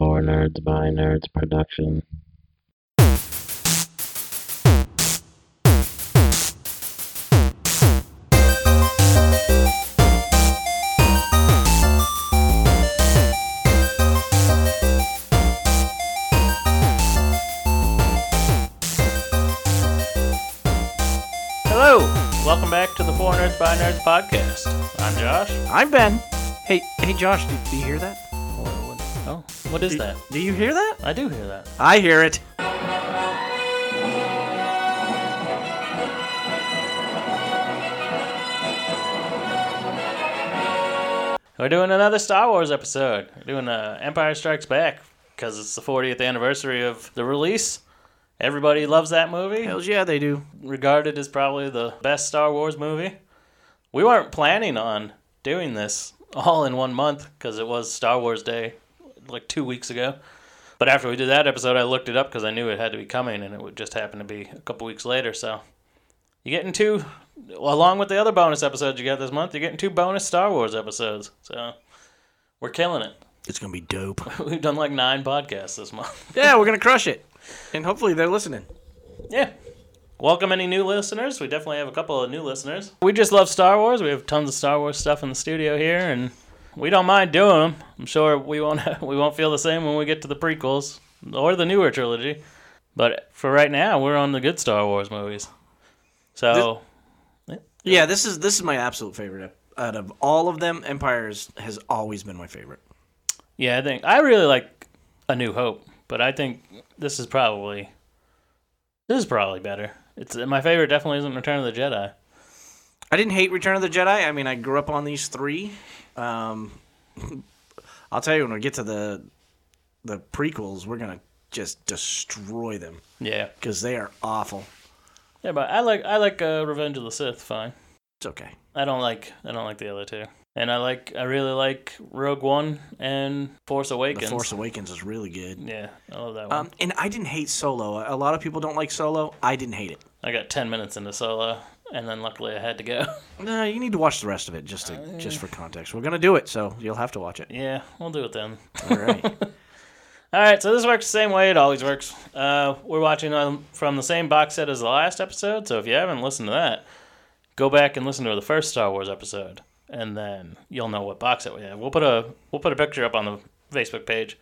Nerds by Nerds production. Hello, welcome back to the Four Nerds by Nerds podcast. I'm Josh. I'm Ben. Hey, hey, Josh, do, do you hear that? Oh, what is that? Do you hear that? I do hear that. I hear it. We're doing another Star Wars episode. We're doing uh, Empire Strikes Back because it's the 40th anniversary of the release. Everybody loves that movie. Hells yeah, they do. Regarded as probably the best Star Wars movie. We weren't planning on doing this all in one month because it was Star Wars Day like two weeks ago. But after we did that episode, I looked it up because I knew it had to be coming, and it would just happen to be a couple weeks later. So you're getting two, along with the other bonus episodes you got this month, you're getting two bonus Star Wars episodes. So we're killing it. It's gonna be dope. We've done like nine podcasts this month. yeah, we're gonna crush it, and hopefully they're listening. Yeah. Welcome any new listeners. We definitely have a couple of new listeners. We just love Star Wars. We have tons of Star Wars stuff in the studio here, and we don't mind doing them. I'm sure we won't we won't feel the same when we get to the prequels or the newer trilogy. But for right now, we're on the good Star Wars movies. So Yeah, this is this is my absolute favorite. ep- Out of all of them, Empire's has always been my favorite. yeah, I think I really like A New Hope, but I think this is probably this is probably better. It's my favorite. Definitely isn't Return of the Jedi. I didn't hate Return of the Jedi. I mean, I grew up on these three. Um, I'll tell you when we get to the the prequels, we're gonna just destroy them Yeah, because they are awful. yeah, but I like I like uh, Revenge of the Sith. Fine. It's okay. I don't like I don't like the other two. And I like I really like Rogue One and Force The Awakens. Force Awakens is really good. yeah, I love that one. Um, and I didn't hate Solo. A lot of people don't like Solo. I didn't hate it. I got ten minutes into Solo, and then luckily I had to go. No, you need to watch the rest of it just to, Uh, just for context. We're gonna do it, so you'll have to watch it. yeah, we'll do it then. All right. All right, so this works the same way it always works. Uh, we're watching on, from the same box set as the last episode, so if you haven't listened to that, go back and listen to the first Star Wars episode, and then you'll know what box set we have. We'll put a we'll put a picture up on the Facebook page.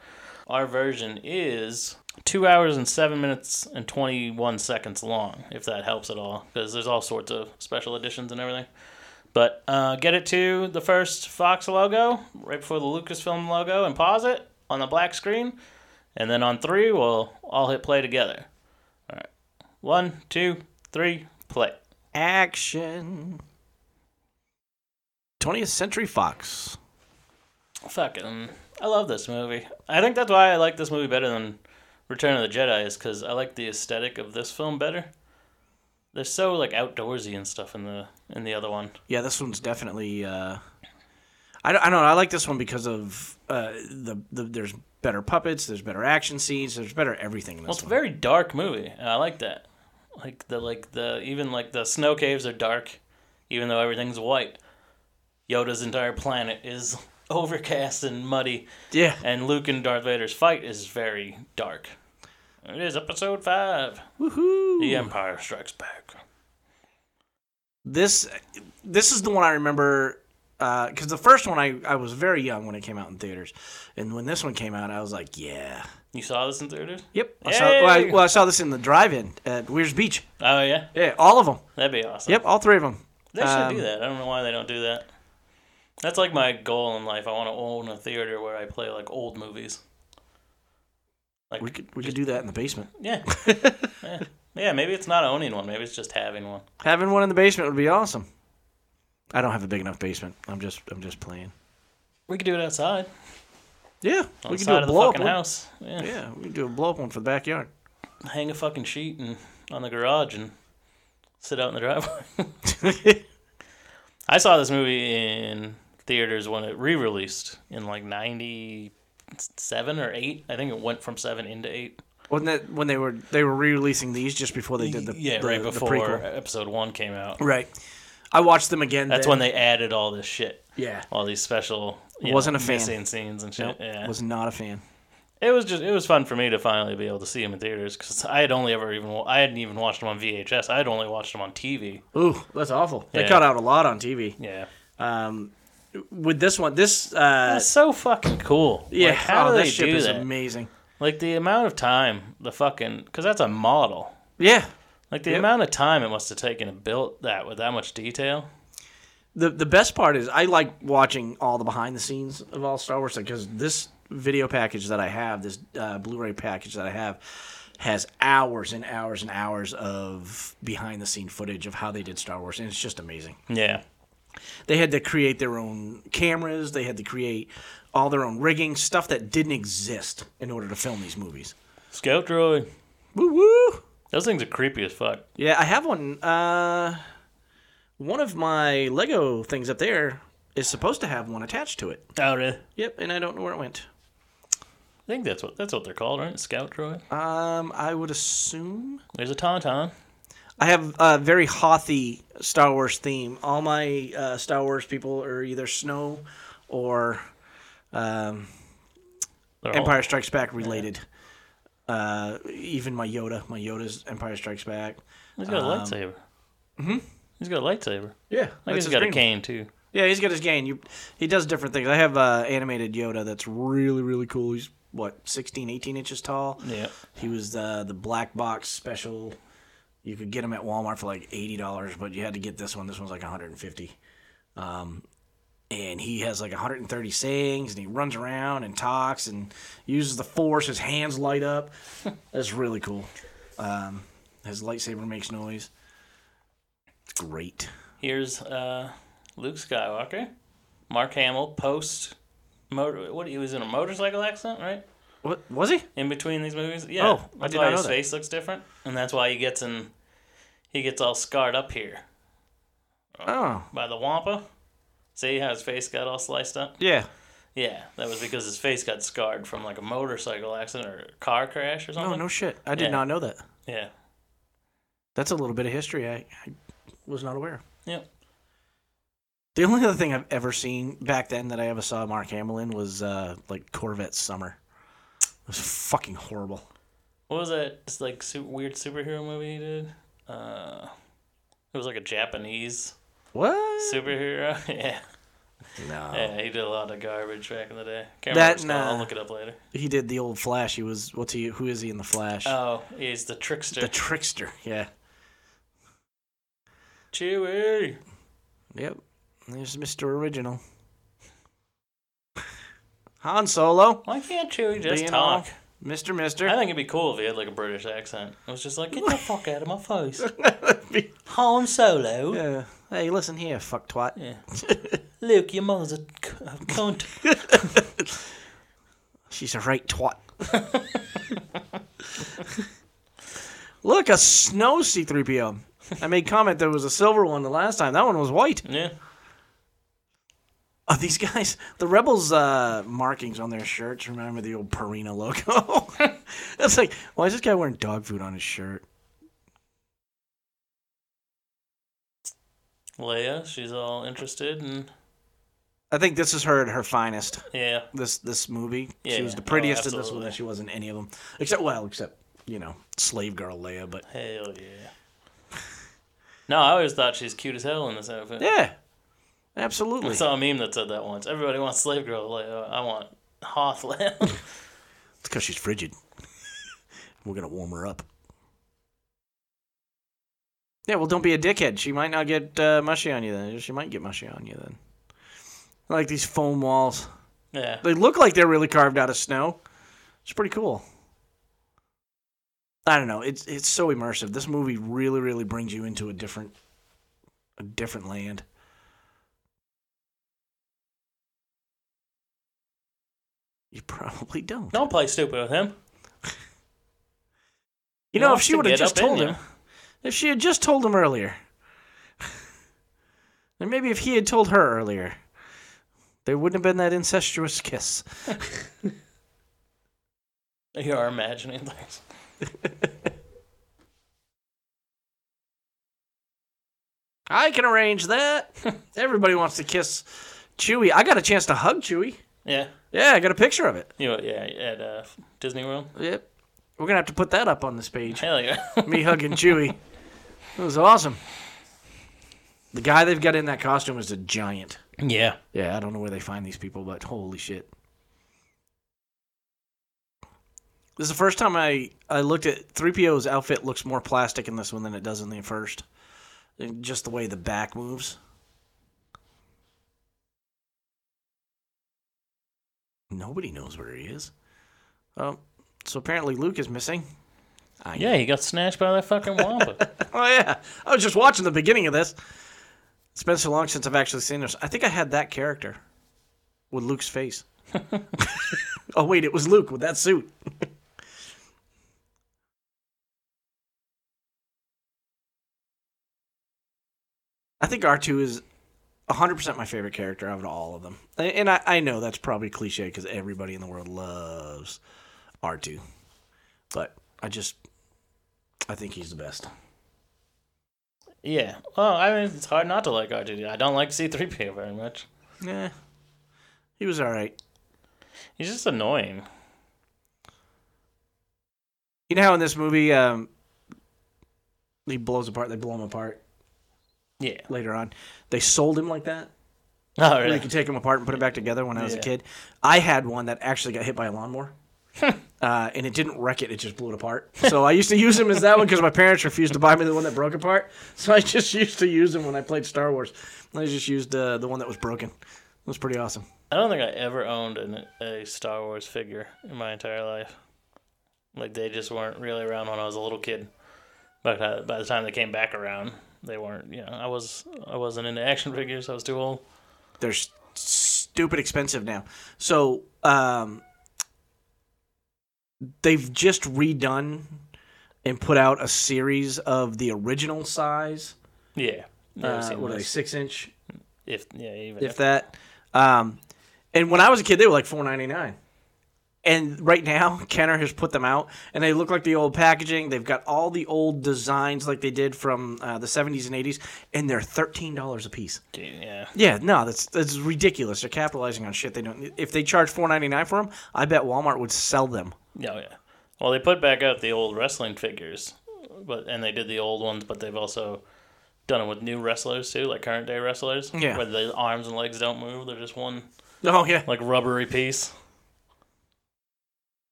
Our version is two hours and seven minutes and twenty one seconds long, if that helps at all, because there's all sorts of special editions and everything. But uh, get it to the first Fox logo right before the Lucasfilm logo, and pause it on the black screen. And then on three, we'll all hit play together. All right. One, two, three, play. Action. 20th Century Fox. Fucking. I love this movie. I think that's why I like this movie better than Return of the Jedi, is because I like the aesthetic of this film better. They're so like outdoorsy and stuff in the in the other one. Yeah, this one's definitely. Uh, I don't, I don't know. I like this one because of uh, the, the there's better puppets, there's better action scenes, there's better everything in this Well, it's a one. very dark movie, and I like that. Like the like the even like the snow caves are dark, even though everything's white. Yoda's entire planet is overcast and muddy. yeah. And Luke and Darth Vader's fight is very dark. It is episode five. Woohoo! The Empire Strikes Back. this this is the one I remember because the first one I, I was very young when it came out in theaters, and when this one came out, I was like, yeah, You saw this in theaters? yep. I saw, well, I, Yay! well, I saw this in the drive-in at Weir's Beach. Oh yeah, Yeah, all of them. that'd be awesome. Yep, all three of them. They should Um, do that. I don't know why they don't do that. That's like my goal in life. I want to own a theater where I play like old movies. Like We could we could do that in the basement. yeah, yeah, yeah. Maybe it's not owning one. Maybe it's just having one. Having one in the basement would be awesome. I don't have a big enough basement. I'm just I'm just playing. We could do it outside. On Yeah, we the could do side a of the blow up fucking one. house. Yeah. Yeah, we could do a blow up one for the backyard. hang a fucking sheet and on the garage and sit out in the driveway. I saw this movie in theaters when it re-released in like 97 or 8. I think it went from 7 into 8. Wasn't that when they were they were re-releasing these just before they did the yeah, the- right the before prequel. episode 1 came out. Right. I watched them again. That's then. when they added all this shit. Yeah. All these special you Wasn't know, a fan. missing scenes and shit. Nope, Yeah. Was not a fan. It was just it was fun for me to finally be able to see him in theaters because I had only ever even wa- I hadn't even watched him on VHS. I had only watched him on TV. Ooh, that's awful. They Yeah. cut out a lot on TV. Yeah, Um, with this one, this uh, that's so fucking cool. yeah, like, how oh, do that they ship do is that? amazing. Like the amount of time the fucking because that's a model. Yeah, Like the Yep. amount of time it must have taken to build that with that much detail. the the best part is I like watching all the behind the scenes of all Star Wars because this video package that I have, this uh, Blu-ray package that I have, has hours and hours and hours of behind the scene footage of how they did Star Wars, and it's just amazing. Yeah, They had to create their own cameras, they had to create all their own rigging, stuff that didn't exist in order to film these movies. scout droid. Woo woo! Those things are creepy as fuck. Yeah, I have one. Uh, one of my Lego things up there is supposed to have one attached to it. Oh, really? I Yep, and I don't know where it went. think that's what that's what they're called, right? Scout droid. Um, I would assume There's a tauntaun. I have a very hothy Star Wars theme. All my uh, Star Wars people are either snow or um, They're all- Empire Strikes Back related. Uh, even my Yoda, my Yoda's Empire Strikes Back. He's got a um, lightsaber. Hmm. mm-hmm. He's got a lightsaber. Yeah, I guess he's got a cane too. Yeah, he's got his game. You, he does different things. I have uh, animated Yoda that's really, really cool. He's what 16, 18 inches tall. Yeah. He was the the black box special. You could get him at Walmart for like eighty dollars, but you had to get this one. This one's like one hundred and fifty. Um, and he has like one hundred and thirty sayings, and he runs around and talks and uses the force. His hands light up. That's really cool. Um, his lightsaber makes noise. It's great. Here's uh, Luke Skywalker, Mark Hamill post motor. What he was in a motorcycle accident, right? What was he? In between these movies, yeah. Oh, I that's did why not know his that. face looks different, and that's why he gets in. He gets all scarred up here Oh, by the Wampa. See how his face got all sliced up? yeah. Yeah, that was because his face got scarred from like a motorcycle accident or a car crash or Oh something. no shit! I Uh-huh. did Yeah. not know that. Yeah. That's a little bit of history I, I was not aware. of. Yep. The only other thing I've ever seen back then that I ever saw Mark Hamill in was uh, like Corvette Summer. It was fucking horrible. What was that? This like super weird superhero movie he did. Uh, it was like a Japanese What? superhero. yeah. No. Yeah, he did a lot of garbage back in the day. Can't Oh. remember what That it's called. and, uh, I'll look it up later. He did the old Flash. He was what's he? Who is he in the Flash? Oh, he's the trickster. the Trickster. Yeah. Chewie. Yep. There's Mister Original. Han Solo. Why can't Chewie just Being talk? all Mister I Mister. think it'd be cool if he had like a British accent. It was just like, get the fuck out of my face. Han Solo. Yeah. Yeah. Hey, listen here, fuck twat. Luke, your mother's a c- a cunt. She's a right twat. Look, a snow C3PO. I made comment there was a silver one the last time. That one was white. yeah. Oh, these guys, the Rebels' uh, markings on their shirts remember the old Purina logo. That's like, why is this guy wearing dog food on his shirt? Leia, she's all interested and I think this is her at her finest. yeah. This this movie, Yeah, she was yeah. the Oh, prettiest in this one. absolutely. and She wasn't in any of them, except well, except you know, slave girl Leia. But Hell yeah. No, I always thought she's cute as hell in this outfit. yeah, absolutely. I saw a meme that said that once. Everybody wants slave girl Leia. I want Hoth Leia. because she's frigid. We're gonna warm her up. Yeah, well, don't be a dickhead. She might not get uh, mushy on you then. She might get mushy on you then. I like these foam walls. yeah. They look like they're really carved out of snow. It's pretty cool. I don't know. It's it's so immersive. This movie really, really brings you into a different, a different land. You probably don't. Don't play stupid with him. You know, if wants she to would have get just up in told ya. him, if she had just told him earlier, and maybe if he had told her earlier, there wouldn't have been that incestuous kiss. You are imagining things. I can arrange that. Everybody wants to kiss Chewie. I got a chance to hug Chewie. Yeah. Yeah, I got a picture of it. You know, yeah, at uh, Disney World. Yep. We're gonna have to put that up on this page. Hell yeah. Me hugging Chewie. It was awesome. The guy they've got in that costume is a giant. yeah. Yeah, I don't know where they find these people, but holy shit. This is the first time I, I looked at 3PO's outfit looks more plastic in this one than it does in the first. Just the way the back moves. Nobody knows where he is. Um, so apparently Luke is missing. I Yeah, he got snatched by that fucking Wampa. Oh yeah, I was just watching the beginning of this. It's been so long since I've actually seen this. I think I had that character with Luke's face. oh wait, it was Luke with that suit. I think R two is 100% my favorite character out of all of them. And and I, I know that's probably cliche because everybody in the world loves R2. But I just, I think he's the best. yeah. Well, I mean, it's hard not to like R2D. I don't like C3PO very much. Yeah. He was all right. He's just annoying. You know how in this movie um, he blows apart, they blow him apart Yeah. later on. They sold him like that. Oh, Where really? you could take him apart and put him back together when I was Yeah. a kid. I had one that actually got hit by a lawnmower. Uh, and it didn't wreck it; it just blew it apart. So I used to use him as that one because my parents refused to buy me the one that broke apart. So I just used to use him when I played Star Wars. I just used uh, the one that was broken. It was pretty awesome. I don't think I ever owned an, a Star Wars figure in my entire life. Like, they just weren't really around when I was a little kid. But uh, by the time they came back around, they weren't, you know, I, was, I wasn't into action figures. I was too old. they're s- stupid expensive now. So um, they've just redone and put out a series of the original size. Yeah. Never Uh, seen what are they? those. Six inch, If, yeah, even. if that. Um, and when I was a kid, they were like four ninety nine. And right now, Kenner has put them out, and they look like the old packaging. They've got all the old designs like they did from uh, the seventies and eighties, and they're thirteen dollars a piece. yeah. Yeah, no, that's that's ridiculous. They're capitalizing on shit they don't. If they charge four ninety nine for them, I bet Walmart would sell them. Oh yeah. Well, they put back out the old wrestling figures, but and they did the old ones, but they've also done them with new wrestlers too, like current day wrestlers. Yeah. Where the arms and legs don't move; they're just one Oh yeah, like rubbery piece.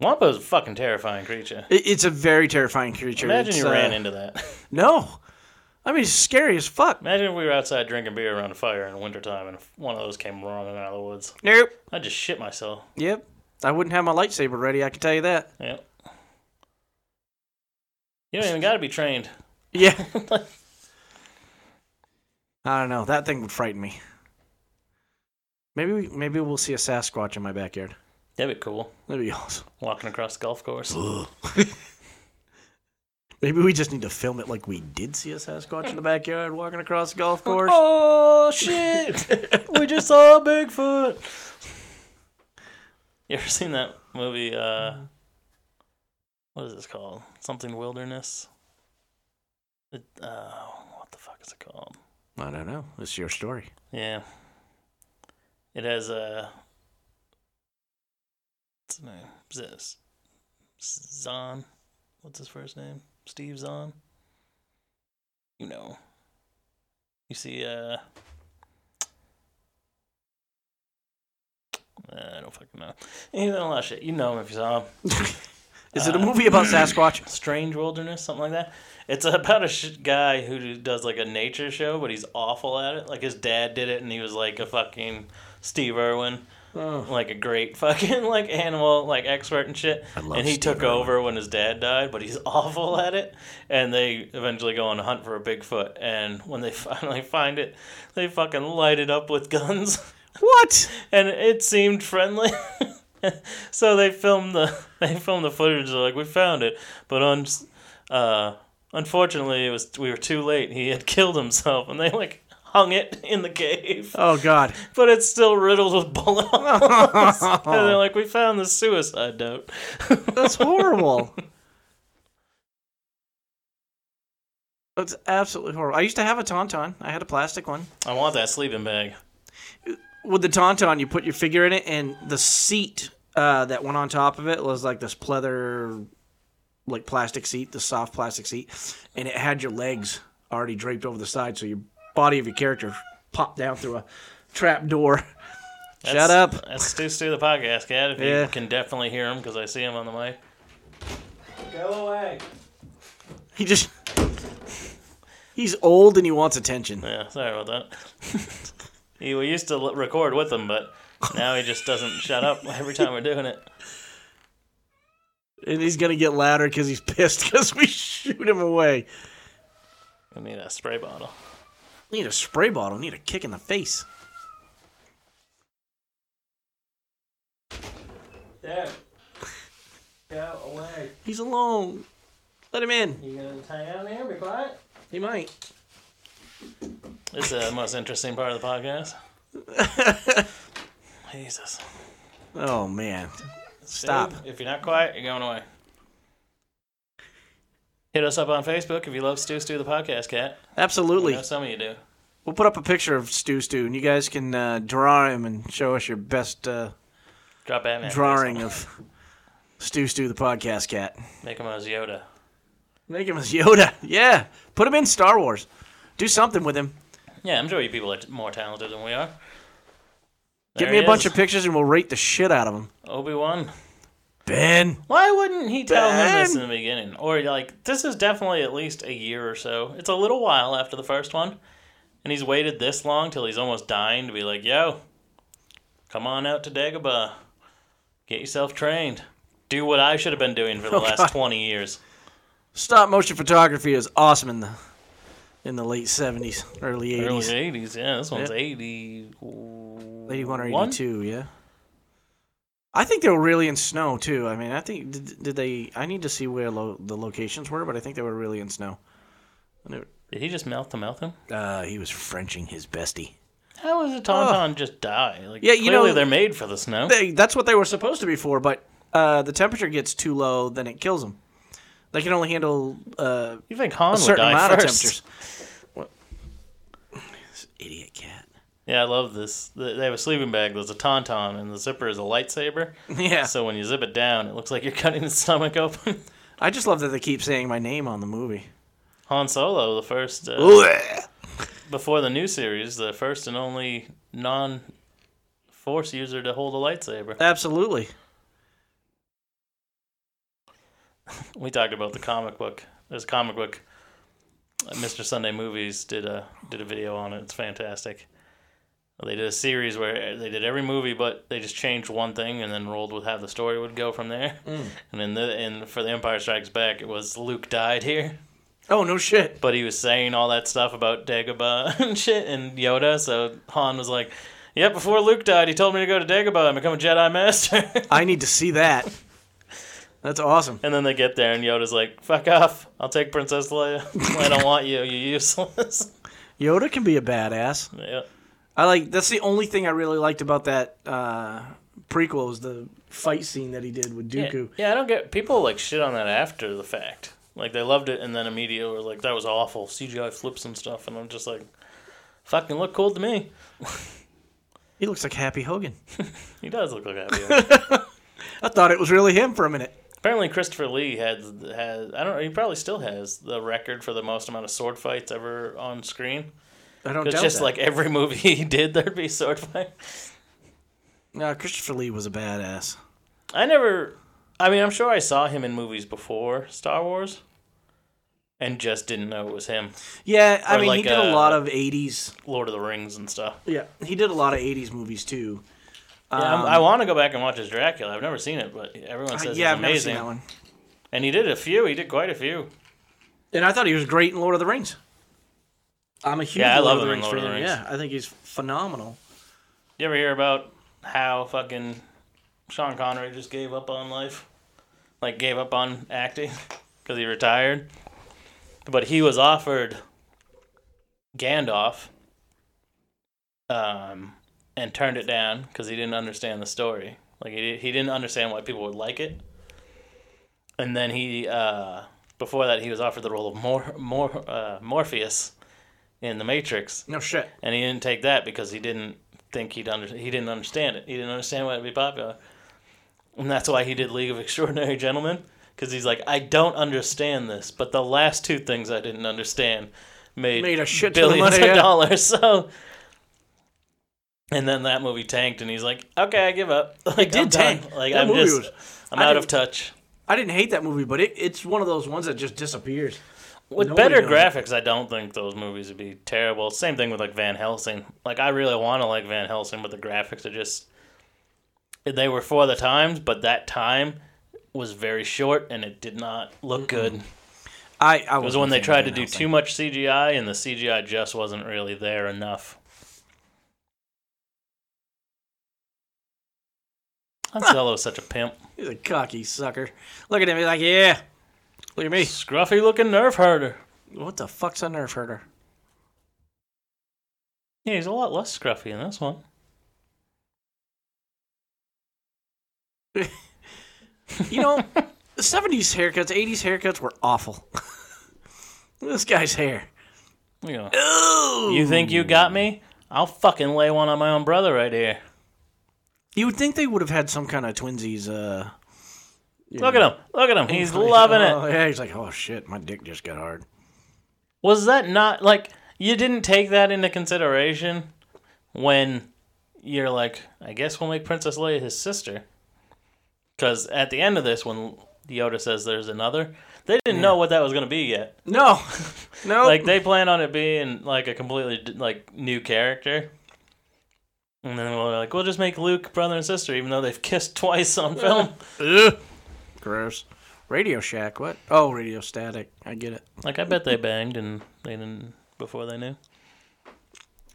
Wampa's a fucking terrifying creature. it, it's a very terrifying creature. Imagine It's, you uh, ran into that. No, I mean it's scary as fuck. Imagine if we were outside drinking beer around a fire in wintertime and one of those came running out of the woods. Nope. I'd just shit myself. Yep. I wouldn't have my lightsaber ready. I can tell you that. Yep. You don't even got to be trained. Yeah. I don't know. That thing would frighten me. Maybe we, maybe we'll see a Sasquatch in my backyard. That'd be cool. That'd be awesome. Walking across the golf course. Maybe we just need to film it like we did see a Sasquatch in the backyard walking across the golf course. Oh shit! we just saw Bigfoot. You ever seen that movie? Uh, what is this called? Something Wilderness. It, uh, what the fuck is it called? I don't know. It's your story. Yeah. It has a. What's his name? Z- Z- Zahn. What's his first name? Steve Zahn. You know. You see, uh. uh, I don't fucking know. He's in a lot of shit. You know him if you saw him. Is it a movie about Sasquatch? Strange Wilderness, something like that. It's about a sh- guy who does like a nature show, but he's awful at it. Like his dad did it, and he was like a fucking Steve Irwin, like a great fucking like animal like expert and shit. I love and he Steve took Irwin. over when his dad died, but he's awful at it. And they eventually go on a hunt for a Bigfoot, and when they finally find it, they fucking light it up with guns. What? and it seemed friendly. so they filmed the they filmed the footage. They're like, we found it, but on uh, unfortunately, it was we were too late. He had killed himself, and they like hung it in the cave, Oh God! but it's still riddled with bullets. and they're like, we found the suicide note. That's horrible. That's absolutely horrible. I used to have a tauntaun. I had a plastic one. I want that sleeping bag. with the tauntaun, you put your figure in it, and the seat uh, that went on top of it was like this pleather, like plastic seat, the soft plastic seat, and it had your legs already draped over the side, so your body of your character popped down through a trap door. Shut up. That's Stu Stu the podcast cat. If Yeah. you can definitely hear him because I see him on the mic. Go away. He just. He's old and he wants attention. Yeah, sorry about that. he, we used to l- record with him, but now he just doesn't shut up every time we're doing it. And he's going to get louder because he's pissed because we shoot him away. We need a spray bottle. Need a spray bottle, need a kick in the face. There. Go away. He's alone. Let him in. You gonna hang out here? Be quiet. He might. This is the most interesting part of the podcast. Jesus. Oh, man. Stop. Dude, if you're not quiet, you're going away. Hit us up on Facebook if you love Stu Stu the podcast cat. I Absolutely. know some of you do. We'll put up a picture of Stu Stu, and you guys can uh, draw him and show us your best uh, Drop Batman. drawing of Stu Stu, the podcast cat. Make him as Yoda. Make him as Yoda. Yeah. Put him in Star Wars. Do something with him. Yeah, I'm sure you people are t- more talented than we are. Get me a bunch of pictures, and we'll rate the shit out of him. Obi Wan. Ben. Why wouldn't he tell him this in Ben! the beginning? Or like, this is definitely at least a year or so. It's a little while after the first one, and he's waited this long till he's almost dying to be like, "Yo, come on out to Dagobah, get yourself trained, do what I should have been doing for the last Oh, God. twenty years." Stop motion photography is awesome in the in the late seventies, early Early eighties. eighties, yeah. This one's Yeah. eighty. Eighty Uh, one or eighty two, yeah. I think they were really in snow too. I mean, I think did, did they? I need to see where lo, the locations were, but I think they were really in snow. And it- Did he just mouth to mouth him? Uh, he was Frenching his bestie. How does a tauntaun just die? Like, Yeah, you clearly know- they're made for the snow. They, that's what they were supposed to be for, but uh, the temperature gets too low, then it kills them. They can only handle uh, you think a Han would certain die amount of first? temperatures. What? This idiot cat. Yeah, I love this. They they have a sleeping bag that's a tauntaun, and the zipper is a lightsaber. Yeah. So when you zip it down, it looks like you're cutting his stomach open. I just love that they keep saying my name on the movie. Han Solo, the first uh, Blech. before the new series, the first and only non-force user to hold a lightsaber. Absolutely. We talked about the comic book. There's a comic book. uh, Mr. Sunday Movies did a did a video on it. It's fantastic. They did a series where they did every movie, but they just changed one thing and then rolled with how the story would go from there. And in the and for The Empire Strikes Back, it was Luke died here, Oh no shit. but he was saying all that stuff about Dagobah and shit and Yoda. So Han was like, "Yeah, before Luke died, he told me to go to Dagobah and become a Jedi Master." I need to see that. That's awesome. And then they get there, and Yoda's like, "Fuck off! I'll take Princess Leia. I don't want you. You useless." Yoda can be a badass. yeah. I like that's the only thing I really liked about that uh prequel was the fight scene that he did with yeah, Dooku. yeah, I don't get people like shit on that after the fact. Like they loved it, and then immediately were like, "That was awful." CGI flips and stuff, and I'm just like, "Fucking look cool to me." He looks like Happy Hogan. He does look like that. yeah. I thought it was really him for a minute. Apparently, Christopher Lee had has I don't know. He probably still has the record for the most amount of sword fights ever on screen. I don't It's doubt just that. like every movie he did, there'd be a sword fight. no, Christopher Lee was a badass. I never. I mean, I'm sure I saw him in movies before Star Wars, and just didn't know it was him. Yeah, I Or mean he like, did a uh, lot of '80s. Lord of the Rings and stuff. Yeah, he did a lot of '80s movies too. Yeah, I'm- I want to go back and watch his Dracula. I've never seen it, but everyone says Um, yeah, it's I've never amazing. seen that one. And he did a few. He did quite a few. And I thought he was great in Lord of the Rings. I'm a huge Yeah, I Lord love of the him in Rings Lord of the fan. Rings. Yeah, I think he's phenomenal. You ever hear about how fucking Sean Connery just gave up on life, like gave up on acting because he retired? But he was offered Gandalf, um, and turned it down because he didn't understand the story. Like he he didn't understand why people would like it. And then he uh, before that he was offered the role of Mor- Mor- uh, Morpheus in The Matrix No shit. and he didn't take that because he didn't think he'd under he didn't understand it. He didn't understand why it'd be popular, and that's why he did League of Extraordinary Gentlemen because he's like, I don't understand this, but the last two things I didn't understand made Made a shit ton of billions money, yeah. dollars. So. And then that movie tanked, and he's like, "Okay, I give up." Like, did I'm done. tank. Like, That I'm movie just, was- I'm I out of didn't- touch. I didn't hate that movie, but it, it's one of those ones that just disappears. With Nobody better knows. graphics, I don't think those movies would be terrible. Same thing with like Van Helsing. Like I really want to like Van Helsing, but the graphics are just they were for the times, but that time was very short and it did not look good. It I, I was when they tried to do too much CGI and the CGI just wasn't really there enough. Ancelo's such a pimp. He's a cocky sucker. Look at him. He's like, yeah. Look at me. Scruffy looking nerve herder. What the fuck's a nerve herder? Yeah, he's a lot less scruffy in this one. You know, the 70s haircuts, 80s haircuts were awful. this guy's hair. Look at him. Ooh. You think you got me? I'll fucking lay one on my own brother right here. You would think they would have had some kind of twinsies. Uh, you Look know, at him. Look at him. He's inclination. loving it. Oh, yeah, he's like, oh shit, my dick just got hard. Was that not like you didn't take that into consideration when you're like, I guess we'll make Princess Leia his sister? Because at the end of this, when Yoda says there's another, they didn't know what that was going to be yet. No, no. Like they plan on it being like a completely d- like new character. And then we're like, we'll just make Luke brother and sister, even though they've kissed twice on film. Ugh. gross. Radio Shack. What? Oh, Radio Static. I get it. Like I bet they banged and they didn't before they knew.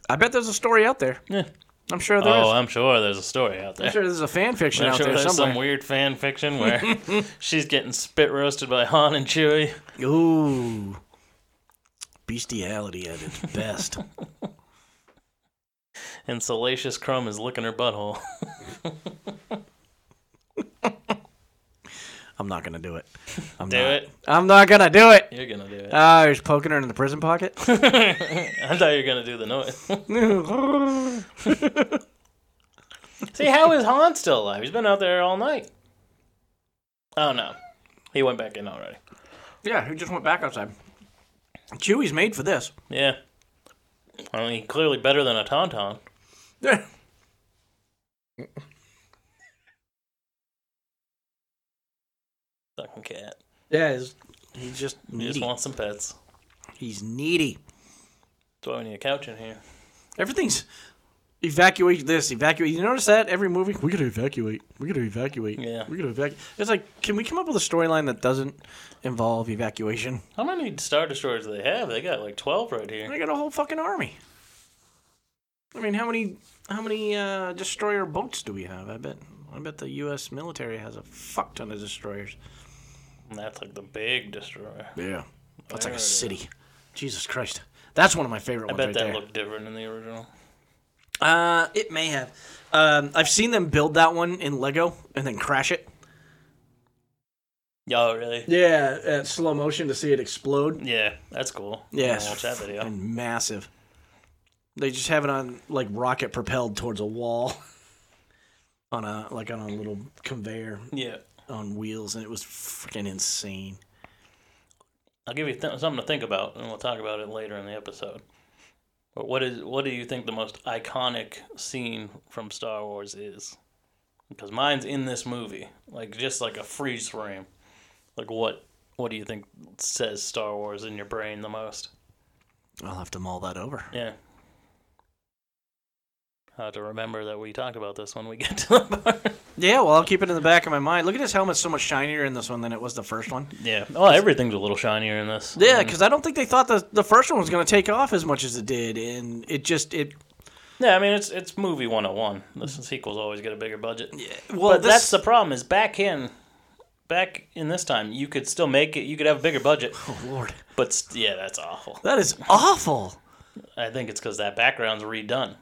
I bet there's a story out there. Yeah. I'm sure there Oh, is. I'm sure there's a story out there. I'm sure there's a fan fiction I'm out sure there there's some somewhere. weird fan fiction where she's getting spit roasted by Han and Chewie. Ooh, bestiality at its best. and Salacious Crumb is licking her butthole. I'm not gonna do it. I'm Do not. it. I'm not gonna do it. You're gonna do it. Ah, he's poking her in the prison pocket. I thought you were gonna do the noise. He's See, how is Han still alive? He's been out there all night. Oh no, he went back in already. Yeah, who just went back outside. Chewie's made for this. Yeah, I mean, clearly better than a tauntaun. Yeah. Fucking cat. Yeah, he's, he's just He just needy. wants some pets. He's needy. That's why we need a couch in here. Everything's evacuate this, evacuate. You notice that every movie? We gotta evacuate. We gotta evacuate. Yeah. We gotta evacuate. It's like, can we come up with a storyline that doesn't involve evacuation? How many Star Destroyers do they have? They got like 12 right here. They got a whole fucking army. I mean, how many how many uh, destroyer boats do we have? I bet I bet the U.S. military has a fuck ton of destroyers. And that's like the big destroyer. Yeah, that's There like it a is. city. Jesus Christ, that's one of my favorite I ones bet right that there. looked different in the original. uh, it may have. Um, I've seen them build that one in Lego and then crash it. Y'all really? Yeah, at slow motion to see it explode. Yeah, that's cool. I'm gonna Yeah, Watch that video. And massive. They just have it on like rocket propelled towards a wall. On a like on a little conveyor Yeah. on wheels, and it was freaking insane. I'll give you th- something to think about, and we'll talk about it later in the episode. But what is what do you think the most iconic scene from Star Wars is? Because mine's in this movie, like just like a freeze frame. Like what what do you think says Star Wars in your brain the most? I'll have to mull that over. Yeah. I'll have to remember that we talked about this when we get to the part. Yeah, well, I'll keep it in the back of my mind. Look at his helmet; so much shinier in this one than it was the first one. Um, Yeah. Well, everything's a little shinier in this. Yeah, And- because I don't think they thought the the first one was going to take off as much as it did, and it just it. yeah. I mean, it's it's movie 101. The sequels always get a bigger budget. Well, but this- that's the problem is back in back in this time you could still make it you could have a bigger budget oh lord, but st- yeah that's awful that is awful. i think it's because that background's redone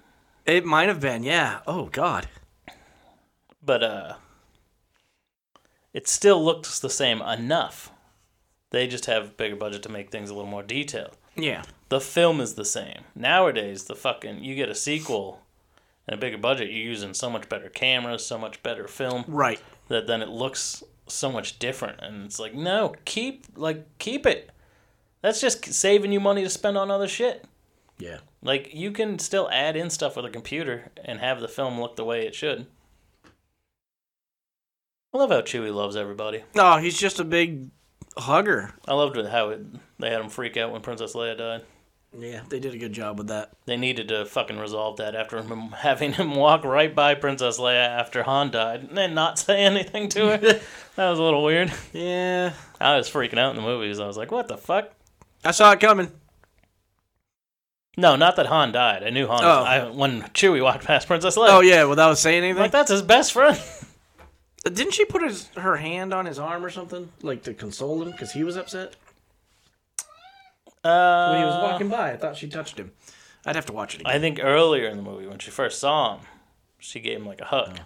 It might have been, yeah. Oh god. but uh it still looks the same enough they just have a bigger budget to make things a little more detailed Yeah. the film is the same nowadays the fucking you get a sequel and a bigger budget, you're using so much better cameras, so much better film Right. that then it looks so much different. And it's like, no, keep like keep it. That's just saving you money to spend on other shit. Yeah. Like you can still add in stuff with a computer and have the film look the way it should. I love how Chewie loves everybody. No, Oh, he's just a big hugger. I loved how it, they had him freak out when Princess Leia died. Yeah, they did a good job with that. They needed to fucking resolve that after him having him walk right by Princess Leia after Han died and then not say anything to her. that was a little weird. Yeah. I was freaking out in the movies. I was like, what the fuck? I saw it coming. No, not that Han died. I knew Han. Oh. I, when Chewie walked past Princess Leia, Oh yeah, without saying anything. like that's his best friend. Didn't she put his her hand on his arm or something, like to console him because he was upset Uh, when he was walking by? I thought she touched him. I'd have to watch it again. I think earlier in the movie when she first saw him, she gave him like a hug.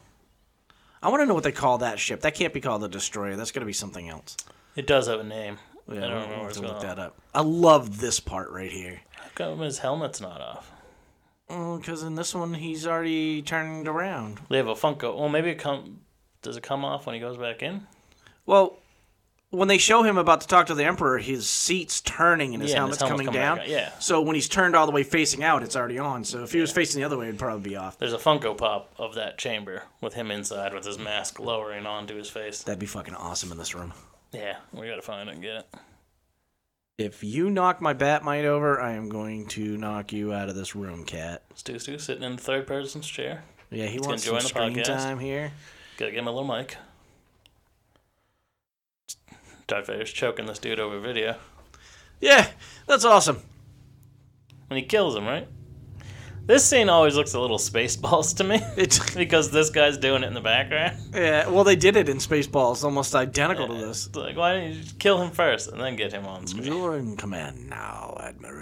I want to know what they call that ship. That can't be called a destroyer. That's got to be something else. It does have a name. I we'll- don't we'll remember have what it's to look called. that up. I love this part right here. How come his helmet's not off? Because in this one, he's already turned around. They have a Funko. Well, maybe it come. Does it come off when he goes back in? Well, when they show him about to talk to the Emperor, his seat's turning and his Yeah, and helmet's his coming helmet's coming down. back out, yeah. So when he's turned all the way facing out, it's already on. So if he was facing the other way, it'd probably be off. There's a Funko Pop of that chamber with him inside with his mask lowering onto his face. That'd be fucking awesome in this room. Yeah, we gotta find it and get it. If you knock my Batmite over, I am going to knock you out of this room, cat. Stu Stu sitting in the third person's chair. Yeah, he gonna wants some join the screen podcast. time here. Gotta give him a little mic. Darth Vader's choking this dude over video. Yeah, that's awesome. And he kills him, right? This scene always looks a little spaceballs to me. It's because this guy's doing it in the background. yeah. Well, they did it in Spaceballs, almost identical to this. It's like, why didn't you just kill him first and then get him on screen? You're in command now, Admiral.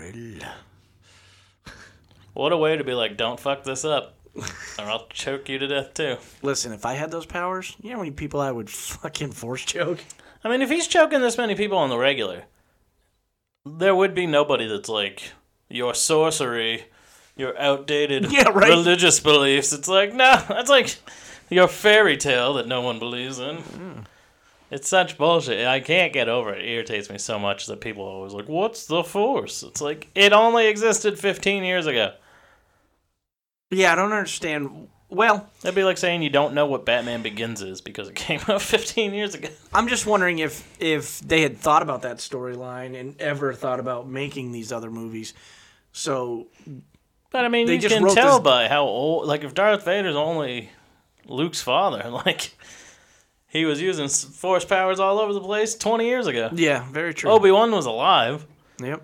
What a way to be like, don't fuck this up, or I'll choke you to death too. Listen, if I had those powers, you know how many people I would fucking force choke? I mean, if he's choking this many people on the regular, there would be nobody that's like, your sorcery, your outdated Yeah, right. religious beliefs. It's like, no, that's like your fairy tale that no one believes in. Mm-hmm. It's such bullshit. I can't get over it. It irritates me so much that people are always like, what's the force? It's like, it only existed 15 years ago. Yeah, I don't understand. Well, That'd be like saying you don't know what Batman Begins is because it came out 15 years ago. I'm just wondering if if they had thought about that storyline and ever thought about making these other movies. So But I mean, They you just can wrote tell this- by how old. Like, if Darth Vader's only Luke's father, like he was using s- force powers all over the place twenty years ago. yeah, very true. Obi Wan was alive. Yep.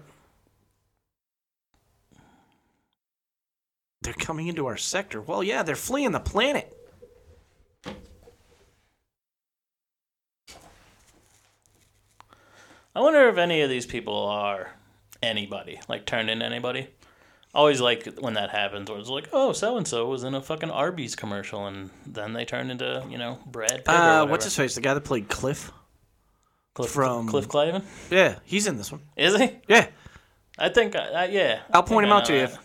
They're coming into our sector. Well, yeah, they're fleeing the planet. I wonder if any of these people are anybody, like turned in anybody. Always like when that happens, where it's like, oh, so and so was in a fucking Arby's commercial, and then they turned into you know Brad Pitt. or Uh, whatever. what's his face? The guy that played Cliff? Cliff, from- Cliff Clavin? Yeah, he's in this one. Is he? Yeah, I think. I, I, yeah. I'll I point think him I out to know you. that. If,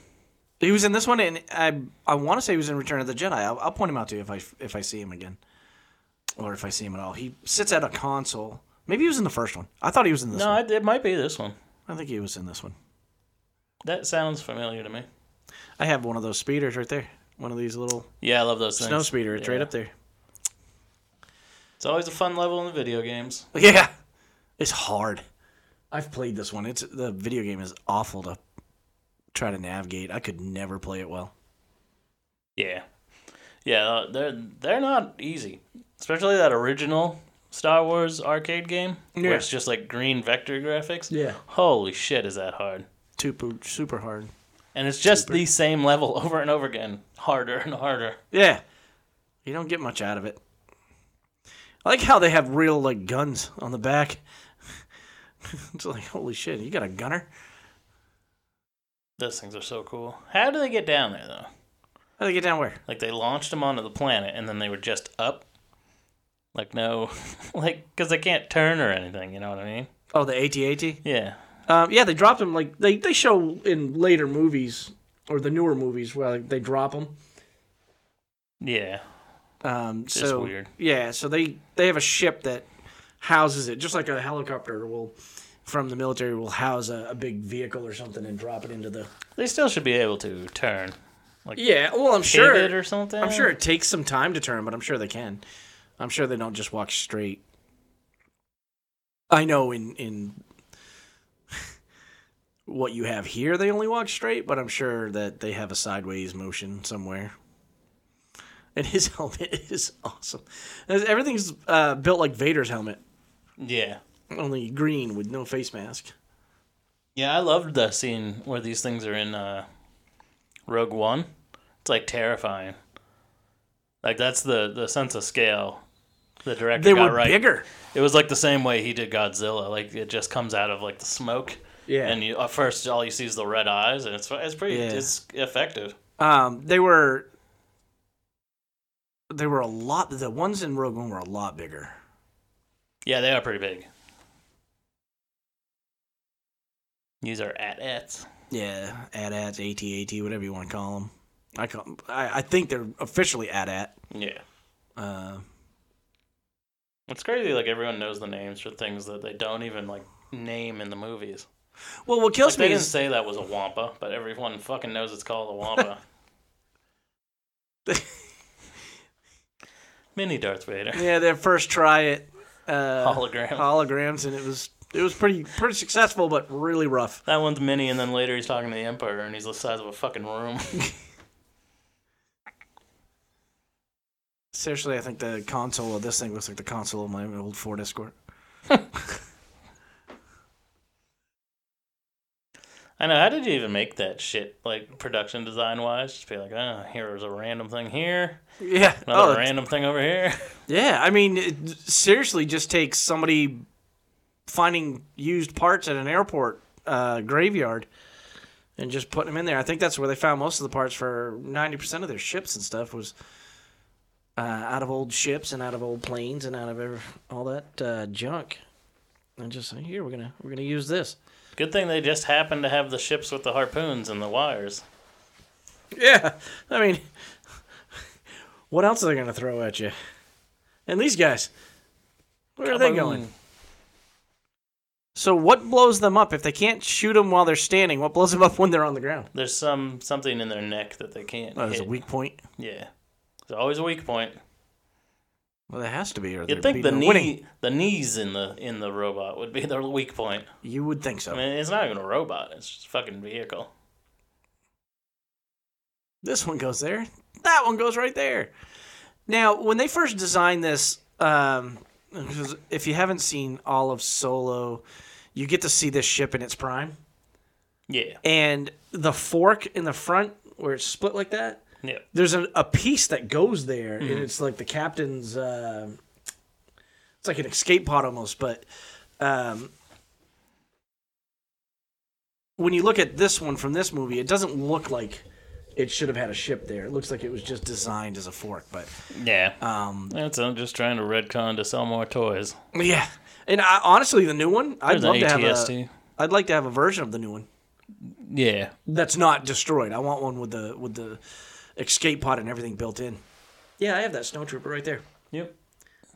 he was in this one, and I I want to say he was in Return of the Jedi. I'll, I'll point him out to you if I if I see him again, or if I see him at all. He sits at a console. Maybe he was in the first one. I thought he was in this No, one. it, it might be this one. I think he was in this one. That sounds familiar to me. I have one of those speeders right there. One of these little Yeah, I love those things. snow speeder. It's right Yeah. up there. It's always a fun level in the video games. Yeah, it's hard. I've played this one. It's the video game is awful to try to navigate. I could never play it well. Yeah, yeah, uh, they're they're not easy, especially that original Star Wars arcade game Yeah. where it's just like green vector graphics. Yeah. holy shit, is that hard? Super super hard. And it's just the same level over and over again, harder and harder. Yeah, you don't get much out of it. I like how they have real like guns on the back. it's like holy shit, you got a gunner? Those things are so cool. How do they get down there though? How do they get down where? Like they launched them onto the planet and then they were just up. Like no, like because they can't turn or anything. You know what I mean? Oh, the AT-AT. Yeah. Um, yeah, they dropped them like they they show in later movies or the newer movies where like, they drop them Yeah. Um, just so weird. yeah, so they they have a ship that houses it, just like a helicopter will from the military will house a, a big vehicle or something and drop it into the. They still should be able to turn. Like Yeah, well, I'm pivot sure. or something. I'm sure it takes some time to turn, but I'm sure they can. I'm sure they don't just walk straight. I know in in what you have here, they only walk straight, but I'm sure that they have a sideways motion somewhere. And his helmet is awesome. Everything's uh, built like Vader's helmet, Yeah. only green with no face mask. Yeah, I loved the scene where these things are in uh, Rogue One. It's like terrifying. Like that's the the sense of scale the director They got were right. bigger. It was like the same way he did Godzilla. Like it just comes out of like the smoke. Yeah. And you, at first, all you see is the red eyes, and it's it's pretty Yeah. it's effective. Um, they were they were a lot. The ones in Rogue One were a lot bigger. Yeah, they are pretty big. These are at ats. Yeah, AT-ATs, AT-AT, whatever you want to call them. I call, I, I think they're officially AT-AT. Yeah. Uh, It's crazy. Like everyone knows the names for things that they don't even like name in the movies. well, what kills Like, they me didn't is say that was a wampa, but everyone fucking knows it's called a wampa. Mini Darth Vader yeah, their first try at uh, hologram. holograms, and it was it was pretty pretty successful, but really rough. that one's mini, and then later he's talking to the Emperor, and he's the size of a fucking room. Seriously, I think the console of this thing looks like the console of my old Ford Escort. I know. How did you even make that shit? Like production design wise, just be like, oh, here's a random thing here, Yeah. another oh, random thing over here. yeah. I mean, it seriously just takes somebody finding used parts at an airport uh, graveyard and just putting them in there. I think that's where they found most of the parts for ninety percent of their ships and stuff was uh, out of old ships and out of old planes and out of every, all that uh, junk. And just like, here we're gonna we're gonna use this. Good thing they just happened to have the ships with the harpoons and the wires. Yeah, I mean, what else are they gonna throw at you? And these guys, where are they going? So what blows them up if they can't shoot them while they're standing? What blows them up when they're on the ground? There's some something in their neck that they can't. Oh, there's a hit. weak point. Yeah, there's always a weak point. Well, there has to be. Or You'd they're think the beating- knee, winning. the knees in the in the robot would be their weak point. You would think so. I mean, it's not even a robot; it's just a fucking vehicle. This one goes there. That one goes right there. Now, when they first designed this, um, 'cause if you haven't seen all of Solo, you get to see this ship in its prime, Yeah, and the fork in the front where it's split like that. yeah. There's a, a piece that goes there, Mm-hmm. and it's like the captain's. Uh, it's like an escape pod almost, but um, when you look at this one from this movie, it doesn't look like it should have had a ship there. It looks like it was just designed as a fork, but Yeah. um, That's I'm just trying to redcon to sell more toys. yeah. And I, honestly, the new one, I'd There's an love to have a. ATST. I'd like to have a version of the new one Yeah. that's not destroyed. I want one with the with the escape pod and everything built in. Yeah, I have that snowtrooper right there. Yep.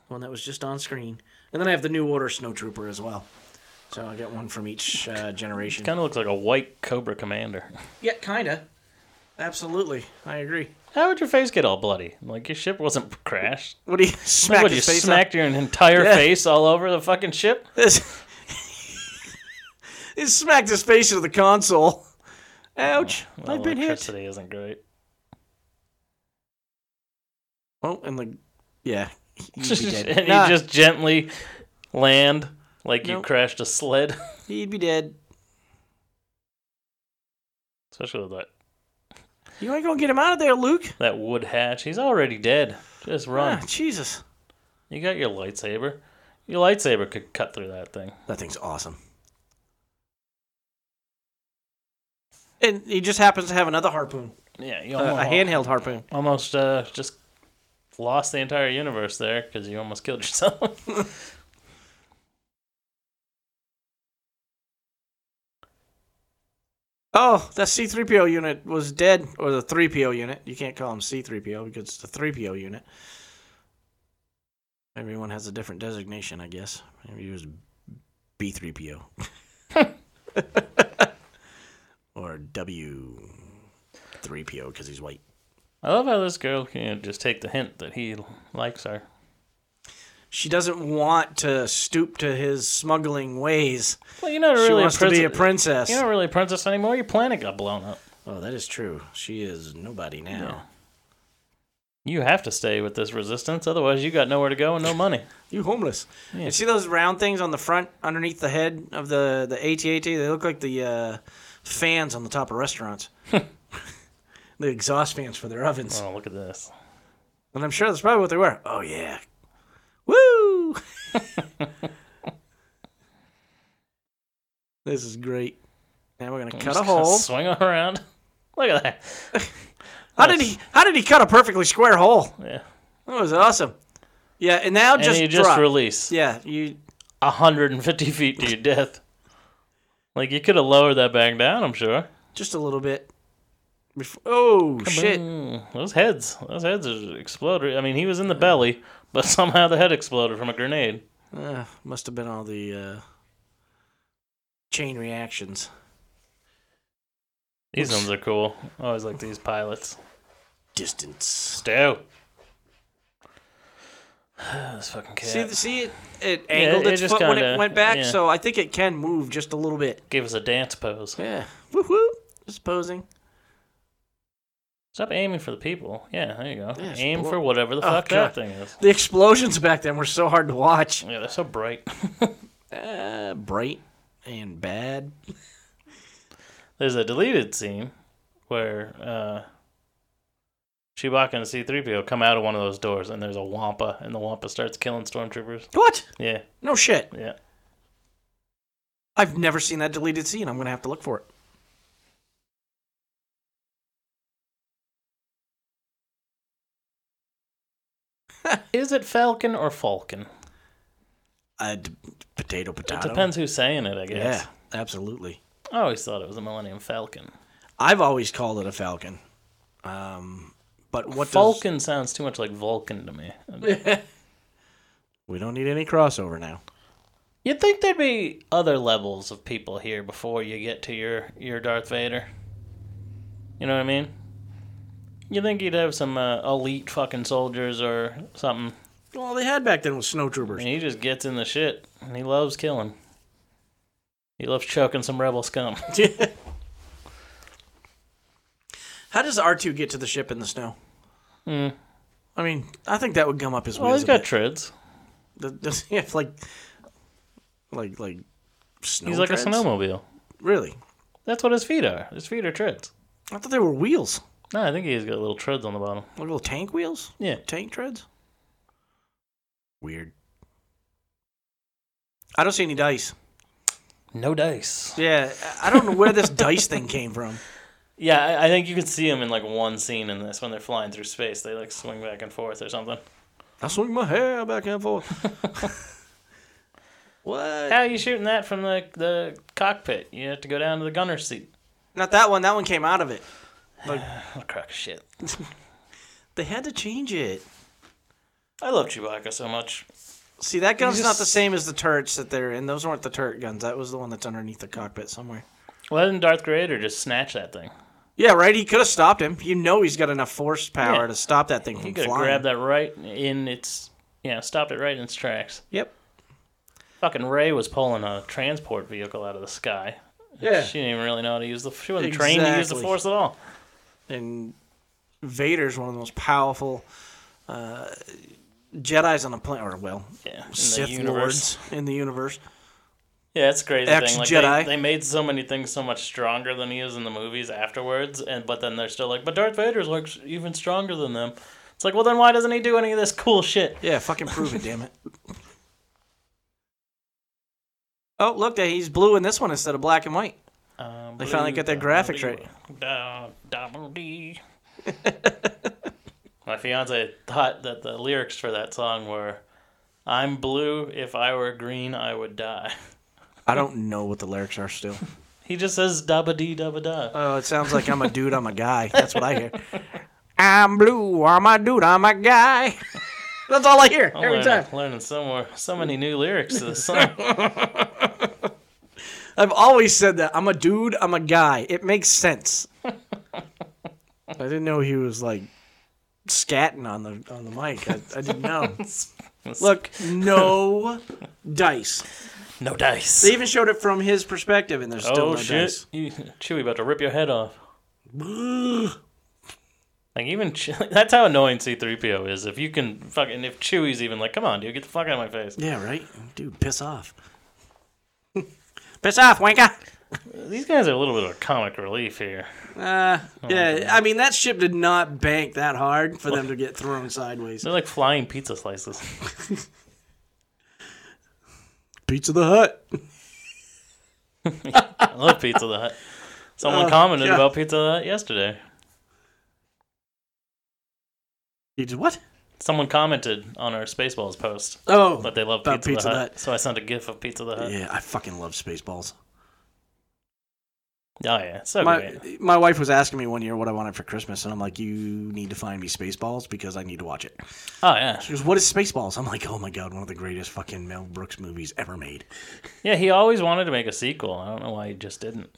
one that was just on screen, and then I have the New Order Snowtrooper as well. So I get one from each uh, generation. Kind of looks like a white Cobra Commander. Yeah, kinda. Absolutely, I agree. How would your face get all bloody? Like your ship wasn't crashed. What do you smack Like, what, you his face smacked your entire Yeah. face all over the fucking ship? up? This- he smacked his face into the console. Ouch! Oh, Well, I've been hit. electricity isn't great. Oh, and like, yeah, he'd be and dead. you Nah, just gently land like you Nope. crashed a sled. he'd be dead. Especially with that You ain't gonna get him out of there, Luke. that wood hatch. He's already dead. Just run. Ah, Jesus, You got your lightsaber. Your lightsaber could cut through that thing. that thing's awesome. And he just happens to have another harpoon. Yeah, you a- almost, Uh, a handheld harpoon. Uh, almost uh, just lost the entire universe there because you almost killed yourself. oh, that C3PO unit was dead, or the 3PO unit. You can't call him C3PO because it's the 3PO unit. Everyone has a different designation, I guess. Maybe it was B3PO. or W3PO because he's white. I love how this girl can just take the hint that he likes her. She doesn't want to stoop to his smuggling ways. Well, you're not She really wants a to princess. be a princess. You're not really a princess anymore. Your planet got blown up. Oh, that is true. She is nobody now. You have to stay with this resistance, otherwise you got nowhere to go and no money. You homeless. You see those round things on the front, underneath the head of the the ATAT? They look like the uh, fans on the top of restaurants. the exhaust fans for their ovens. Oh, look at this. And I'm sure that's probably what they were. Oh yeah. Woo! this is great. Now we're gonna cut a Just gonna hole. Swing around. Look at that. How did he? How did he cut a perfectly square hole? Yeah. That was awesome. Yeah, and now And just you just drop. release yeah, you. 150 feet to your death. Like, you could have lowered that back down, I'm sure. just a little bit. Before, oh shit! Mm, those heads. Those heads are exploded. I mean, he was in the belly, but somehow the head exploded from a grenade. Uh, must have been all the uh, chain reactions. These ones are cool. I always like these pilots. Distance. Stu. this fucking cat. See, see it. It angled it- it its just foot when kinda- it went back, yeah. so I think it can move just a little bit. Give us a dance pose. Yeah. Woo woo. Just posing. Stop aiming for the people. Yeah, there you go. Yeah, it's Aim blo- for whatever the Oh, fuck that God. thing is. The explosions back then were so hard to watch. Yeah, they're so bright. Uh, bright and bad. There's a deleted scene where uh, Chewbacca and C-3PO come out of one of those doors, and there's a Wampa, and the Wampa starts killing stormtroopers. What? Yeah, No shit. yeah. I've never seen that deleted scene. I'm gonna have to look for it. Is it Falcon or Falcon? Uh, d- potato, It potato. depends who's saying it, I Yeah, guess. absolutely. I always thought it was a Millennium Falcon. I've always called it a falcon. Um, but what does Falcon sounds too much like Vulcan to me. we don't need any crossover now. You'd think there'd be other levels of people here before you get to your, your Darth Vader. You know what I mean? You think you'd have some uh, elite fucking soldiers or something? Well, all they had back then was And snowtroopers. he just gets in the shit, and he loves killing. He loves choking some rebel scum. How does R two get to the ship in the snow? Hmm. I mean, I think that would gum up his Well, wheels. he's a got bit. treads. Th- does he have like, like, like snow? He's like treads? a snowmobile. Really? That's what his feet are. His feet are treads. I thought they were wheels, No, I think he's got little treads on the bottom. like little tank wheels, Yeah. tank treads. Weird. I don't see any dice. No dice. Yeah, I- I don't know where this dice thing came from. Yeah, I, I think you can see him in like one scene in this when they're flying through space. They like swing back and forth or something. I swing my hair back and forth. what? How are you shooting that from the the cockpit? You have to go down to the gunner seat. Not that one. That one came out of it. Oh, crack of shit. They had to change it. I love Chewbacca so much. See, that gun's just- not the same as the turrets that they're in. Those weren't the turret guns. That was the one that's underneath the cockpit somewhere. Why didn't Darth Vader just snatch that thing? Yeah, right. He could have stopped him. You know, he's got enough force power Yeah. to stop that thing He from could have flying. grabbed that right in its, you know, stopped it right in its tracks. Yep. Fucking Ray was pulling a transport vehicle out of the sky. Yeah. She didn't even really know how to use the. She wasn't trained to use the Exactly. force at all. And Vader's one of the most powerful uh, Jedi's on the planet, or well, Yeah. In the Sith universe. lords in the universe. Yeah, it's a crazy Ex- thing. Like Jedi. They, they made so many things so much stronger than he is in the movies afterwards, and but then they're still like, but Darth Vader's like s- even stronger than them. It's like, well, then why doesn't he do any of this cool shit? Yeah, fucking prove it, damn it. Oh, look, there- he's blue in this one instead of black and white. Um, They finally got their graphics right. right. My fiance thought that the lyrics for that song were, "I'm blue. If I were green, I would die." I don't know what the lyrics are still. He just says dabba dee dabba da. Oh, it sounds like I'm a dude, I'm a guy. That's what I hear. I'm blue, I'm a dude, I'm a guy. That's all I hear I'm every time. learning, learning so, more, so many new lyrics to this song. I've always said that. I'm a dude, I'm a guy. It makes sense. I didn't know he was like scatting on the on the mic. I, I didn't know. Look, no dice. no dice. They even showed it from his perspective, and there's still oh no shit! dice. You, Chewie about to rip your head off. Like even Che- that's how annoying C-3PO is. If you can fucking if Chewie's even like, come on, dude, get the fuck out of my face. Yeah, right? Dude, piss off. piss off, wanker. These guys are a little bit of comic relief here. Uh, Oh, yeah, I mean, that ship did not bank that hard for them to get thrown sideways. They're like flying pizza slices. Pizza the Hut. I love Pizza Hut. Someone Oh, commented yeah. about Pizza Hut yesterday. You did what? Someone commented on our Spaceballs post Oh. that they love About Pizza, Pizza the Hut. Hut. So I sent a gif of Pizza the Hut. Yeah, I fucking love Spaceballs. Oh yeah, so My, great. my wife was asking me one year what I wanted for Christmas, and I'm like, you need to find me Spaceballs because I need to watch it. Oh yeah, She goes, what is Spaceballs? I'm like, oh my god, one of the greatest fucking Mel Brooks movies ever made. yeah. He always wanted to make a sequel. I don't know why he just didn't.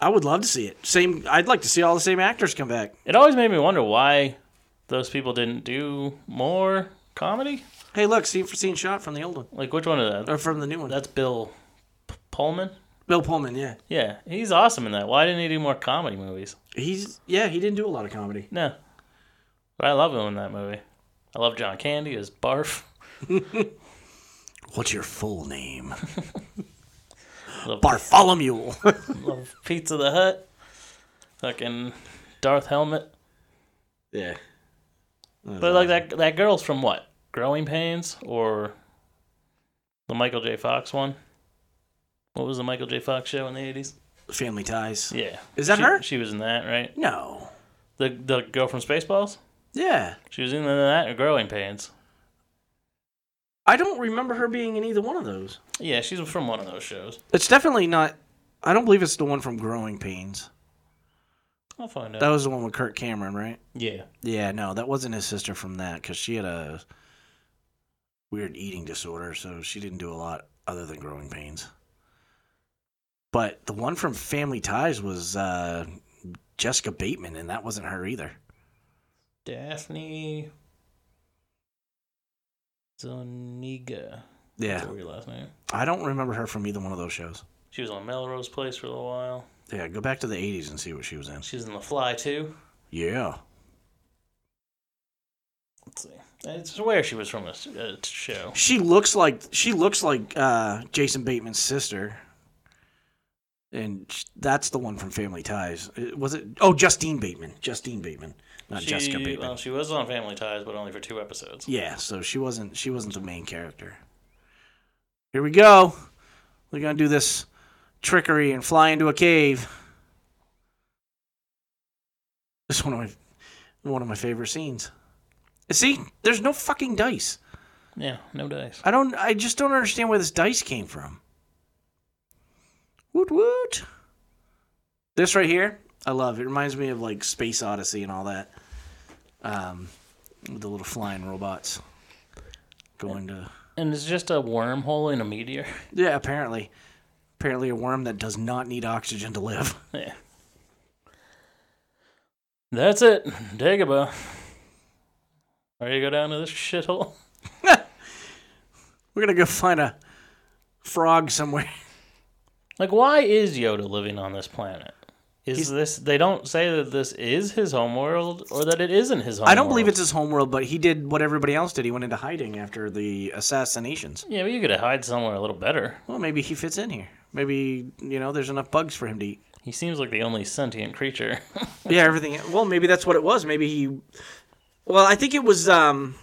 I would love to see it. Same, I'd like to see all the same actors come back. It always made me wonder why those people didn't do more comedy. Hey, look, scene for scene shot from the old one Like which one of that? or from the new one. That's Bill P- Pullman. Bill Pullman, yeah, Yeah, he's awesome in that. Why didn't he do more comedy movies? he's yeah, he didn't do a lot of comedy. No, but I love him in that movie. I love John Candy as Barf. What's your full name? Love- Bartholomew. Love Pizza the Hut. Fucking Darth Helmet. yeah. But like that that girl's from what? Growing Pains or the Michael J. Fox one? What was the Michael J. Fox show in the eighties? uh, Family Ties. Yeah. Is that She- her? She was in that, right? No. The the girl from Spaceballs? Yeah. She was in that or Growing Pains. I don't remember her being in either one of those. Yeah, she's from one of those shows. It's definitely not. I don't believe it's the one from Growing Pains. I'll find That out. was the one with Kurt Cameron, right? Yeah. Yeah, no, that wasn't his sister from that because she had a weird eating disorder, so she didn't do a lot other than Growing Pains. But the one from Family Ties was uh, Jessica Bateman, and that wasn't her either. Daphne Zuniga. That's Yeah, her last name. I don't remember her from either one of those shows. She was on Melrose Place for a little while. Yeah, go back to the 80s and see what she was in. She was in The Fly too. Yeah. Let's see. It's where she was from a, s- a show. She looks like she looks like uh, Jason Bateman's sister, and sh- that's the one from Family Ties. Uh, Was it? Oh, Justine Bateman. Justine Bateman, not she, uh, Jessica Bateman. Well, she was on Family Ties, but only for two episodes. yeah, so she wasn't she wasn't the main character. Here we go. We're gonna do this trickery and fly into a cave. This is one of my one of my favorite scenes. See, there's no fucking dice. Yeah, no dice. I don't. I just don't understand where this dice came from. Woot woot. This right here, I love. It reminds me of like Space Odyssey and all that. Um, with the little flying robots going to. And it's just a wormhole in a meteor. Yeah, apparently, apparently a worm that does not need oxygen to live. yeah. That's it, Dagobah. Ready to go down to this shithole? We're gonna go find a frog somewhere. Like, why is Yoda living on this planet? Is this? They don't say that this is his homeworld or that it isn't his homeworld. I don't believe it's his homeworld, but he did what everybody else did. He went into hiding after the assassinations. Yeah, but you could hide somewhere a little better. Well, maybe he fits in here. Maybe you know there's enough bugs for him to eat. He seems like the only sentient creature. Yeah, everything. Well, maybe that's what it was. Maybe he. Well, I think it was. um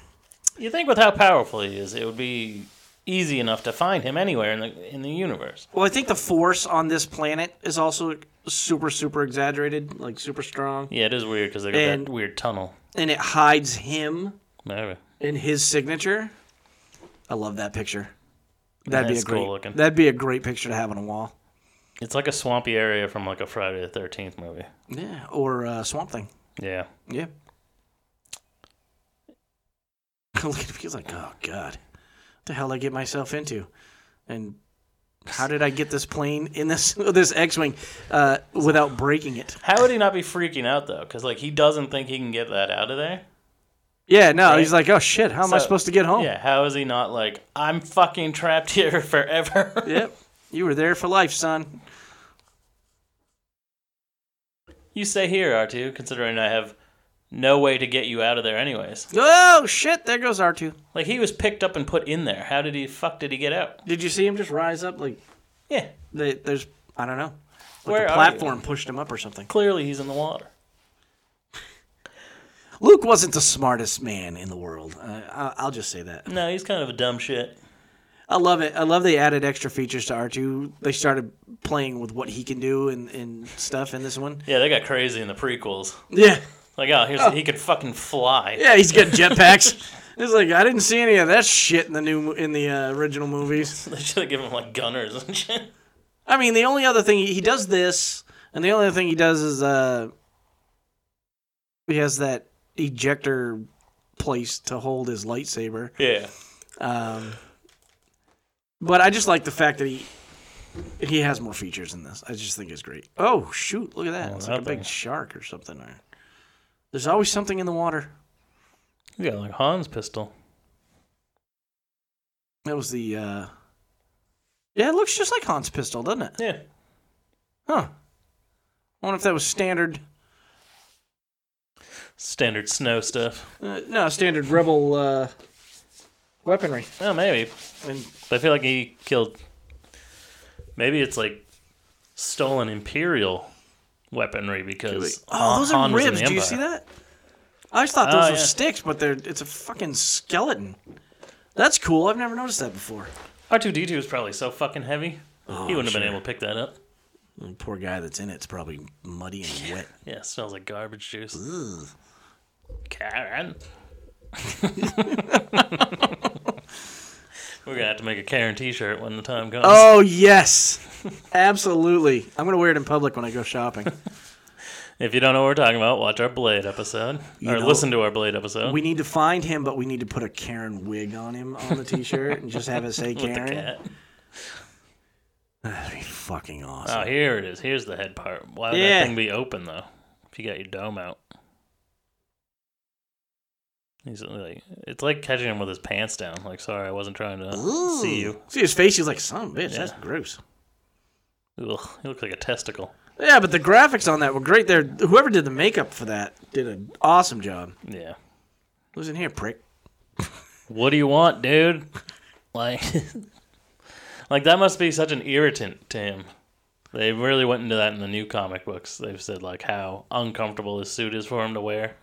You think with how powerful he is, it would be easy enough to find him anywhere in the in the universe. Well, I think the force on this planet is also super, super exaggerated, like super strong, Yeah, it is weird because they got And- that weird tunnel. and it hides him Maybe. and his signature. I love that picture. That'd be a That's great. cool looking. That'd be a great picture to have on a wall. It's like a swampy area from like a Friday the Thirteenth movie. Yeah, or uh, Swamp Thing. Yeah, Yeah. Look at me, he's like, oh god, what the hell did I get myself into, and how did I get this plane in this this X-wing uh, without breaking it? how would he not be freaking out though? Because like he doesn't think he can get that out of there. Yeah, no, Right. he's like, oh shit, how am I So- supposed to get home? Yeah, how is he not like I'm fucking trapped here forever? Yep, you were there for life, son. you stay here, R two, considering I have no way to get you out of there anyways. Oh shit, there goes R two. Like he was picked up and put in there. How did he fuck did he get out? Did you see him just rise up? Like Yeah, they, there's, I don't know, like Where the are platform pushed him up or something. clearly he's in the water. Luke wasn't the smartest man in the world. Uh, I- I'll just say that. No, he's kind of a dumb shit. I love it. I love they added extra features to R2. They started playing with what he can do and, and stuff in this one. Yeah, they got crazy in the prequels. Yeah. Like, oh, here's he could fucking fly. Yeah, he's got jetpacks. it's like I didn't see any of that shit in the new mo- in the uh, original movies. They should have given him like gunners and shit. I mean, the only other thing he, he does this, and the only other thing he does is uh he has that ejector place to hold his lightsaber. Yeah, Um, but I just like the fact that he he has more features in this. I just think it's great. Oh shoot! Look at that! Oh, it's like a that big thing. shark or something. There. There's always something in the water. he got like Han's pistol. That was the. Uh... Yeah, it looks just like Han's pistol, doesn't it? Yeah, Huh. I wonder if that was standard. standard snow stuff. Uh, no, standard rebel uh, weaponry. Oh, maybe. And But I feel like he killed. Maybe it's like stolen imperial weaponry because oh, those Han are was in ribs. the Do you Empire. see that? I just thought Oh, those were yeah. sticks, but they're it's a fucking skeleton. That's cool. I've never noticed that before. R two D two is probably so fucking heavy. he wouldn't have been Oh, sure. able to pick that up. The poor guy that's in it's probably muddy and wet. Yeah, it smells like garbage juice. Karen. We're gonna have to make a Karen T-shirt when the time comes. Oh yes, absolutely. I'm gonna wear it in public when I go shopping. If you don't know what we're talking about, watch our Blade episode You or know- listen to our Blade episode. we need to find him, but we need to put a Karen wig on him on the T-shirt and just have it say with the Karen. cat. That'd be fucking awesome. Oh, here it is. Here's the head part. Why would Yeah. that thing be open though? If you got your dome out, he's like, it's like catching him with his pants down. Like, sorry, I wasn't trying to see you. See his face. He's like, "Son, of a bitch, that's Yeah. gross." Ugh, he looks like a testicle. Yeah, but the graphics on that were great. There, whoever did the makeup for that did an awesome job. Yeah. Who's in here, prick? what do you want, dude? Like, like that must be such an irritant to him. They really went into that in the new comic books. They've said like how uncomfortable his suit is for him to wear.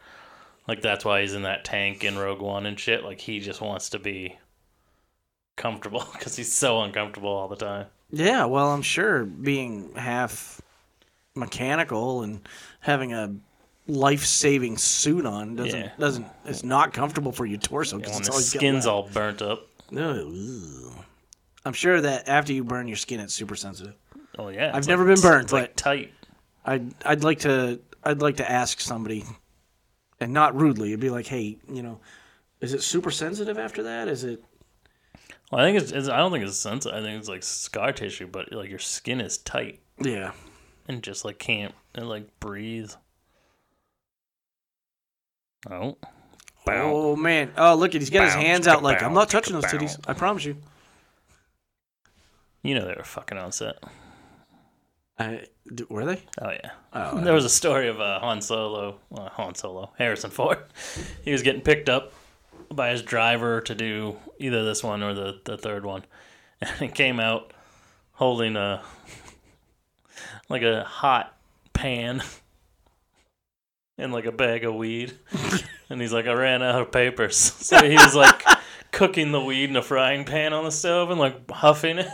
Like that's why he's in that tank in Rogue One and shit. Like he just wants to be comfortable because he's so uncomfortable all the time. Yeah, well, I'm sure being half mechanical and having a life-saving suit on doesn't Yeah. doesn't it's not comfortable for your torso because When it's all his you got skin's left. all burnt up. Ugh. I'm sure that after you burn your skin, it's super sensitive. Oh yeah, I've it's never like- been burnt, it's like but- tight. I'd I'd like to I'd like to ask somebody, and not rudely. It'd be like, hey, you know, is it super sensitive after that? Is it? Well, I think it's, it's. I don't think it's sensitive. I think it's like scar tissue, but like your skin is tight. Yeah. and just like can't and like breathe. Oh. Oh man! Oh look at he's got his Bounce, hands out like I'm not bounce, touching those titties. bounce. I promise you. You know they were fucking on set. Uh, I, d- were they? Oh yeah. Oh, There was a story of uh, Han Solo, uh, Han Solo, Harrison Ford. he was getting picked up by his driver to do either this one or the, the third one, and he came out holding a like a hot pan and like a bag of weed, and he's like, I ran out of papers, so he was like. Cooking the weed in a frying pan on the stove and like huffing it,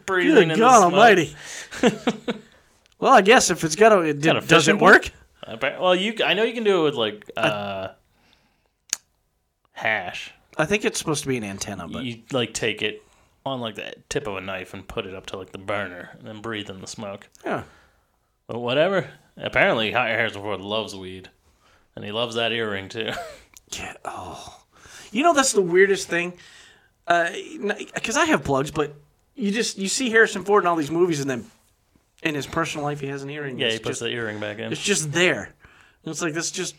breathing in Good God the smoke. Almighty! well, I guess if it's got a, it did, Got a does fishing it work? Appa- Well, you I know you can do it with like uh, hash. I think it's supposed to be an antenna, but you like take it on like the tip of a knife and put it up to like the burner and then breathe in the smoke. Yeah. But whatever. Apparently, Harrison Ford loves weed, and he loves that earring too. Get, oh, you know that's the weirdest thing, because I have plugs, but you just you see Harrison Ford in all these movies, and then in his personal life he has an earring. yeah, It's he puts just, the earring back in. it's just there. And it's like that's just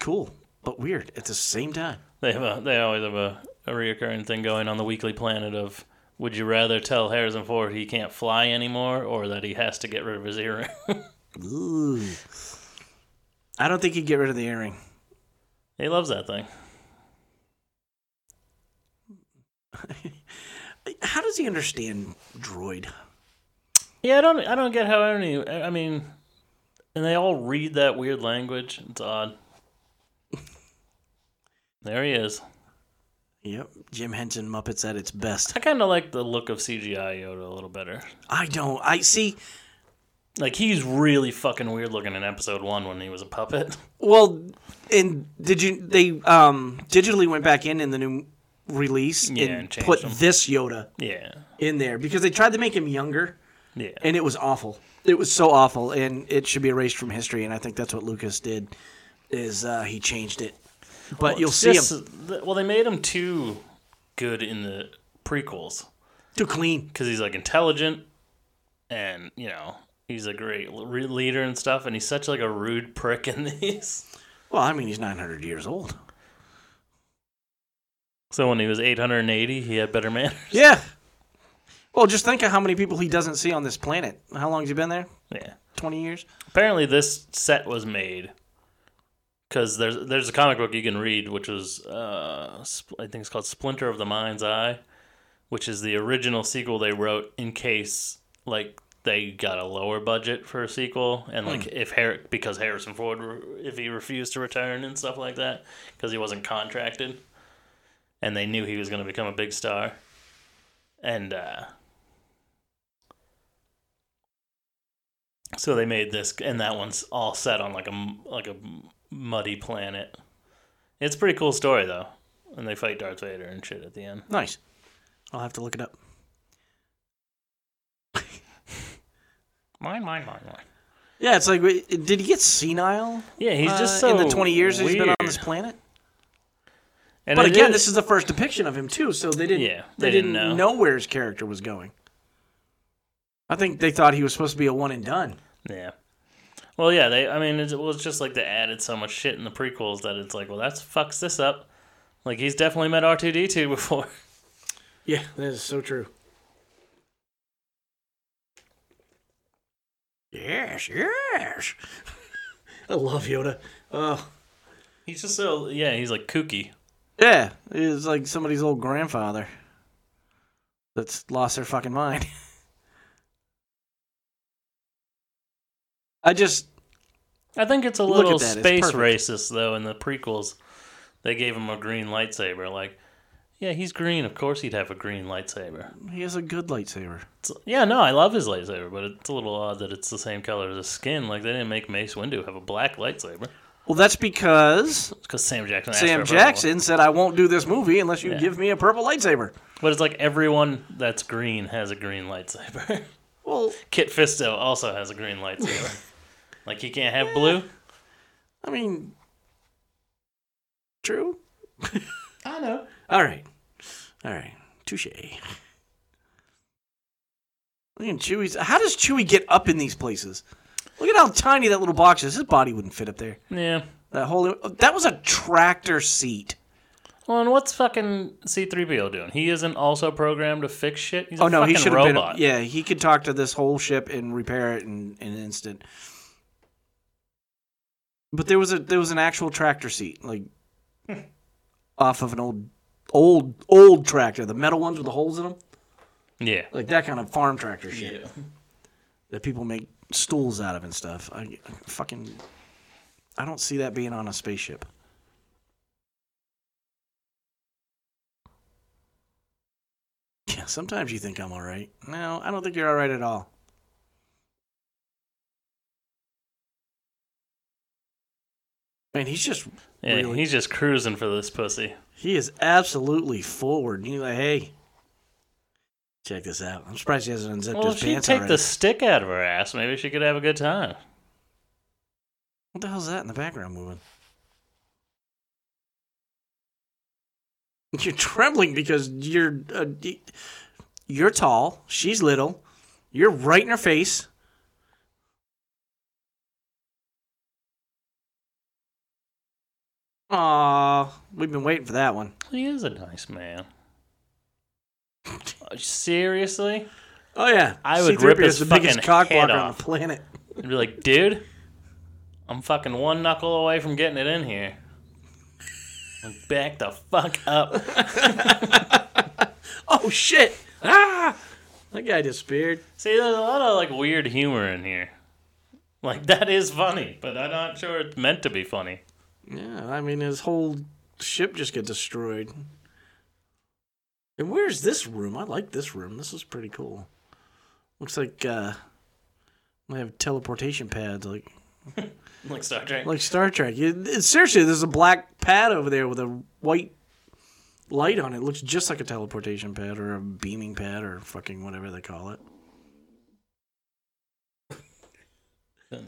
cool but weird at the same time. They have a, they always have a, a reoccurring thing going on the Weekly Planet of would you rather tell Harrison Ford he can't fly anymore or that he has to get rid of his earring? Ooh. I don't think he'd get rid of the earring. he loves that thing. How does he understand droid? Yeah, I don't I don't get how any I mean, and they all read that weird language. It's odd. There he is. Yep, Jim Henson Muppets at its best. I kind of like the look of CGI Yoda a little better. I don't. I see. Like he's really fucking weird looking in episode one when he was a puppet. Well, and did you? They um digitally went back in in the new release Yeah, and, and changed put them. this Yoda Yeah, in there because they tried to make him younger yeah. and it was awful. It was so awful, and it should be erased from history. And I think that's what Lucas did, is uh, he changed it. But you'll It's see just- him th- Well, they made him too good in the prequels too clean. because he's like intelligent, and you know he's a great l- re- leader and stuff. And he's such like a rude prick in these. Well, I mean, he's 900 years old. So when he was 880, he had better manners. Yeah. Well, just think of how many people he doesn't see on this planet. How long has he been there? Yeah. 20 years? Apparently, this set was made because there's there's a comic book you can read, which is uh, Spl- I think it's called Splinter of the Mind's Eye, which is the original sequel they wrote in case like they got a lower budget for a sequel and like if Har- because Harrison Ford re- if he refused to return and stuff like that because he wasn't contracted and they knew he was going to become a big star and uh So they made this, and that one's all set on like a m- like a m- muddy planet. It's a pretty cool story though, and they fight Darth Vader and shit at the end. Nice. I'll have to look it up. Mine, mine, mine, mine. Yeah, it's like, wait, did he get senile? Yeah, he's just so uh, in the 20 years that weird. he's been on this planet. And but it again, is- this is the first depiction of him too, so they didn't. Yeah, they, they didn't know. know. where his character was going. I think they thought he was supposed to be a one and done. yeah. Well, yeah, they. I mean, it's, well, it's just like they added so much shit in the prequels that it's like, well, that's fucks this up. Like he's definitely met R two D two before. Yeah, that is so true. Yes, yes. I love Yoda. Oh, He's just so yeah, he's like kooky. yeah, he's like somebody's old grandfather that's lost their fucking mind. I just I think it's a Look at little that, it's space perfect. racist though. In the prequels, they gave him a green lightsaber. Like, yeah, he's green. Of course, he'd have a green lightsaber. he has a good lightsaber. It's, yeah, no, I love his lightsaber, but it's a little odd that it's the same color as his skin. Like, they didn't make Mace Windu have a black lightsaber. Well, that's because It's because Sam Jackson. asked for Sam a purple one. Jackson said, "I won't do this movie unless you Yeah. give me a purple lightsaber." But it's like everyone that's green has a green lightsaber. Well, Kit Fisto also has a green lightsaber. like, he can't have blue. I mean, true. I know. All right, all right, touche. Look at Chewie's. How does Chewie get up in these places? Look at how tiny that little box is. His body wouldn't fit up there. Yeah. That whole that was a tractor seat. Well, and what's fucking C3PO doing? He isn't also programmed to fix shit. He's a Oh no, fucking he should have been. robot. yeah, he could talk to this whole ship and repair it in, in an instant. But there was a there was an actual tractor seat, like Hmm. off of an old old old tractor, the metal ones with the holes in them, yeah. like that kind of farm tractor shit that people make stools out of and stuff. I, I fucking I don't see that being on a spaceship. Yeah, sometimes you think I'm all right. No, I don't think you're all right at all. Man, he's just Yeah, really he's just cruising for this pussy. he is absolutely forward. And You're like, hey, Check this out. I'm surprised he hasn't unzipped Well, if his she'd pants take already. the stick out of her ass, maybe she could have a good time. What the hell's that in the background moving? You're trembling because you're uh, y- you're tall. She's little. You're right in her face. Aw, we've been waiting for that one. He is a nice man. Seriously? Oh yeah, I would C-3PO rip is his the biggest fucking cock head blocker on off. the planet. I'd be like, dude, I'm fucking one knuckle away from getting it in here. Like, Back the fuck up. Oh shit! Ah, that guy disappeared. See, there's a lot of like weird humor in here. Like that is funny, but I'm not sure it's meant to be funny. Yeah, I mean his whole ship just got destroyed. And where's this room? I like this room. This is pretty cool. Looks like uh they have teleportation pads like Like Star Trek. like Star Trek. It- it- seriously, there's a black pad over there with a white light on it. Looks just like a teleportation pad or a beaming pad or fucking whatever they call it.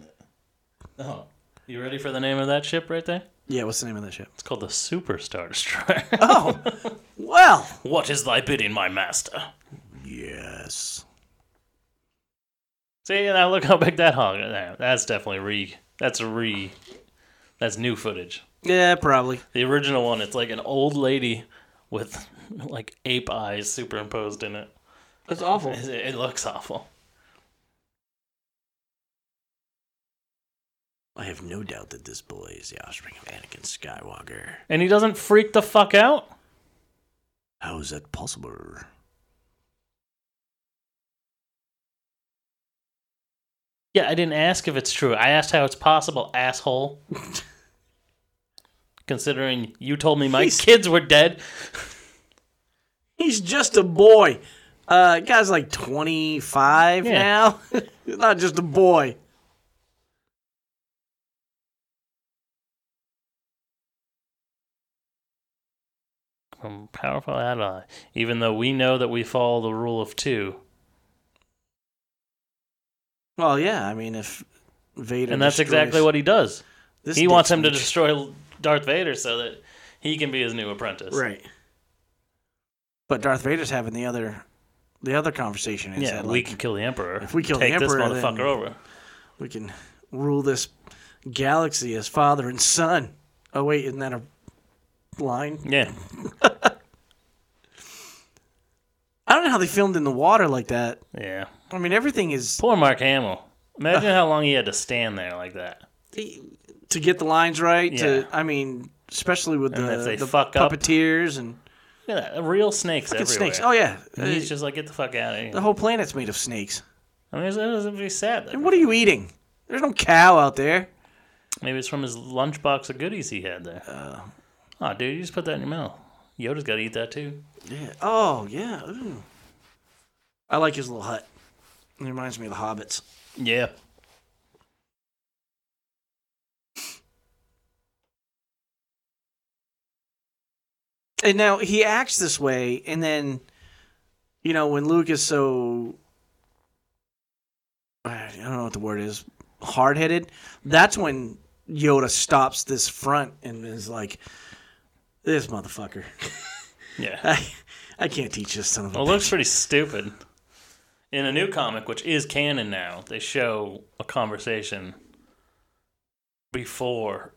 oh, you ready for the name of that ship right there? Yeah, what's the name of that ship? It's called the Super Star Destroyer. Oh, well. what is thy bidding, my master? Yes. See, and now look how big that hog. that- That's definitely re. That's re. That's new footage. Yeah, probably. The original one, it's like an old lady with like ape eyes superimposed in it. That's awful. It, it looks awful. I have no doubt that this boy is the offspring of Anakin Skywalker. And he doesn't freak the fuck out. How is that possible? Yeah, I didn't ask if it's true. I asked how it's possible, asshole. Considering you told me my He's- kids were dead. He's just a boy. Uh, guy's like 25 Yeah. now. He's Not just a boy. From Um, powerful ally. Even though we know that we follow the rule of two. Well, yeah. I mean, if Vader, And that's destroys- exactly what he does. this he wants dick's him to gonna- destroy Darth Vader so that he can be his new apprentice. right. But Darth Vader's having the other, the other conversation. Is Yeah, that, we like, can kill the Emperor. if we kill the take this Emperor, motherfucker then- over. we can rule this galaxy as father and son. Oh wait, isn't that a line? Yeah. I don't know how they filmed in the water like that. Yeah. I mean, everything is Poor Mark Hamill. Imagine how long he had to stand there like that. to get the lines right. Yeah. To I mean, especially with And the, if they the fuck up- puppeteers and Look at that. Real snakes fucking everywhere. snakes. Oh yeah, And he's Uh, just like, get the fuck out of here. the whole planet's made of snakes. I mean, it doesn't be sad. And what are you eating? There's no cow out there. Maybe it's from his lunchbox of goodies he had there. Uh, oh, dude, you just put that in your mouth. Yoda's got to eat that too. Yeah. Oh yeah. Ooh. I like his little hut. It reminds me of the hobbits. Yeah. And now he acts this way, and then, you know, when Luke is so, I don't know what the word is, hard headed, that's when Yoda stops this front and is like, this motherfucker. Yeah. I, I can't teach this son of a Well, it looks pretty stupid. In a new comic, which is canon now, they show a conversation before,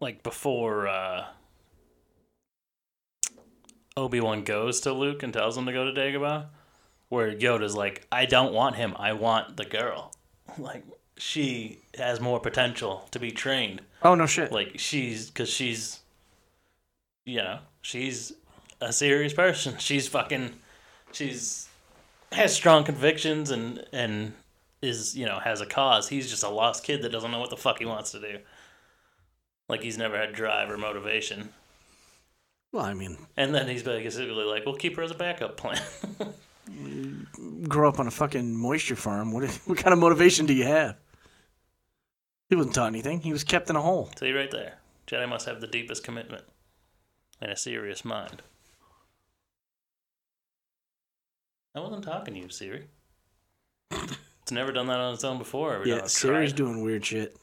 like before uh, Obi Wan goes to Luke and tells him to go to Dagobah, where Yoda's like, "I don't want him. I want the girl. Like she has more potential to be trained. Oh, no shit. Like she's because she's, you know, she's a serious person. She's fucking, she's has strong convictions and and is you know has a cause. He's just a lost kid that doesn't know what the fuck he wants to do. Like he's never had drive or motivation. Well, I mean, And then he's basically like, "We'll keep her as a backup plan." grow up on a fucking moisture farm. What, what kind of motivation do you have? He wasn't taught anything, he was kept in a hole. See right there, Jedi must have the deepest commitment and a serious mind. I wasn't talking to you, Siri. it's never done that on its own before. Every time Yeah, I've Siri's tried. doing weird shit.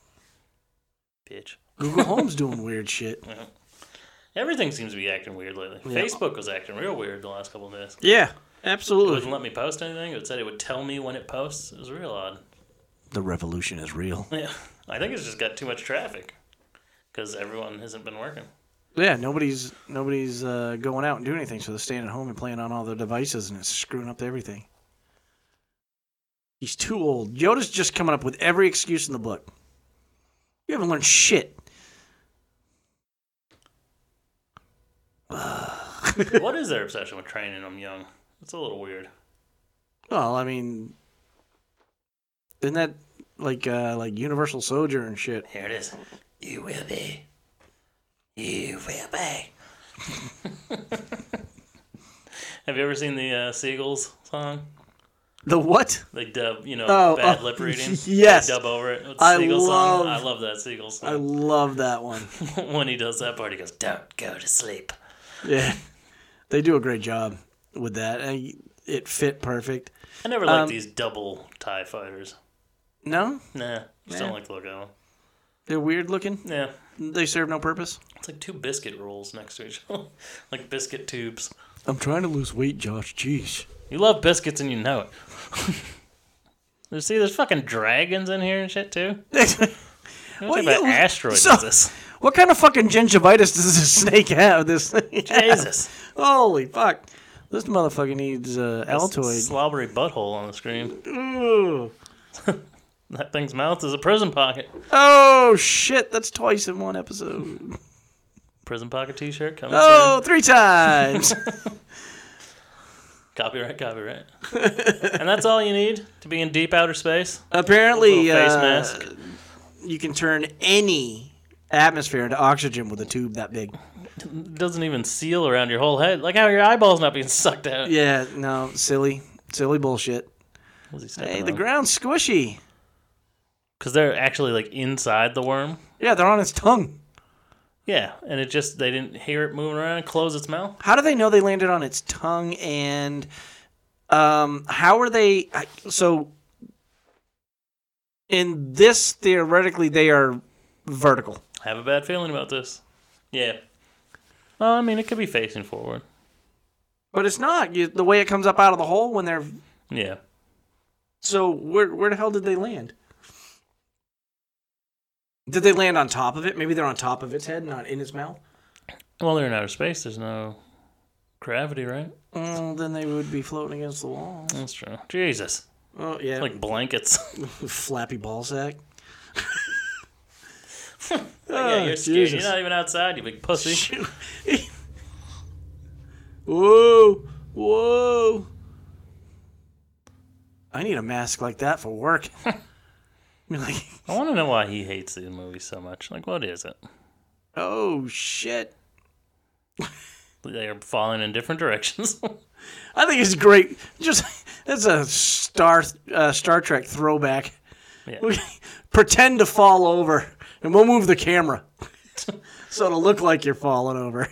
bitch. Google Home's doing weird shit. Everything seems to be acting weird lately. Yeah. Facebook was acting real weird the last couple of days. Yeah, It absolutely. wouldn't let me post anything. It said it would tell me when it posts. It was real odd. The revolution is real. Yeah, I think it's just got too much traffic because everyone hasn't been working. Yeah, nobody's nobody's uh, going out and doing anything, so they're staying at home and playing on all their devices, and it's screwing up everything. He's too old. Yoda's just coming up with every excuse in the book. You haven't learned shit. what is their obsession with training them young? It's a little weird. Well, I mean, isn't that like uh, like Universal Soldier and shit? Here it is. You will be. You will be. Have you ever seen the uh, Seagulls song? The what? They dub, you know, Oh, bad oh, lip reading. yes. They dub over it. It's I Seagull love- song. I love that Seagull I song. love that one. when he does that part, he goes, "Don't go to sleep." Yeah, they do a great job with that. I, it fit perfect. I never liked Um, these double Tie fighters. No, Nah, just Yeah. don't like the look of them. they're weird looking. Yeah, They serve no purpose. it's like two biscuit rolls next to each other, like biscuit tubes. I'm trying to lose weight, Josh. Jeez. You love biscuits and you know it. You See, there's fucking dragons in here and shit too. What Well, type of yeah, asteroid so- is this? what kind of fucking gingivitis does this snake have? This Jesus, Holy fuck! This motherfucker needs uh, Altoid. slobbery butthole on the screen. Ooh. That thing's mouth is a prison pocket. Oh shit! That's twice in one episode. Prison pocket T-shirt coming Oh, three times. soon. Copyright, copyright. and that's all you need to be in deep outer space. Little Apparently, face uh, mask. you can turn any atmosphere into oxygen with a tube that big. doesn't even seal around your whole head. Like how your eyeball's not being sucked out. Yeah, no, silly, silly bullshit. What was he Hey, stepping the on? ground's squishy. Because they're actually like inside the worm. Yeah, they're on its tongue. Yeah, and it just they didn't hear it moving around. Close its mouth. How do they know they landed on its tongue? And um, how are they? I- So, in this theoretically, they are vertical. I have a bad feeling about this. Yeah. Well, I mean, it could be facing forward. But it's not you, the way it comes up out of the hole when they're. Yeah. So where where the hell did they land? Did they land on top of it? Maybe they're on top of its head, not in its mouth. Well, they're in outer space. There's no gravity, right? Mm, then they would be floating against the wall. That's true. Jesus, Oh yeah, like blankets. flappy ball sack. yeah, you're Oh, scared. Jesus. You're not even outside. You big pussy. whoa, whoa. I need a mask like that for work. I mean, like, I want to know why he hates these movies so much. Like, what is it? oh shit. They are falling in different directions. I think it's great. Just that's a Star uh, Star Trek throwback. Yeah. We pretend to fall over, and we'll move the camera so it'll look like you're falling over.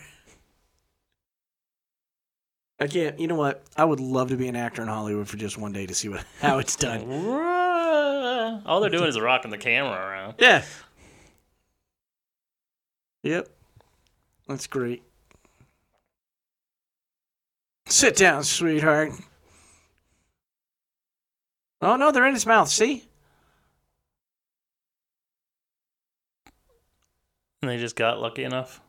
I can't. You know what? I would love to be an actor in Hollywood for just one day to see what how it's done. All they're doing is rocking the camera around. Yeah. Yep. That's great. Sit down, sweetheart. Oh no, they're in his mouth. See? And they just got lucky enough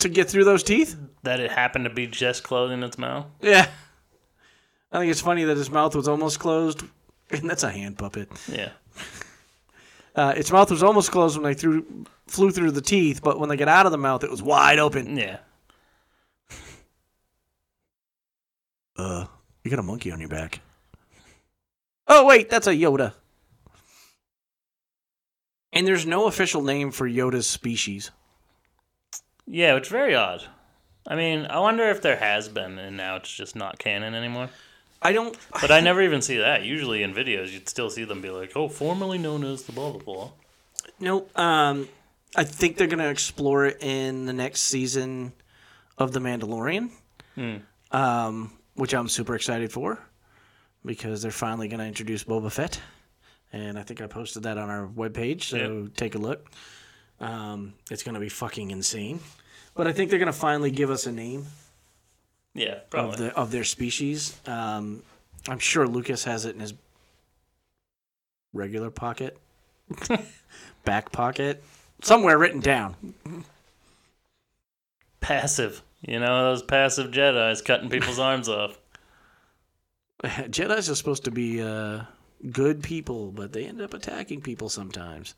To get through those teeth? that it happened to be just closing its mouth. Yeah. I think it's funny that his mouth was almost closed. And that's a hand puppet. Yeah. Uh, its mouth was almost closed when they threw, flew through the teeth, but when they got out of the mouth, it was wide open. Yeah. Uh, you got a monkey on your back. Oh, wait, that's a Yoda. And there's no official name for Yoda's species. Yeah, it's very odd. I mean, I wonder if there has been and now it's just not canon anymore. I don't. But I never even see that. Usually in videos, you'd still see them be like, oh, formerly known as the blah, blah, blah. Nope. Um, I think they're gonna explore it in the next season of The Mandalorian. Um, which I'm super excited for because they're finally going to introduce Boba Fett. And I think I posted that on our webpage, so take a look. Um, it's going to be fucking insane. But I think they're going to finally give us a name Yeah, of, probably. the, of their species. Um, I'm sure Lucas has it in his regular pocket, back pocket, somewhere written down. passive. You know, those passive Jedi's cutting people's arms off. Jedi's are supposed to be uh, good people, but they end up attacking people sometimes.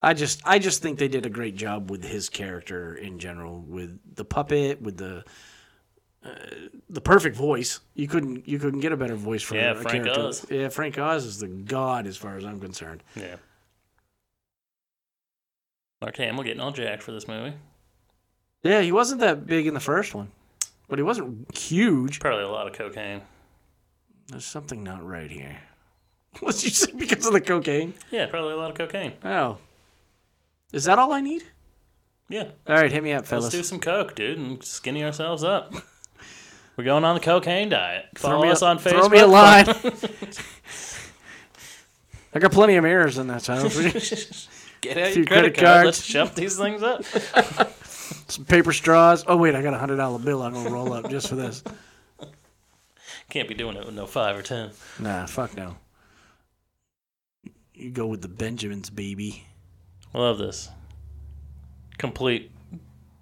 I just, I just think they did a great job with his character in general, with the puppet, with the uh, the perfect voice. You couldn't, you couldn't get a better voice for Yeah, a Frank character. Oz. Yeah, Frank Oz is the god as far as I'm concerned. Yeah. Mark Hamill getting all jacked for this movie. Yeah, he wasn't that big in the first one, but he wasn't huge. Probably a lot of cocaine. There's something not right here. What you say because of the cocaine? Yeah, probably a lot of cocaine. Oh. Is that all I need? Yeah. All right, hit me up, Let's fellas. do some coke, dude, and skinny ourselves up. We're going on the cocaine diet. Follow me us a- on Facebook. Throw me a line. I got plenty of mirrors in that, so I don't forget. Get out Few your credit, credit card. cards. Let's jump these things up. some paper straws. Oh, wait, I got a $100 bill I'm going to roll up just for this. Can't be doing it with no five or ten. Nah, fuck no. You go with the Benjamins, baby. I love this. Complete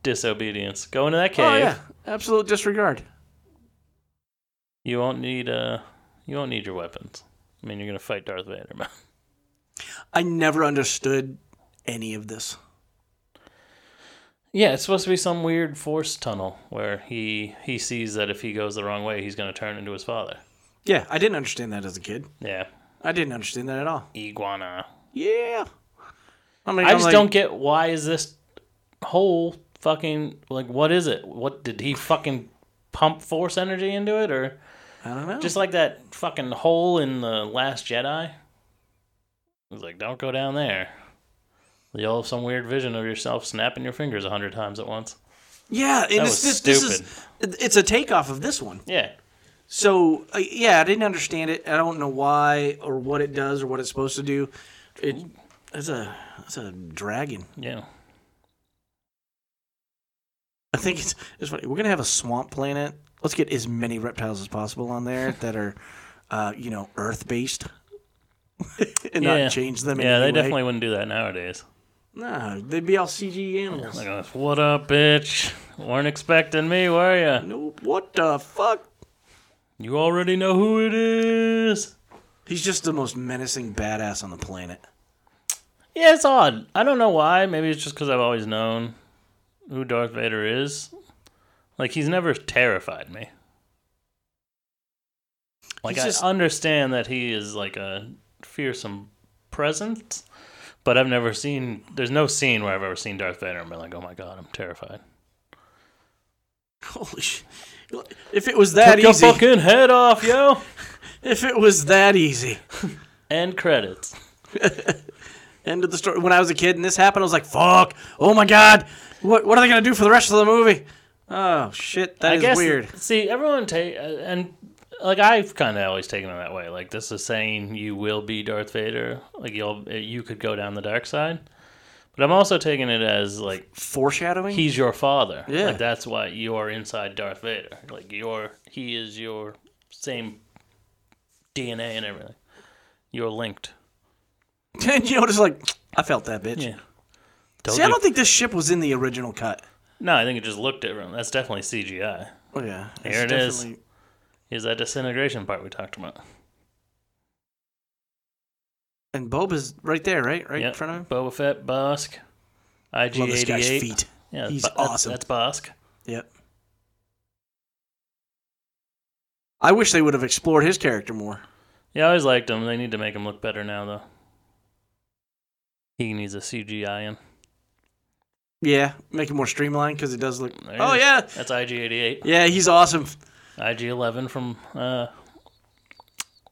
disobedience. Go into that cave. Oh, yeah. Absolute disregard. You won't need uh you won't need your weapons. I mean you're gonna fight Darth Vader, but I never understood any of this. Yeah, it's supposed to be some weird force tunnel where he he sees that if he goes the wrong way he's gonna turn into his father. Yeah, I didn't understand that as a kid. Yeah. I didn't understand that at all. Iguana. Yeah. I mean, I I'm just like, don't get why is this whole fucking like what is it? What did he fucking pump force energy into it or I don't know. Just like that fucking hole in the Last Jedi. It was like, don't go down there. You'll have some weird vision of yourself snapping your fingers a hundred times at once. yeah, and That it's, was this, this is it- it's a takeoff of this one. Yeah, So uh, yeah, I didn't understand it. I don't know why or what it does or what it's supposed to do. It it's a it's a dragon. yeah. I think it's it's funny. We're gonna have a swamp planet. Let's get as many reptiles as possible on there that are, uh, you know, Earth based, and Yeah. not change them. in yeah, they any way. definitely wouldn't do that nowadays. no. They'd be all CG animals. Like, "Oh, what up, bitch? Weren't expecting me, were ya? Nope. What the fuck? You already know who it is. He's just the most menacing badass on the planet. Yeah, it's odd. I don't know why. Maybe it's just because I've always known who Darth Vader is. Like he's never terrified me. Like He's I just- understand that he is like a fearsome presence, but I've never seen. There's no scene where I've ever seen Darth Vader and been like, "Oh my god, I'm terrified." Holy shit. If it was that Took your easy, fucking head off, yo. if it was that easy, End credits. end of the story. When I was a kid and this happened, I was like, "Fuck! Oh my god! What what are they gonna do for the rest of the movie?" Oh shit, that I is guess weird. See, everyone take and like I've kind of always taken it that way. Like this is saying you will be Darth Vader. Like you'll uh, you could go down the dark side. But I'm also taking it as like Foreshadowing. he's your father. Yeah. Like that's why you are inside Darth Vader. Like your he is your same DNA and everything. You're linked. and you know, just like I felt that bitch. Yeah. Told See, I you- don't think this ship was in the original cut. no, I think it just looked different. That's definitely CGI. Oh yeah, Here It's it is. definitely- Is that disintegration part we talked about? And Boba's right there, right, right in Yep. front of him. Boba Fett, Bosk, IG88. Love this guy's feet. Yeah, He's Bo- that's- awesome. That's Bosk. Yep. I wish they would have explored his character more. Yeah, I always liked him. They need to make him look better now, though. He needs a CGI in. Yeah, make it more streamlined because it does look. There oh it is. yeah, That's IG88. yeah, he's awesome. IG11 from uh,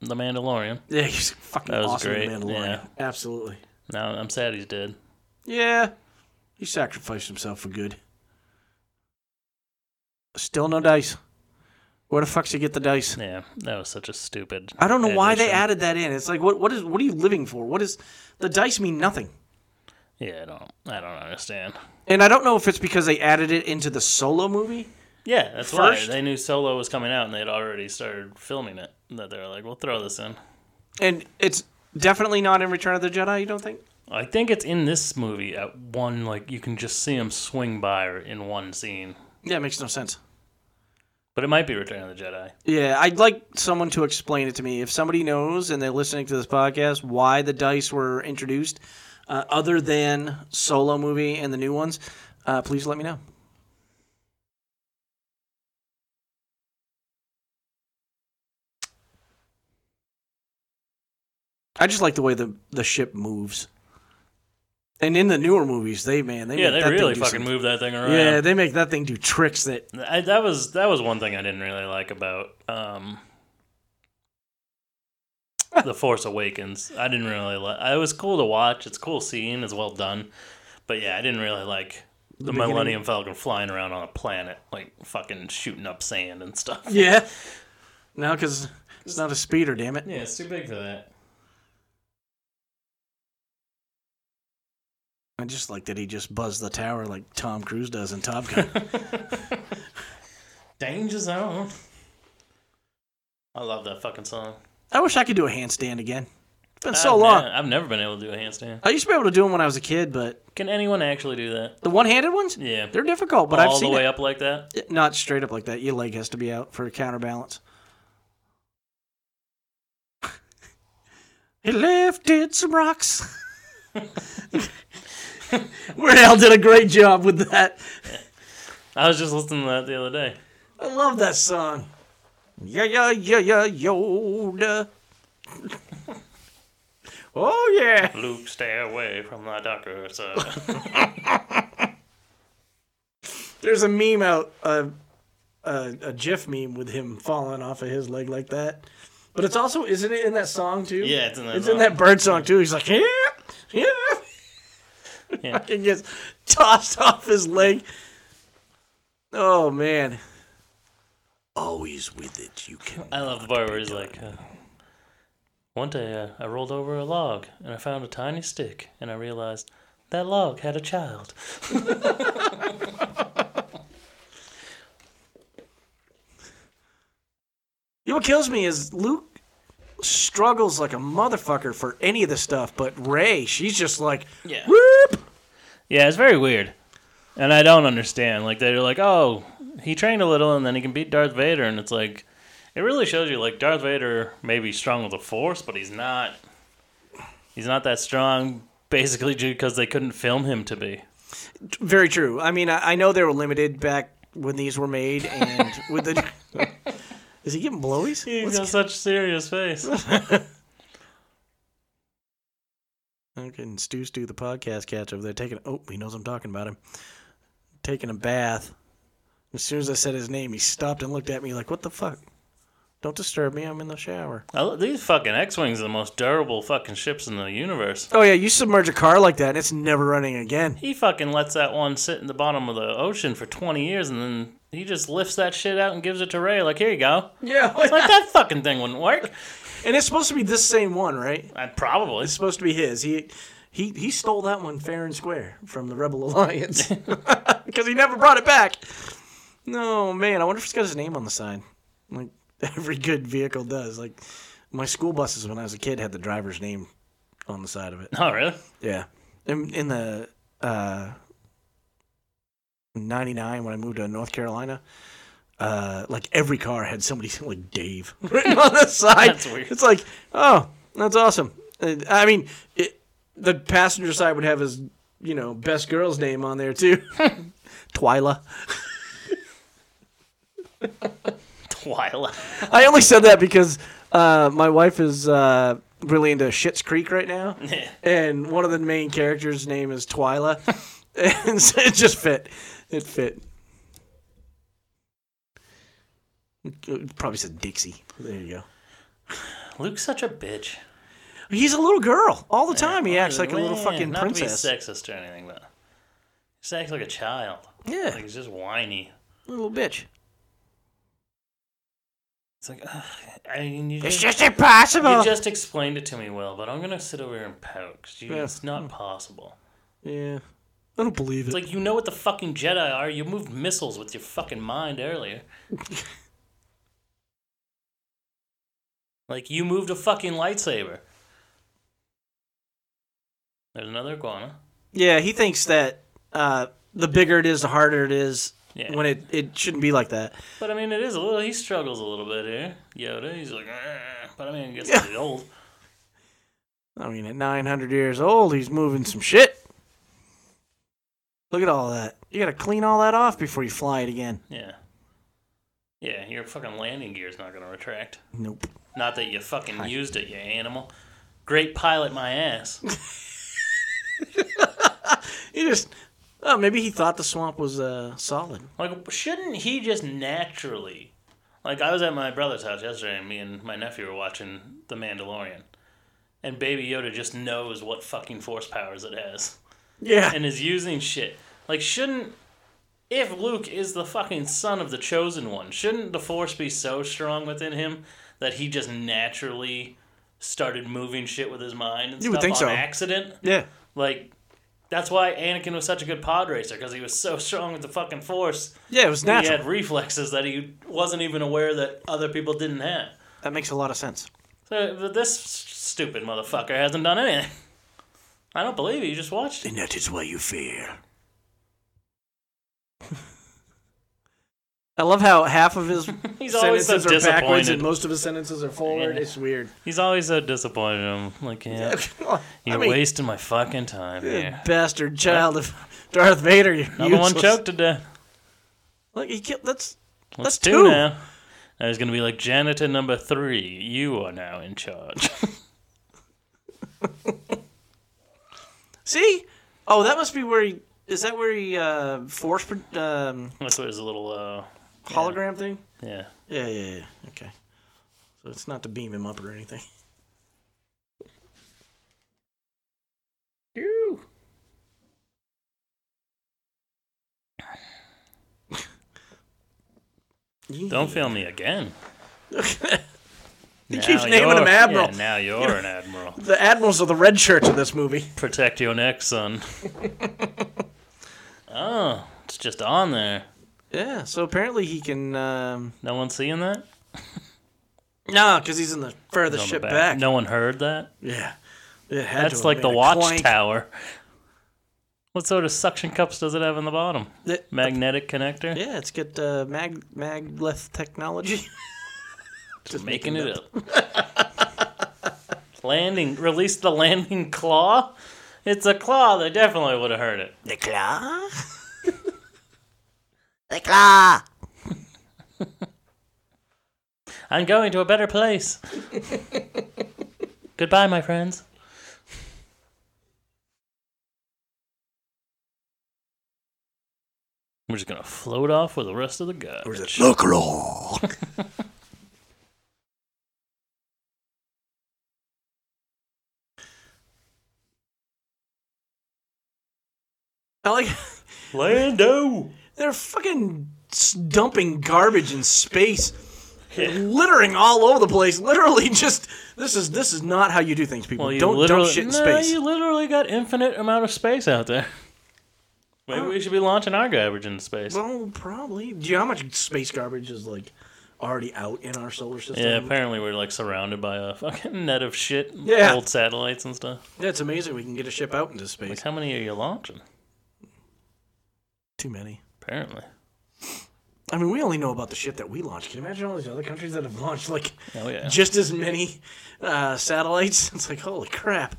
The Mandalorian. Yeah, he's fucking That was awesome. in great, Mandalorian. yeah. Absolutely. Now I'm sad he's dead. Yeah, He sacrificed himself for good. Still no dice. Where the fuck's he get the dice? Yeah, that was such a stupid. I don't know why they addition. added that in. It's like what what is what are you living for? What is the dice mean nothing. Yeah, I don't. I don't understand. And I don't know if it's because they added it into the solo movie. Yeah, that's First- why they knew Solo was coming out and they'd already started filming it. That they were like, we'll throw this in. And it's definitely not in Return of the Jedi, you don't think? I think it's in this movie at one like you can just see him swing by in one scene, Yeah, it makes no sense. but it might be Return of the Jedi. Yeah, I'd like someone to explain it to me. If somebody knows and they're listening to this podcast, why the dice were introduced, uh, other than Solo movie and the new ones, uh, please let me know. I just like the way the, the ship moves. And in the newer movies, they man, they Yeah, they make that thing really do fucking some- moved that thing around. Yeah, they make that thing do tricks that I, that was that was one thing I didn't really like about um, the Force Awakens. I didn't really like. It was cool to watch. It's a cool scene. It's well done, but yeah, I didn't really like the, beginning? Millennium Falcon flying around on a planet, like fucking shooting up sand and stuff. Yeah. No, because it's not a speeder, damn it. Yeah, it's too big for that. I just like that he just buzzed the tower like Tom Cruise does in Top Gun. Danger zone. I love that fucking song. I wish I could do a handstand again. It's been so I've long. ne- I've never been able to do a handstand. I used to be able to do them when I was a kid, but Can anyone actually do that? the one-handed ones, Yeah. they're difficult. But All I've seen the way it. up like that. not straight up like that. Your leg has to be out for a counterbalance. he lifted some rocks. Rail did a great job with that. I was just listening to that the other day. I love that song. Yeah, yeah, yeah, yeah, Yoda. oh, yeah. Luke, stay away from the doctor. So There's a meme out, uh, uh, a GIF meme with him falling off of his leg like that. But it's also, isn't it in that song, too? Yeah, it's in that It's in song. that bird song, too. He's like, yeah, yeah. Yeah. Fucking gets tossed off his leg. Oh, man. Always with it, you can. I love the part where he's like, uh, one day uh, I rolled over a log and I found a tiny stick and I realized that log had a child. You know what kills me is Luke struggles like a motherfucker for any of this stuff, but Ray, she's just like, Yeah. whoop. Yeah, it's very weird, and I don't understand. Like they're like, oh, he trained a little and then he can beat Darth Vader, and it's like, it really shows you like Darth Vader may be strong with the Force, but he's not. He's not that strong, basically, because they couldn't film him to be. Very true. I mean, I, I know they were limited back when these were made, and with the. Is he getting blowies? He's What's- got such serious face. Okay, and Stu Stu, the podcast catch over there, taking. Oh, he knows I'm talking about him. Taking a bath. As soon as I said his name, he stopped and looked at me like, what the fuck? Don't disturb me. I'm in the shower. I lo- these fucking X Wings are the most durable fucking ships in the universe. Oh, yeah, you submerge a car like that, and it's never running again. He fucking lets that one sit in the bottom of the ocean for 20 years and then he just lifts that shit out and gives it to Ray, like, here you go. Yeah. Like, that fucking thing wouldn't work. And it's supposed to be this same one, right? I probably. It's supposed to be his. He he he stole that one fair and square from the Rebel Alliance because he never brought it back. No man, I wonder if it's got his name on the sign, like every good vehicle does. Like my school buses when I was a kid had the driver's name on the side of it. Oh, really? Yeah, in, in the uh, '99 when I moved to North Carolina. Uh, like every car had somebody like Dave written on the side. That's weird. It's like, oh, that's awesome. Uh, I mean, it, the passenger side would have his, you know, best girl's name on there too, Twyla. Twilight. I only said that because uh, my wife is uh, really into Shit's Creek right now, and one of the main characters' name is Twyla, and so it just fit. It fit. It Probably said Dixie. There you go. Luke's such a bitch. He's a little girl all the time. He acts like a little Man, fucking not princess. to be sexist or anything, but Just acts like a child. Yeah, Like he's just whiny. little bitch. It's like, ugh, I mean, you It's just, just impossible. you just explained it to me, Will, but I'm gonna sit over here and pout 'cause you Yeah. Hmm. it's not possible. yeah, I don't believe It's it. like you know what the fucking Jedi are. You moved missiles with your fucking mind earlier. like you moved a fucking lightsaber. There's another iguana. yeah, he thinks that uh, the bigger it is, the harder it is. Yeah. When it it shouldn't be like that. But I mean, it is a little. He struggles a little bit here. Yoda, he's like, "Ah," but I mean, he gets pretty old. I mean, at 900 years old, he's moving some shit. Look at all that. You gotta clean all that off before you fly it again. Yeah. Yeah, your fucking landing gear's not gonna retract. Nope. Not that you fucking used it, you animal. Great pilot, my ass. He just. Oh, maybe he thought the swamp was uh, solid. Like, shouldn't he just naturally? Like, I was at my brother's house yesterday, and me and my nephew were watching The Mandalorian, and Baby Yoda just knows what fucking force powers it has, Yeah. and is using shit. Like, shouldn't if Luke is the fucking son of the Chosen One, shouldn't the force be so strong within him that he just naturally started moving shit with his mind and You would stuff think on so. accident? yeah. Like, that's why Anakin was such a good pod racer because he was so strong with the fucking force Yeah, it was he natural. had reflexes that he wasn't even aware that other people didn't have. That makes a lot of sense. So but this stupid motherfucker hasn't done anything. I don't believe it. You just watched it. And that is why you fear. I love how half of his He's always so sentences are backwards disappointed. and most of his sentences are forward. Yeah. It's weird. He's always so disappointed. I'm like, yeah, I you're mean, wasting my fucking time you here. bastard child of Darth Vader. You Another one useless- choked to death. Look, he killed. That's That's that's two, two. now. Now he's gonna be like janitor number three. You are now in charge. See? Oh, that must be where he. Is that where he uh, force pro- um, That's what his little uh, hologram thing? yeah. Yeah, yeah, yeah. Okay. So it's not to beam him up or anything. Ew. Don't fail me again. He keeps naming him Admiral. Yeah, now you're an admiral. The admirals are the red shirts in this movie. Protect your neck, son. oh, it's just on there. Yeah. So apparently he can. Um, No one's seeing that? no, because he's in the furthest On ship the back. No one heard that? Yeah. It had to That's have like made the a clank. watchtower. What sort of suction cups does it have in the bottom? That- Magnetic connector? Yeah, it's got uh, mag magleth technology. Just making it up. landing. Release the landing claw? It's a claw. They definitely would have heard it. The claw. the claw. I'm going to a better place. Goodbye, my friends. We're just gonna float off with the rest of the Or is it garbage. the claw? I like Lando. they're fucking s- dumping garbage in space. Littering all over the place, literally just this is this is not how you do things, people. Well, you don't literally dump shit in no, space. you literally got infinite amount of space out there. Maybe we should be launching our garbage into space. Well, probably. Do you know how much space garbage is like already out in our solar system? yeah, apparently we're like surrounded by a fucking net of shit, Yeah. old satellites and stuff. Yeah, it's amazing we can get a ship out into Like, space. how many are you launching? Too many. Apparently, I mean, we only know about the ship that we launched. Can you imagine all these other countries that have launched like oh yeah. just as many uh, satellites? It's like holy crap.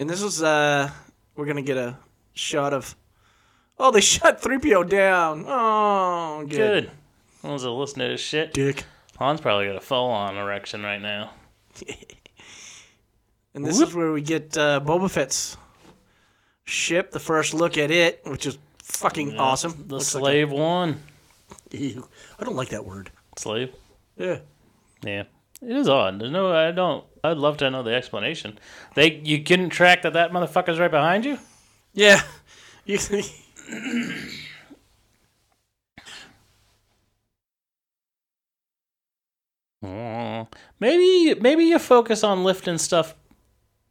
And this is uh, we're gonna get a shot of. Oh, they shut 3PO down. Oh, good. Good. I was listening to this shit. Dick. Han's probably got a full on erection right now. And this Whoop. is where we get uh, Boba Fett's ship, the first look at it, which is fucking awesome. The Looks like slave one. a- ew. I don't like that word. Slave? Yeah. Yeah. It is odd. There's no. I don't. I'd love to know the explanation. They you couldn't track that that motherfucker's right behind you. Yeah. You, Mm. Maybe maybe you focus on lifting stuff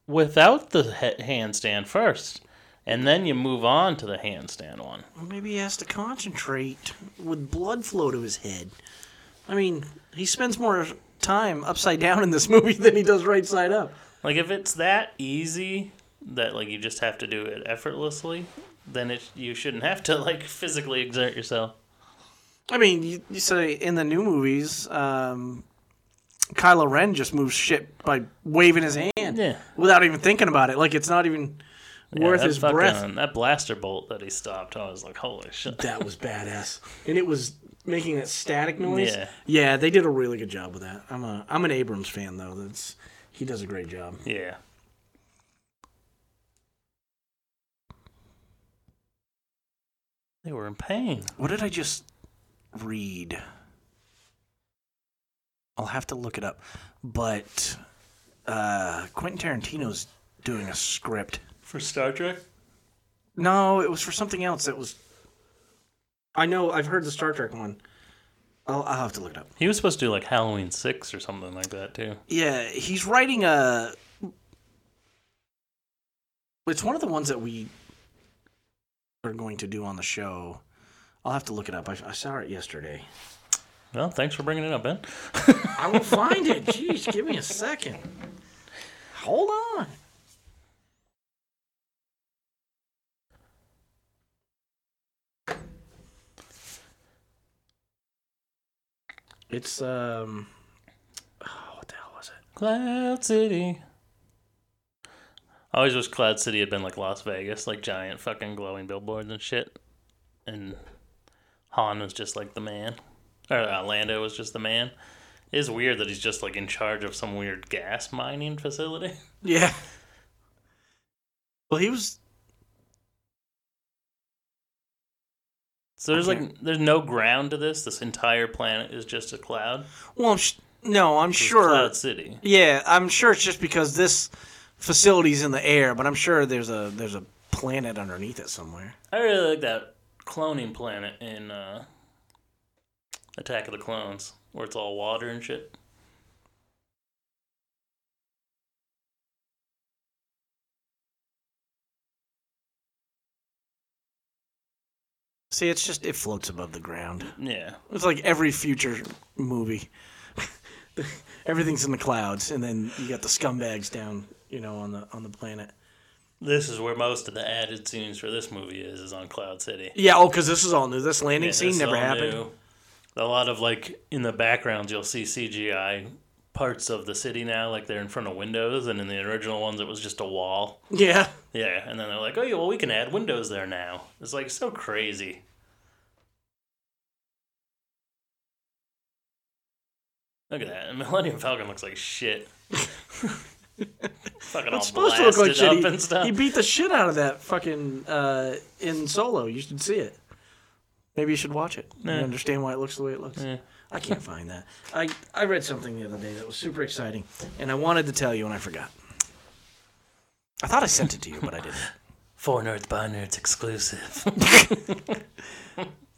without the he- handstand first, and then you move on to the handstand one. maybe he has to concentrate with blood flow to his head. I mean, he spends more time upside down in this movie than he does right side up. Like if it's that easy that like you just have to do it effortlessly, then it you shouldn't have to like physically exert yourself. I mean, you, you say in the new movies, um, Kylo Ren just moves shit by waving his hand Yeah. without even thinking about it. Like it's not even Yeah, worth that his breath. fucking- That blaster bolt that he stopped, I was like, holy shit. That was badass, and it was making that static noise. Yeah. yeah, they did a really good job with that. I'm a I'm an Abrams fan though. That's he does a great job. Yeah. They were in pain. What did I just read? I'll have to look it up. But uh, Quentin Tarantino's doing a script. For Star Trek? No, it was for something else. It was. I know. I've heard the Star Trek one. I'll, I'll have to look it up. He was supposed to do like Halloween 6 or something like that, too. Yeah, he's writing a. It's one of the ones that we are going to do on the show. I'll have to look it up. I, I saw it yesterday. Well, thanks for bringing it up, Ben. I will find it. Jeez, give me a second. Hold on. It's um oh, what the hell was it? Cloud City. I always wish Cloud City had been like Las Vegas, like giant fucking glowing billboards and shit. And Han was just like the man. Or uh, Lando was just the man. It is weird that he's just like in charge of some weird gas mining facility. Yeah. Well, he was So there's I like there's no ground to this. This entire planet is just a cloud. well. I'm sh- no, I'm It's sure. Cloud City. Yeah, I'm sure it's just because this facility's in the air, but I'm sure there's a there's a planet underneath it somewhere. I really like that cloning planet in uh, Attack of the Clones, where it's all water and shit. See, it's just it floats above the ground. Yeah. It's like every future movie. Everything's in the clouds, and then you got the scumbags down, you know, on the on the planet. This is where most of the added scenes for this movie is, is on Cloud City. Yeah, oh, because this is all new. This landing Yeah, scene that's never all happened. new. A lot of like in the background, you'll see CGI parts of the city now, like they're in front of windows, and in the original ones, it was just a wall. Yeah, Yeah, and then they're like, oh yeah, well we can add windows there now. It's like so crazy. Look at that. The Millennium Falcon looks like shit. Fucking all it's supposed to look blasted like shit. up He- and stuff. He, beat the shit out of that fucking uh, in Solo. You should see it. Maybe you should watch it. Yeah. You understand why it looks the way it looks. Yeah. I can't find that. I I read something the other day that was super exciting, and I wanted to tell you, and I forgot. I thought I sent it to you, but I didn't. Four nerds by nerds exclusive.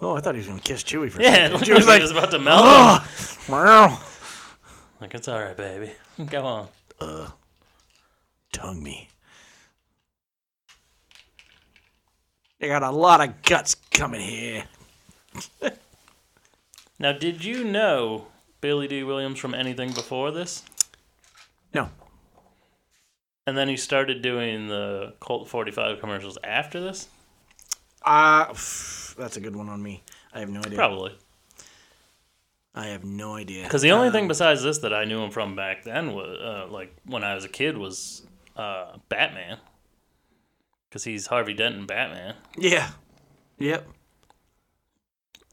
Oh, I thought he was gonna kiss Chewie for a Yeah, it second. looked She was like, "Ah!" like, it was about to melt. him. "Oh, wow, Like it's all right, baby. Go on. tongue me." They got a lot of guts coming here. Now, did you know Billy D. Williams from anything before this? No, And then he started doing the Colt 45 commercials after this? uh, pff, that's a good one on me. I have no idea. Probably. I have no idea. Uh, Because the only thing besides this that I knew him from back then was, uh, like, when I was a kid was uh, Batman. Because he's Harvey Dent in Batman. Yeah. Yep.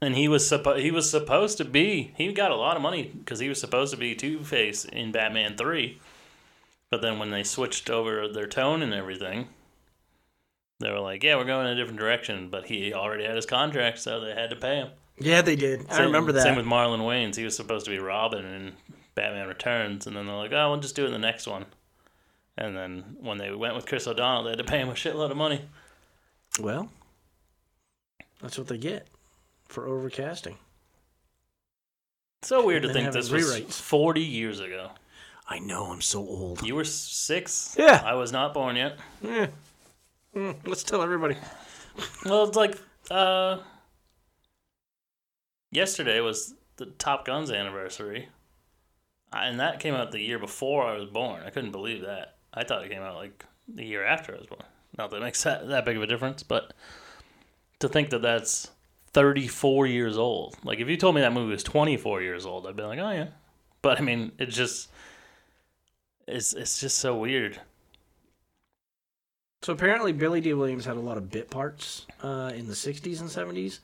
And he was suppo- he was supposed to be he got a lot of money because he was supposed to be Two Face in Batman Three, but then when they switched over their tone and everything, they were like, "Yeah, we're going in a different direction." But he already had his contract, so they had to pay him. Yeah, they did. I remember that. Same with Marlon Wayans. He was supposed to be Robin in Batman Returns, and then they're like, oh, we'll just do it in the next one. And then when they went with Chris O'Donnell, they had to pay him a shitload of money. Well, that's what they get for overcasting. It's so weird to And then think this having was rewrites. 40 years ago. I know I'm so old. You were six? Yeah. I was not born yet. Yeah. Mm, let's tell everybody. Well, it's like, uh, yesterday was the Top Gun's anniversary. I- And that came out the year before I was born. I couldn't believe that. I thought it came out like the year after I was born. Not that it makes that, that big of a difference, but to think that that's 34 years old. Like, if you told me that movie was 24 years old, I'd be like, oh, yeah. But I mean, it just, it's, it's just so weird. So apparently, Billy D. Williams had a lot of bit parts uh, in the '60s and '70s.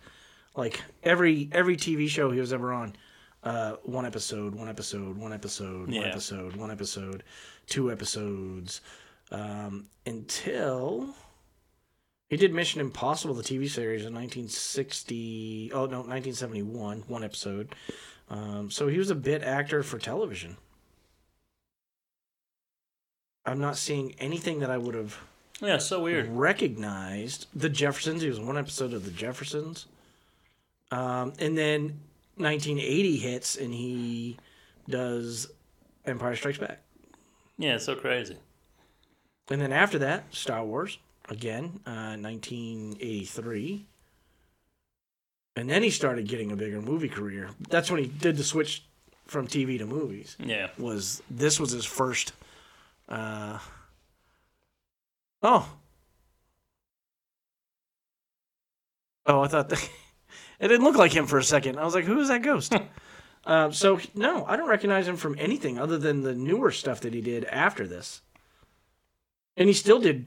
Like every every TV show he was ever on, uh, one episode, one episode, one episode, Yeah. one episode, one episode, two episodes, um, until he did Mission Impossible, the TV series in 1960. Oh no, 1971, one episode. Um, so he was a bit actor for television. I'm not seeing anything that I would have Yeah, it's so weird. recognized the Jeffersons. He was in one episode of the Jeffersons. Um, and then 1980 hits and he does Empire Strikes Back. Yeah, it's so crazy. And then after that, Star Wars again, uh, 1983. And then he started getting a bigger movie career. That's when he did the switch from TV to movies. Yeah. was this was his first uh oh oh i thought that it didn't look like him for a second i was like who is that ghost uh, so he- no i don't recognize him from anything other than the newer stuff that he did after this and he still did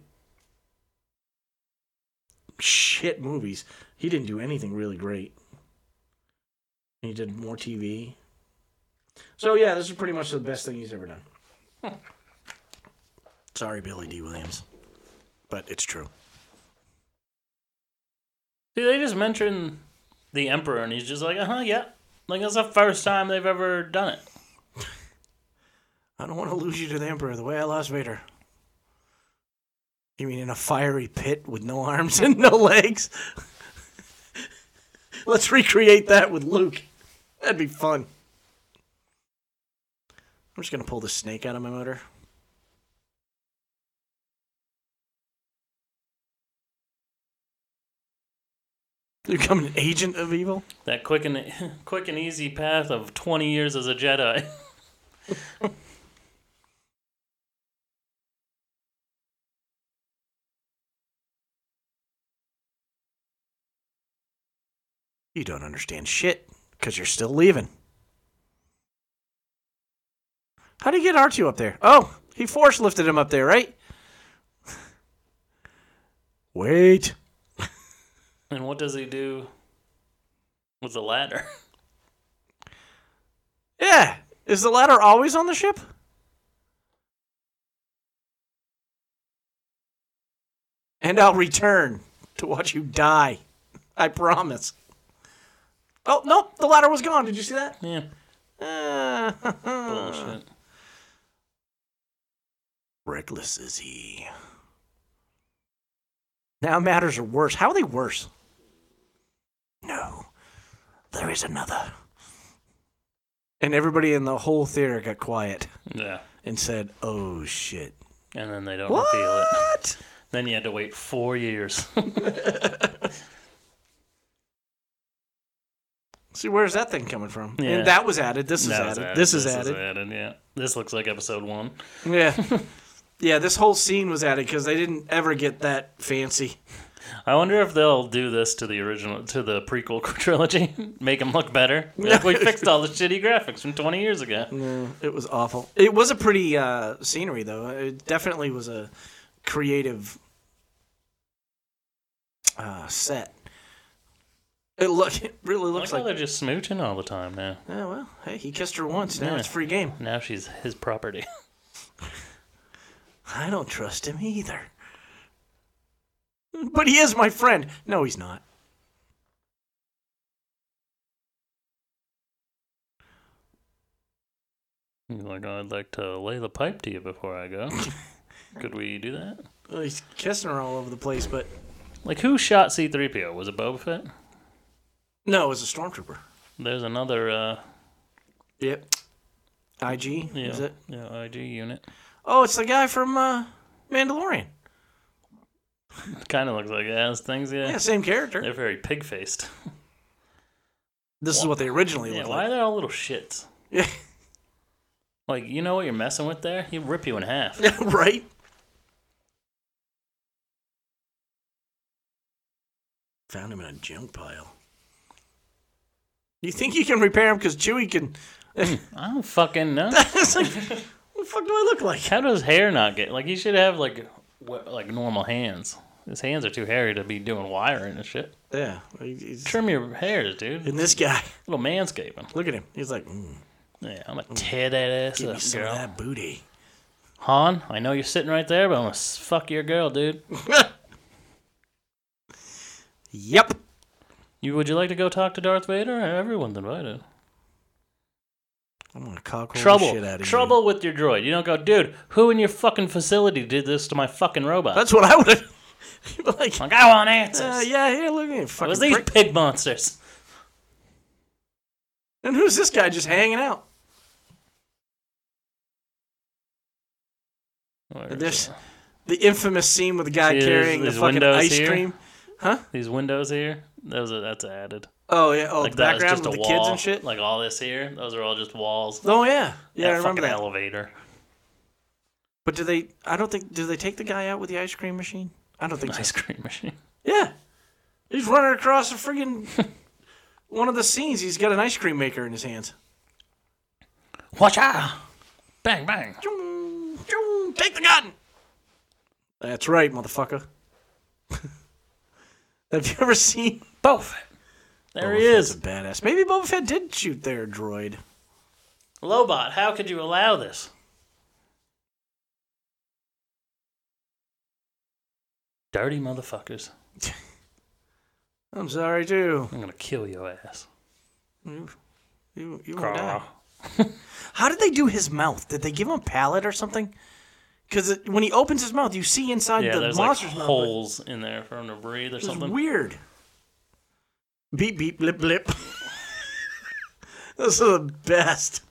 shit movies he didn't do anything really great he did more tv so yeah, this is pretty much the best thing he's ever done. Sorry, Billy D. Williams, but it's true. See, they just mention the emperor, and he's just like, uh huh, yeah. Like that's the first time they've ever done it. I don't want to lose you to the Emperor the way I lost Vader. You mean in a fiery pit with no arms and no legs? Let's recreate that with Luke. That'd be fun. I'm just gonna pull the snake out of my motor. You become an agent of evil? That quick and quick and easy path of twenty years as a Jedi. You don't understand shit because you're still leaving. How do you get R2 up there? Oh, he force lifted him up there, right? Wait. and what does he do with the ladder? Yeah. Is the ladder always on the ship? And I'll return to watch you die. I promise. Oh, nope. The ladder was gone. Did you see that? Yeah, Uh, bullshit. Reckless is he. Now matters are worse. How are they worse? No, there is another. And everybody in the whole theater got quiet Yeah, and said, "Oh shit!" and then they don't reveal it. What? Then you had to wait four years. See, where's that thing coming from? Yeah. And that was added. This is That added. was This, is added. Yeah, this looks like episode one. Yeah, yeah. This whole scene was added because they didn't ever get that fancy. I wonder if they'll do this to the original, to the prequel trilogy, make them look better. Like we fixed all the shitty graphics from twenty years ago. No, it was awful. It was a pretty uh, scenery, though. It definitely was a creative uh, set. It look, it really Like, looks how like. they're just smooching all the time now. Oh well, hey, he kissed her once. Now Yeah. it's free game. Now she's his property. I don't trust him either. But he is my friend. No, he's not. You're like, I'd like to lay the pipe to you before I go. Could we do that? Well, he's kissing her all over the place, but Like, who shot C3PO? Was it Boba Fett? no, it was a stormtrooper. There's another, uh, Yep. IG yeah, is it? yeah, IG unit. Oh, it's the guy from uh, Mandalorian. Kind of looks like it has things, yeah. Yeah, same character. They're very pig faced. This is what they originally Yeah, looked why are like. they all little shits? Yeah, Like, you know what you're messing with there? He'll rip you in half. right. Found him in a junk pile. You think you can repair him because Chewie can? I don't fucking know. it's like, what the fuck do I look like? How does hair not get like? He should have like wh- like normal hands. His hands are too hairy to be doing wiring and shit. Yeah, he- he's- Trim your hairs, dude. and this guy. little manscaping. Look at him. He's like, mm, Yeah, I'm gonna tear that ass give me up, some girl. of that booty. Han, I know you're sitting right there, but I'm gonna s- fuck your girl, dude. yep. You would you like to go talk to Darth Vader? Everyone's invited. I'm gonna cock all the Trouble, shit out of trouble with your droid. You don't go, dude. Who in your fucking facility did this to my fucking robot? you. That's what I would have. like, like I want answers. uh, yeah, here, look at him. it Fucking was these prick. pig monsters. And who's this guy just hanging out? Where is There's it? the infamous scene with the guy See, there's carrying the these fucking windows ice here. cream. these windows here. Those are that's added. Oh yeah. Oh, like the that was background just with a the wall. kids and shit. Like all this here, those are all just walls. oh yeah. that Yeah, I fucking remember that. elevator. But do they? I don't think. Do they take the guy out with the ice cream machine? I don't think so. Ice cream machine. Yeah. He's running across a friggin' one of the scenes. He's got an ice cream maker in his hands. Watch out! Bang bang. Choo, choo, Take the gun. That's right, motherfucker. Have you ever seen? Boba Fett. There he Boba Fett's is. a badass. Maybe Boba Fett did shoot their droid. Lobot, how could you allow this? Dirty motherfuckers. I'm sorry too. I'm gonna kill your ass. You, you, you won't die. Uh, Grr. How did they do his mouth? Did they give him a palate or something? Because when he opens his mouth, you see inside Yeah, the there's like monster's mouth. but holes in there for him to breathe or It's something. weird. Beep beep blip blip. Those are the best.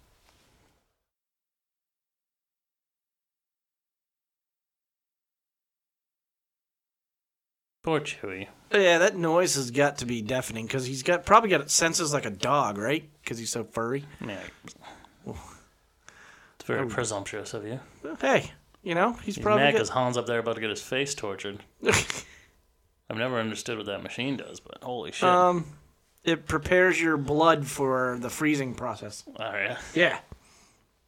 Poor Chewie. Yeah, that noise has got to be deafening because he's got probably got senses like a dog, right? Because he's so furry. Yeah. It's very presumptuous of you. Hey, you know he's He's probably mad got... because Han's up there about to get his face tortured. I've never understood what that machine does, but holy shit. um, it prepares your blood for the freezing process. All right. Yeah.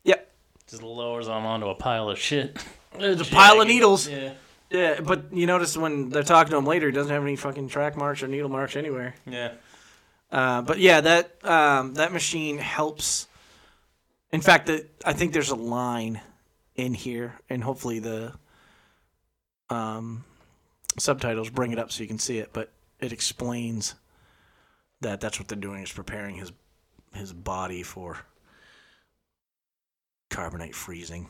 Yep. Just lowers them onto a pile of shit. There's a pile of Uh, needles. Yeah. Yeah, but you notice when they're talking to him later, he doesn't have any fucking track marks or needle marks anywhere. Yeah. Uh, but yeah, that um, that machine helps. In fact, the, I think there's a line in here, and hopefully the um, subtitles bring it up so you can see it. But it explains that that's what they're doing is preparing his his body for carbonate freezing.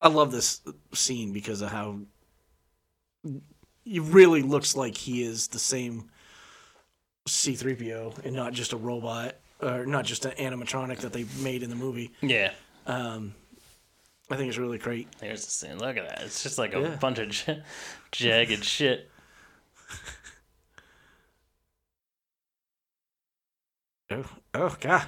I love this scene because of how he really looks like he is the same C3PO and not just a robot or not just an animatronic that they made in the movie. Yeah. Um, I think it's really great. Here's the scene. Look at that. It's just like a Yeah. bunch of j- jagged shit. Oh, oh God.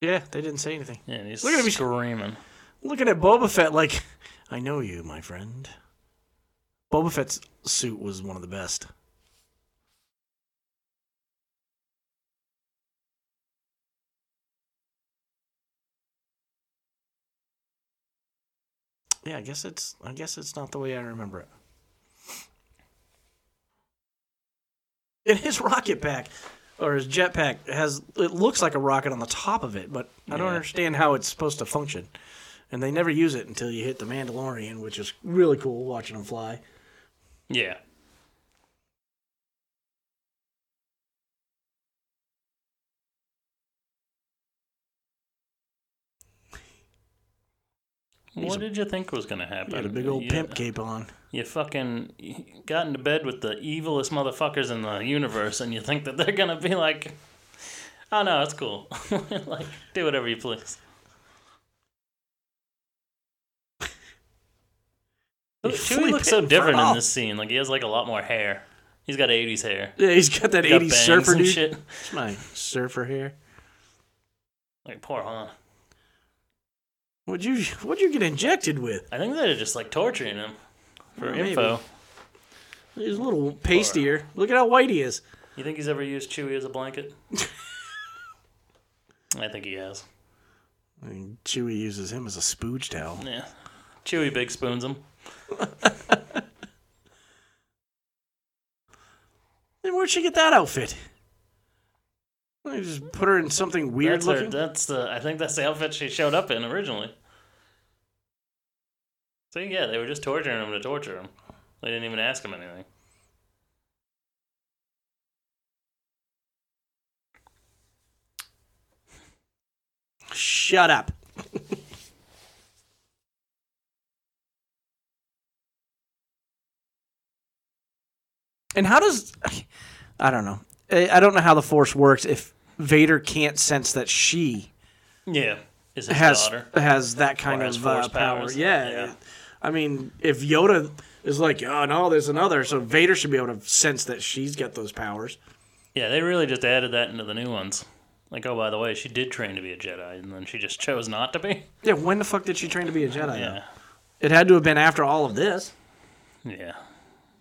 Yeah, they didn't say anything. Yeah, and he's Look at him, he's- screaming. Looking at Boba Fett like, I know you, my friend. Boba Fett's suit was one of the best. Yeah, I guess it's I guess it's not the way I remember it. And his rocket pack or his jetpack has it looks like a rocket on the top of it, but I don't Yeah. understand how it's supposed to function. And they never use it until you hit the Mandalorian, which is really cool watching him fly. Yeah. What did you think was going to happen? He had a big old You- pimp cape on. You fucking got into bed with the evilest motherfuckers in the universe, and you think that they're going to be like, oh no, it's cool. like, do whatever you please. Chewie looks so Flipping different in off. this scene. Like, he has like a lot more hair. He's got 80s hair. Yeah, he's got that He's got 80s bangs surfer and dude. shit. It's my surfer hair. Like, poor Han. What'd you What'd you get injected with? I think they're just like torturing him for Well, Oh, maybe. info. He's a little pastier. Look at how white he is. You think he's ever used Chewie as a blanket? I think he has. I mean, Chewie uses him as a spooge towel. Yeah. Chewie big spoons him. Then where'd she get that outfit? They just put her in something weird that's looking. Her, that's the. I think that's the outfit she showed up in originally. So yeah, they were just torturing him to torture him. They didn't even ask him anything. Shut up. and how does I don't know. I I don't know how the force works if Vader can't sense that she Yeah, is his has daughter. has that kind Or of has force uh, power. powers. Yeah. Yeah. I mean, if Yoda is like, "Oh no, there's another." So Vader should be able to sense that she's got those powers. Yeah, they really just added that into the new ones. Like, oh, by the way, she did train to be a Jedi, and then she just chose not to be. Yeah, when the fuck did she train to be a Jedi? though? Yeah, It had to have been after all of this. yeah,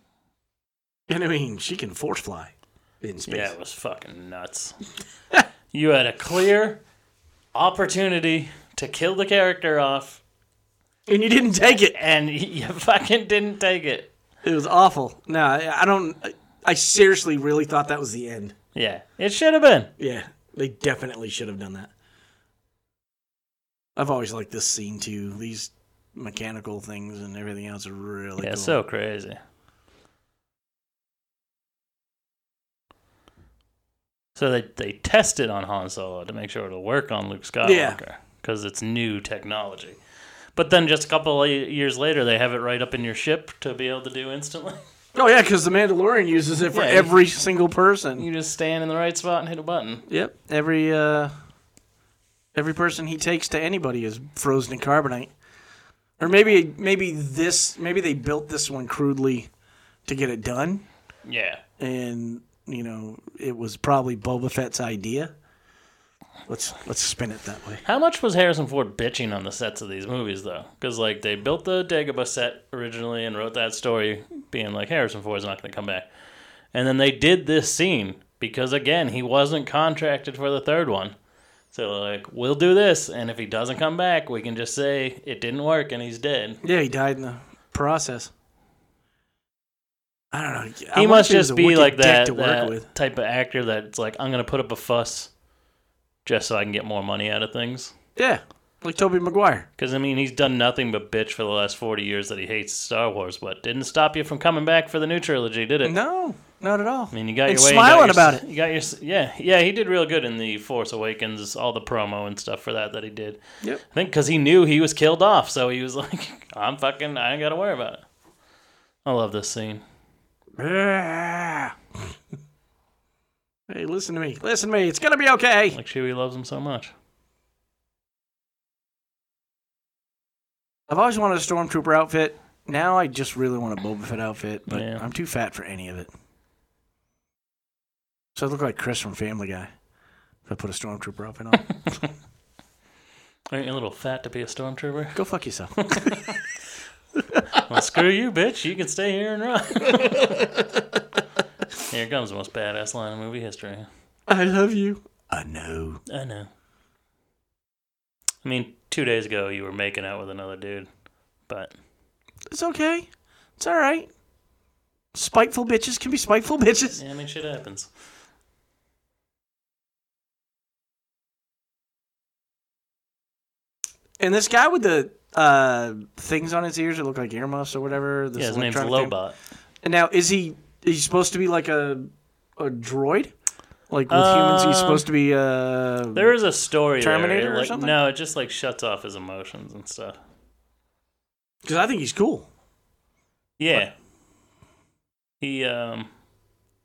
And I mean, she can force fly in space. yeah. It was fucking nuts. you had a clear opportunity to kill the character off, and you didn't take it. and you fucking didn't take it. It was awful. No, I I don't. I- I seriously really thought that was the end. Yeah, it should have been. Yeah, they definitely should have done that. I've always liked this scene too. These mechanical things and everything else are really yeah, cool. so crazy. So they they test it on Han Solo to make sure it'll work on Luke Yeah. Skywalker because it's new technology. But then just a couple of years later, they have it right up in your ship to be able to do instantly. oh yeah, because the Mandalorian uses it for Yeah, you- every single person. you just stand in the right spot and hit a button. yep, every uh, every person he takes to anybody is frozen in carbonite. Or maybe maybe this maybe they built this one crudely to get it done. Yeah. and you know it was probably Boba Fett's idea. Let's let's spin it that way. How much was Harrison Ford bitching on the sets of these movies, though? Because like they built the Dagobah set originally and wrote that story, being like Harrison Ford's not going to come back, and then they did this scene because again he wasn't contracted for the third one, so like we'll do this, and if he doesn't come back, we can just say it didn't work and he's dead. Yeah, he died in the process. I don't know. I he wonder must if was just a be wicked like dick that, to work that with. type of actor that's like I'm going to put up a fuss just so I can get more money out of things. Yeah, like Toby Maguire. Because, I mean, he's done nothing but bitch for the last 40 years that he hates Star Wars, but didn't stop you from coming back for the new trilogy, did it? No, not at all. I mean, you got And your way. smiling you got your, about it. You got your, yeah, yeah. He did real good in the Force Awakens, all the promo and stuff for that that he did. Yep. I think because he knew he was killed off, so he was like, "I'm fucking, I ain't got to worry about it." I love this scene. hey, listen to me. Listen to me. It's gonna be okay. Like Chewie loves him so much. I've always wanted a stormtrooper outfit. Now I just really want a Boba Fett outfit, but Yeah. I'm too fat for any of it. So I look like Chris from Family Guy if I put a stormtrooper outfit on. Aren't you a little fat to be a stormtrooper? Go fuck yourself. Well, screw you, bitch. You can stay here and run. here comes the most badass line in movie history. I love you. I know. I know. I mean, two days ago you were making out with another dude, but It's okay. It's all right. Spiteful bitches can be spiteful bitches. yeah, I mean, shit happens. And this guy with the uh, things on his ears that look like earmuffs or whatever. This yeah, his name's electronic thing. Lobot. And now is he he's supposed to be like a a droid? Like with humans, he's Um, supposed to be uh There is a story. there. Terminator It, or like- something? No, it just like shuts off his emotions and stuff. Because I think he's cool. Yeah. He um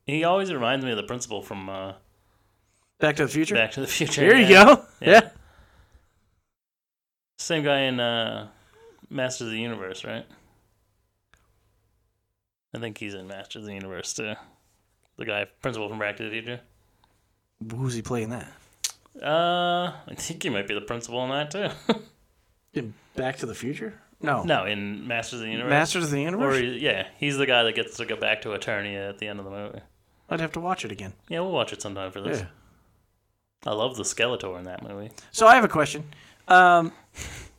he always reminds me of the principal from uh, Back to the Future. Back to the Future. There you yeah. go. Yeah. Yeah. Same guy in uh, Masters of the Universe, right? I think he's in Masters of the Universe too. The guy principal from Back to the Future. Who's he playing that? Uh, I think he might be the principal in that too. In Back to the Future? No. no, in Masters of the Universe. Masters of the Or Universe? he- yeah, he's the guy that gets to go back to Eternia at the end of the movie. I'd have to watch it again. Yeah, we'll watch it sometime for this. I love the Skeletor in that movie. So I have a question. Um,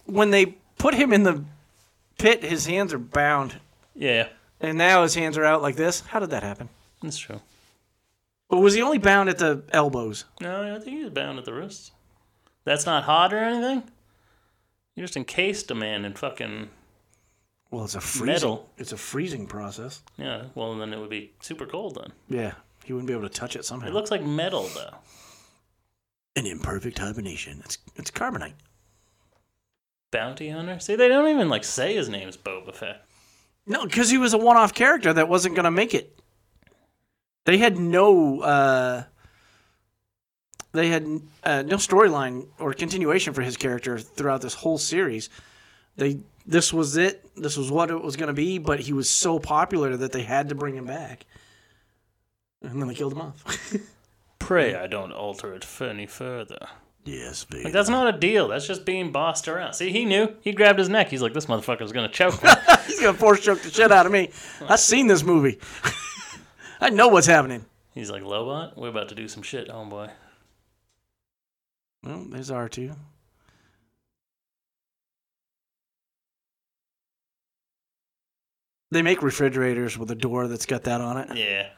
when they put him in the pit, his hands are bound, Yeah, and now his hands are out like this. How did that happen? that's true. But was he only bound at the elbows? No, I think he's bound at the wrist. That's not hot or anything. You just encased a man in fucking Well, it's a freezing. Metal. It's a freezing process. yeah. Well, then it would be super cold. Then Yeah, he wouldn't be able to touch it somehow. it looks like metal though. An imperfect hibernation. It's it's carbonite. Bounty hunter. See, they don't even like say his name's Boba Fett. No, because he was a one-off character that wasn't gonna make it. They had no. Uh, they had uh, no storyline or continuation for his character throughout this whole series. They this was it. This was what it was gonna be. But he was so popular that they had to bring him back. And then they killed him off. Pray I don't alter it f- any further. yes, baby. Like that's not a deal. That's just being bossed around. See, he knew. He grabbed his neck. He's like, this motherfucker's gonna choke me. He's gonna force choke the shit out of me. I've seen this movie. I know what's happening. He's like, Lobot, we're about to do some shit, homeboy. Well, there's R two. They make refrigerators with a door that's got that on it. Yeah.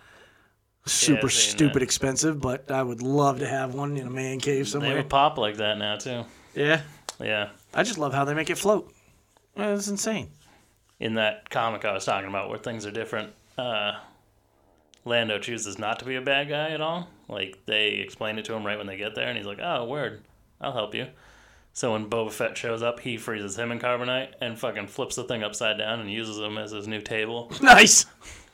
Super I've seen stupid that. expensive, but I would love to have one in a man cave They somewhere. would pop like that now too. Yeah. Yeah. I just love how they make it float. Well, It's insane. in that comic I was talking about where things are different, uh, Lando chooses not to be a bad guy at all. Like they explain it to him right when they get there, and he's like, "Oh, word, I'll help you." So when Boba Fett shows up, he freezes him in carbonite and fucking flips the thing upside down and uses him as his new table. Nice.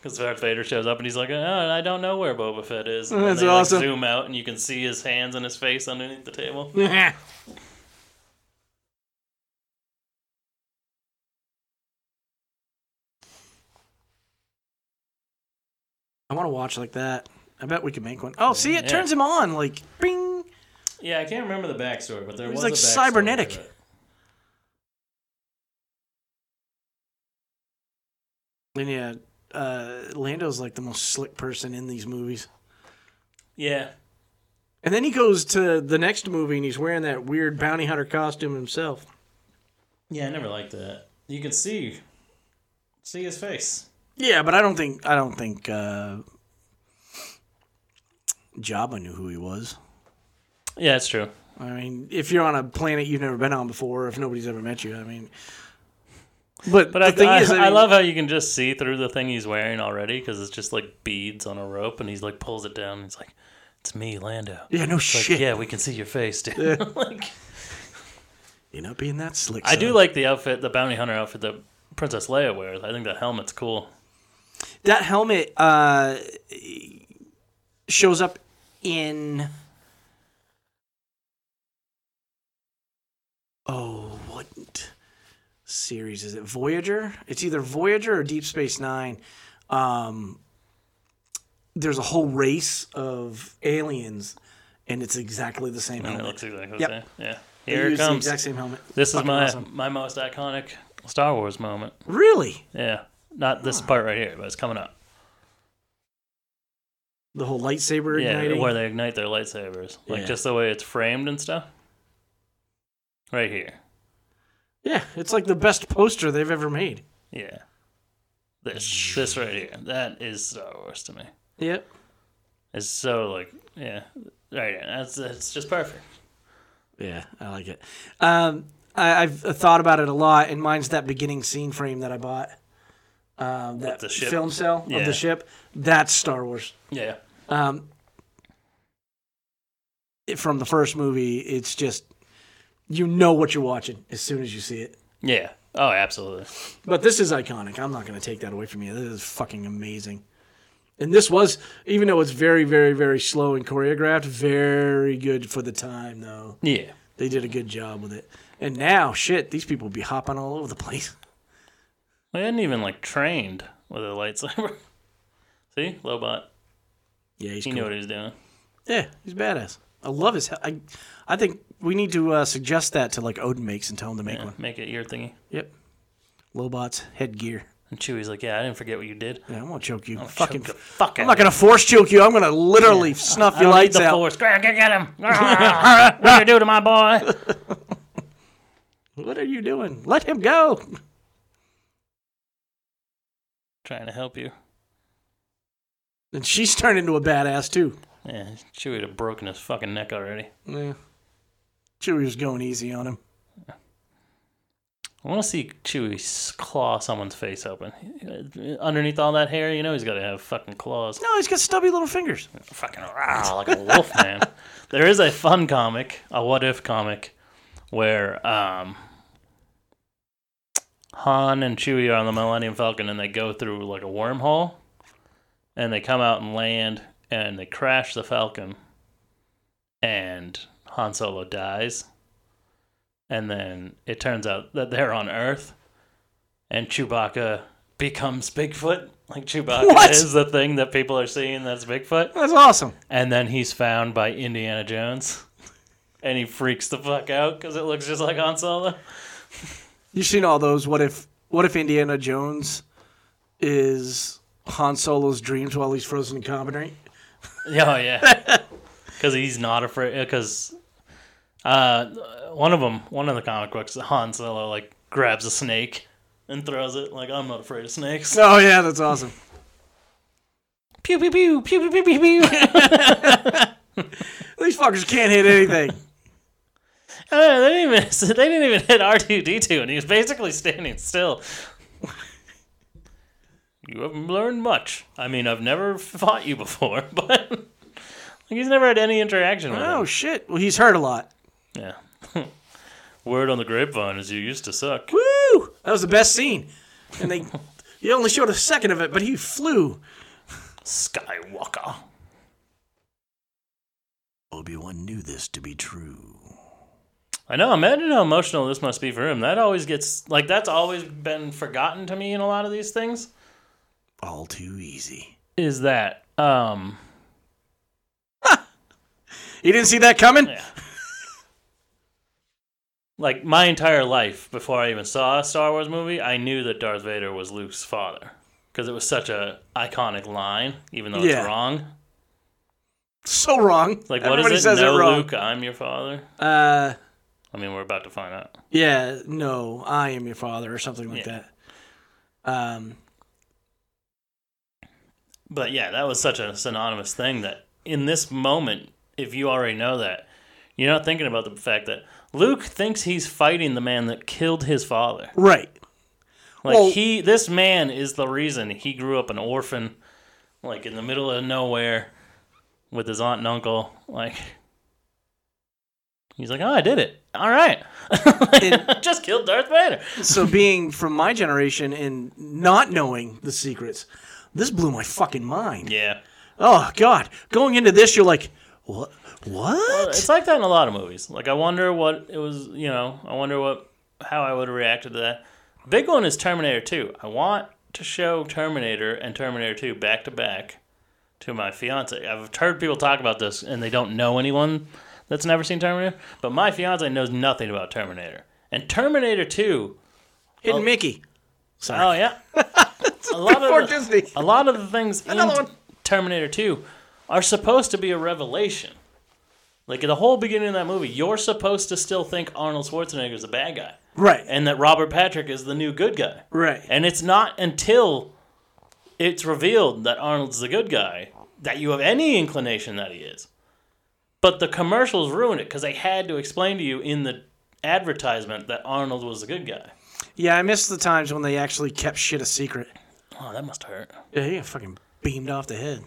Because Darth Vader shows up and he's like, "Oh, I don't know where Boba Fett is." And then That's they, awesome. Like, zoom out and you can see his hands and his face underneath the table. That's I want to watch like that. I bet we could make one. Oh, see, it Yeah. turns him on like bing. Yeah, I can't remember the backstory, but there He's was like a backstory cybernetic. to it. And yeah, uh, Lando's like the most slick person in these movies. Yeah, And then he goes to the next movie and he's wearing that weird bounty hunter costume himself. Yeah, I never liked that. You can see see his face. Yeah, but I don't think I don't think uh, Jabba knew who he was. Yeah, it's true. I mean, if you're on a planet you've never been on before, if nobody's ever met you, I mean. But, But the I, thing I, is, I, I mean, love how you can just see through the thing he's wearing already because it's just like beads on a rope, and he's like pulls it down. And he's like, "It's me, Lando." Yeah, no Like, shit. yeah, we can see your face, dude. like, You're not being that slick. I do son. like the outfit, the bounty hunter outfit that Princess Leia wears. I think the helmet's cool. that helmet. Uh, shows up in. Oh, what series is it? Voyager. It's either Voyager or Deep Space Nine. Um, there's a whole race of aliens, and it's exactly the same And it helmet. looks exactly the Yep. same. Yeah, They here it use the comes. exact same helmet. This is Fucking my awesome. my most iconic Star Wars moment. really Yeah, not this part right here, but it's coming up. the whole lightsaber yeah, igniting. where they ignite their lightsabers, like Yeah. just the way it's framed and stuff. Right here, yeah, it's like the best poster they've ever made. yeah. This this right here, that is Star Wars to me. Yep. It's so like yeah, right. here. That's that's just perfect. Yeah, I like it. Um, I, I've thought about it a lot, and mine's that beginning scene frame that I bought. Um, that the ship? film cell of Yeah. the ship. That's Star Wars. Yeah, Um, it- from the first movie, it's just you know what you're watching as soon as you see it. yeah. Oh, absolutely. But this is iconic. I'm not going to take that away from you. This is fucking amazing. And this was, even though it's very, very, very slow and choreographed, very good for the time, though. Yeah. They did a good job with it. And now, shit, these people be hopping all over the place. They hadn't even like trained with a lightsaber. See, Lobot, Yeah, he's he cool. knew what he was doing. Yeah, he's badass. I love his. he- I, I think we need to uh, suggest that to like Odin makes and tell him to make Yeah, one. make it your thingy. Yep. Lobot's headgear. And Chewie's like, "Yeah, I didn't forget what you did. Yeah, I won't choke you. Fucking fucking. fuck I'm not gonna force choke you. I'm gonna literally snuff your I need lights the out. force. Greg, get get him. Ah, what do you do to my boy? What are you doing? Let him go. Trying to help you. And she's turned into a badass too. Yeah, Chewie would have broken his fucking neck already. Yeah. Chewie was going easy on him. I want to see Chewie s- claw someone's face open. Underneath all that hair, you know he's got to have fucking claws. No, he's got stubby little fingers. Fucking rah, like a wolf, man. There is a fun comic, a what if comic, where um, Han and Chewie are on the Millennium Falcon and they go through like a wormhole and they come out and land and they crash the Falcon and Han Solo dies. And then it turns out that they're on Earth and Chewbacca becomes Bigfoot. Like Chewbacca What? is the thing that people are seeing that's Bigfoot. That's awesome. And then he's found by Indiana Jones. And he freaks the fuck out because it looks just like Han Solo. You've seen all those. What if? What if Indiana Jones is Han Solo's dreams while he's frozen in comedy? Yeah, Oh yeah, because he's not afraid. Because uh, one of them, one of the comic books, Han Solo like grabs a snake and throws it. Like I'm not afraid of snakes. Oh yeah, that's awesome. Pew pew pew pew pew pew pew. pew. These fuckers can't hit anything. Uh, they didn't even they didn't even hit R two D two, and he was basically standing still. you haven't learned much. I mean, I've never fought you before, but like he's never had any interaction with oh him. shit. Well, he's hurt a lot. Yeah. Word on the grapevine is you used to suck. Woo! That was the best scene. And they, you only showed a second of it, but he flew. Skywalker. Obi Wan knew this to be true. I know. Imagine how emotional this must be for him. That always gets like that's always been forgotten to me in a lot of these things. All too easy. Is that um You didn't see that coming. Yeah. like my entire life before I even saw a Star Wars movie, I knew that Darth Vader was Luke's father because it was such a iconic line, even though Yeah. it's wrong. So wrong. Like what is Everybody it? says no, it wrong. Luke, I'm your father. Uh, I mean, we're about to find out. yeah. No, I am your father, or something like Yeah. that. Um, But yeah, that was such a synonymous thing that in this moment, if you already know that, you're not thinking about the fact that Luke thinks he's fighting the man that killed his father. right. Like Well- he this man is the reason he grew up an orphan, like in the middle of nowhere with his aunt and uncle. Like he's like, Oh, I did it. All right. And- Just killed Darth Vader. so being from my generation and not knowing the secrets, this blew my fucking mind. Yeah. Oh God! Going into this, you're like, what? What? It's like that in a lot of movies. Like I wonder what it was. You know, I wonder what how I would have reacted to that. Big one is Terminator Two. I want to show Terminator and Terminator Two back to back to my fiance. I've heard people talk about this, and they don't know anyone that's never seen Terminator. But my fiance knows nothing about Terminator and Terminator Two. Hidden Mickey. Oh yeah, a lot Before of the, Disney. a lot of the things in Another one. Terminator 2 are supposed to be a revelation. Like at the whole beginning of that movie, you're supposed to still think Arnold Schwarzenegger is the bad guy Right. and that Robert Patrick is the new good guy. right. And it's not until it's revealed that Arnold's the good guy that you have any inclination that he is. But the commercials ruined it because they had to explain to you in the advertisement that Arnold was the good guy. yeah, I miss the times when they actually kept shit a secret. Oh, that must hurt. Yeah, he got fucking beamed off the head.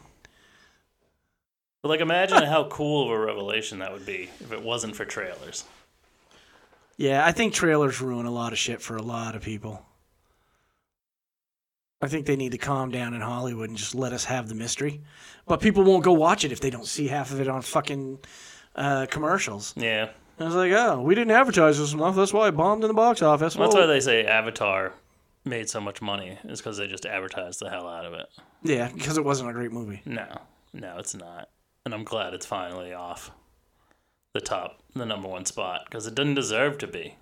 But like, imagine how cool of a revelation that would be if it wasn't for trailers. Yeah, I think trailers ruin a lot of shit for a lot of people. I think they need to calm down in Hollywood and just let us have the mystery. But people won't go watch it if they don't see half of it on fucking uh, commercials. Yeah. I was like, oh, we didn't advertise this enough. That's why it bombed in the box office. That's why Whoa. they say Avatar made so much money, is because they just advertised the hell out of it. yeah, because it wasn't a great movie. No, no, it's not. And I'm glad it's finally off the top, the number one spot, because it didn't deserve to be.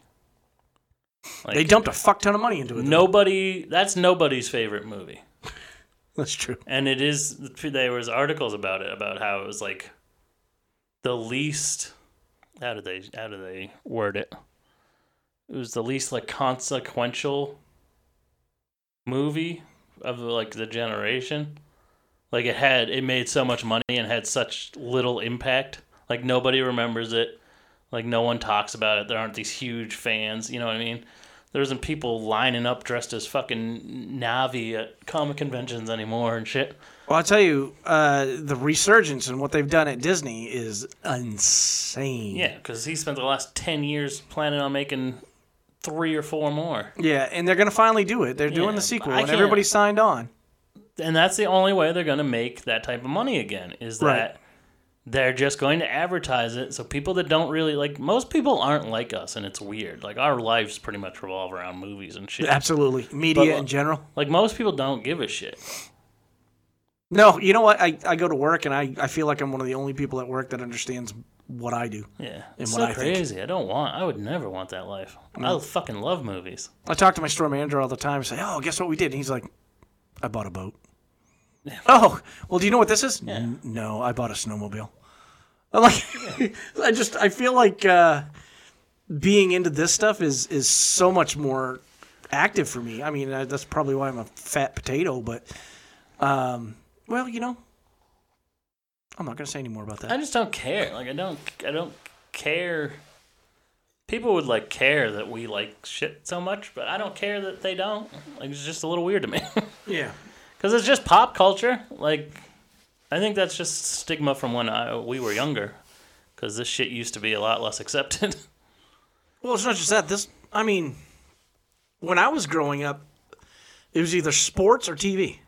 Like, They dumped a fuck ton of money into it. though. Nobody, that's nobody's favorite movie. That's true. And it is, there was articles about it, about how it was like the least, how did they, how did they word it? It was the least like consequential movie of like the generation. Like it had, it made so much money and had such little impact. Like nobody remembers it. Like no one talks about it. There aren't these huge fans. You know what I mean? There isn't people lining up dressed as fucking Navi at comic conventions anymore and shit. Well, I'll tell you, uh, the resurgence and what they've done at Disney is insane. Yeah, because he spent the last 10 years planning on making three or four more. Yeah, and they're going to finally do it. They're Yeah, doing the sequel, I and can't- everybody signed on. And that's the only way they're going to make that type of money again, is that Right. they're just going to advertise it. So people that don't really like, most people aren't like us, and it's weird. Like, our lives pretty much revolve around movies and shit. Absolutely. Media But- in general. Like, most people don't give a shit. No, you know what? I, I go to work and I, I feel like I'm one of the only people at work that understands what I do. Yeah. It's what so I think. Mm. crazy. I don't want, I would never want that life. I fucking love movies. I talk to my store manager all the time and say, Oh, guess what we did? And he's like, I bought a boat. oh, well, do you know what this is? "N- No, I bought a snowmobile. I'm like, I just, I feel like uh, being into this stuff is, is so much more active for me. I mean, I, that's probably why I'm a fat potato, but, um, well, you know, I'm not going to say any more about that. I just don't care. Like I don't I don't care. People would like care that we like shit so much, but I don't care that they don't. Like it's just a little weird to me. yeah. Cuz it's just pop culture. Like I think that's just stigma from when I, we were younger cuz this shit used to be a lot less accepted. Well, it's not just that. This, I mean, when I was growing up, it was either sports or TV,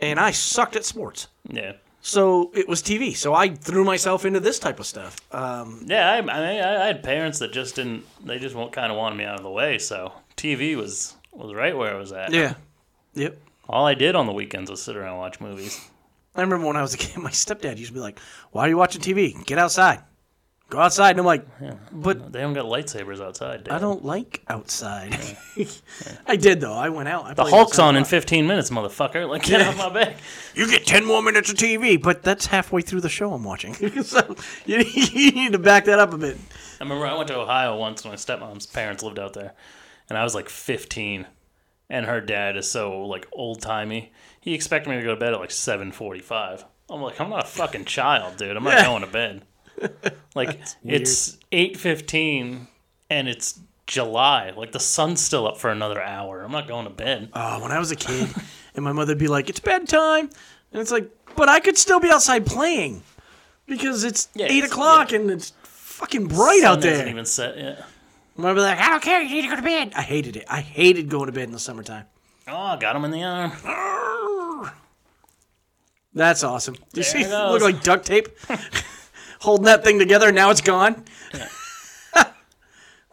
and I sucked at sports. yeah. So it was TV. So I threw myself into this type of stuff. Um, Yeah, I, I mean, I, I had parents that just didn't. They just kind of wanted me out of the way. So TV was was right where I was at. yeah, yep. All I did on the weekends was sit around and watch movies. I remember when I was a kid, my stepdad used to be like, "Why are you watching TV? Get outside, go outside." And I'm like, "But They don't got lightsabers outside. Dad. I don't like outside." I did though. I went out. I The Hulk's on in 15 minutes, motherfucker. Like, get off my back. You get ten more minutes of TV, but that's halfway through the show I'm watching. so you, you need to back that up a bit. I remember I went to Ohio once when my stepmom's parents lived out there, and I was like 15, and her dad is so like old timey. He expected me to go to bed at like 7:45. I'm like, I'm not a fucking child, dude. I'm not going to bed. Like, it's 8:15, and it's July. Like the sun's still up for another hour. I'm not going to bed. Oh, when I was a kid, and my mother'd be like, "It's bedtime," and it's like, "But I could still be outside playing because it's Yeah, eight it's- o'clock and it's fucking bright out Sun there." Hasn't even set yet. My mother like, "I don't care. You need to go to bed." I hated it. I hated going to bed in the summertime. Oh, got him in the arm. Arrgh. That's awesome. Do you see? it goes. Look like duct tape, holding that thing together. and Now it's gone.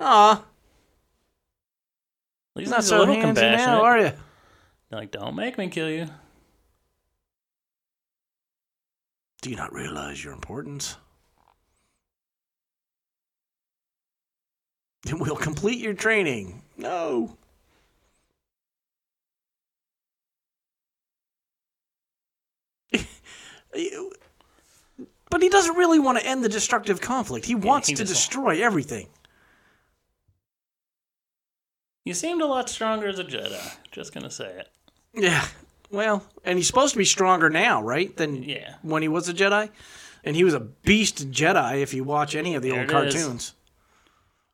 Aw, At least not he's so handsy now, are you? They're like, don't make me kill you. Do you not realize your importance? It will complete your training. No. but he doesn't really want to end the destructive conflict. He wants he to just- destroy everything. You seemed a lot stronger as a Jedi. Just gonna say it. Yeah. Well, and he's supposed to be stronger now, right? Than Yeah. when he was a Jedi. And he was a beast Jedi if you watch any of the There old it is. cartoons.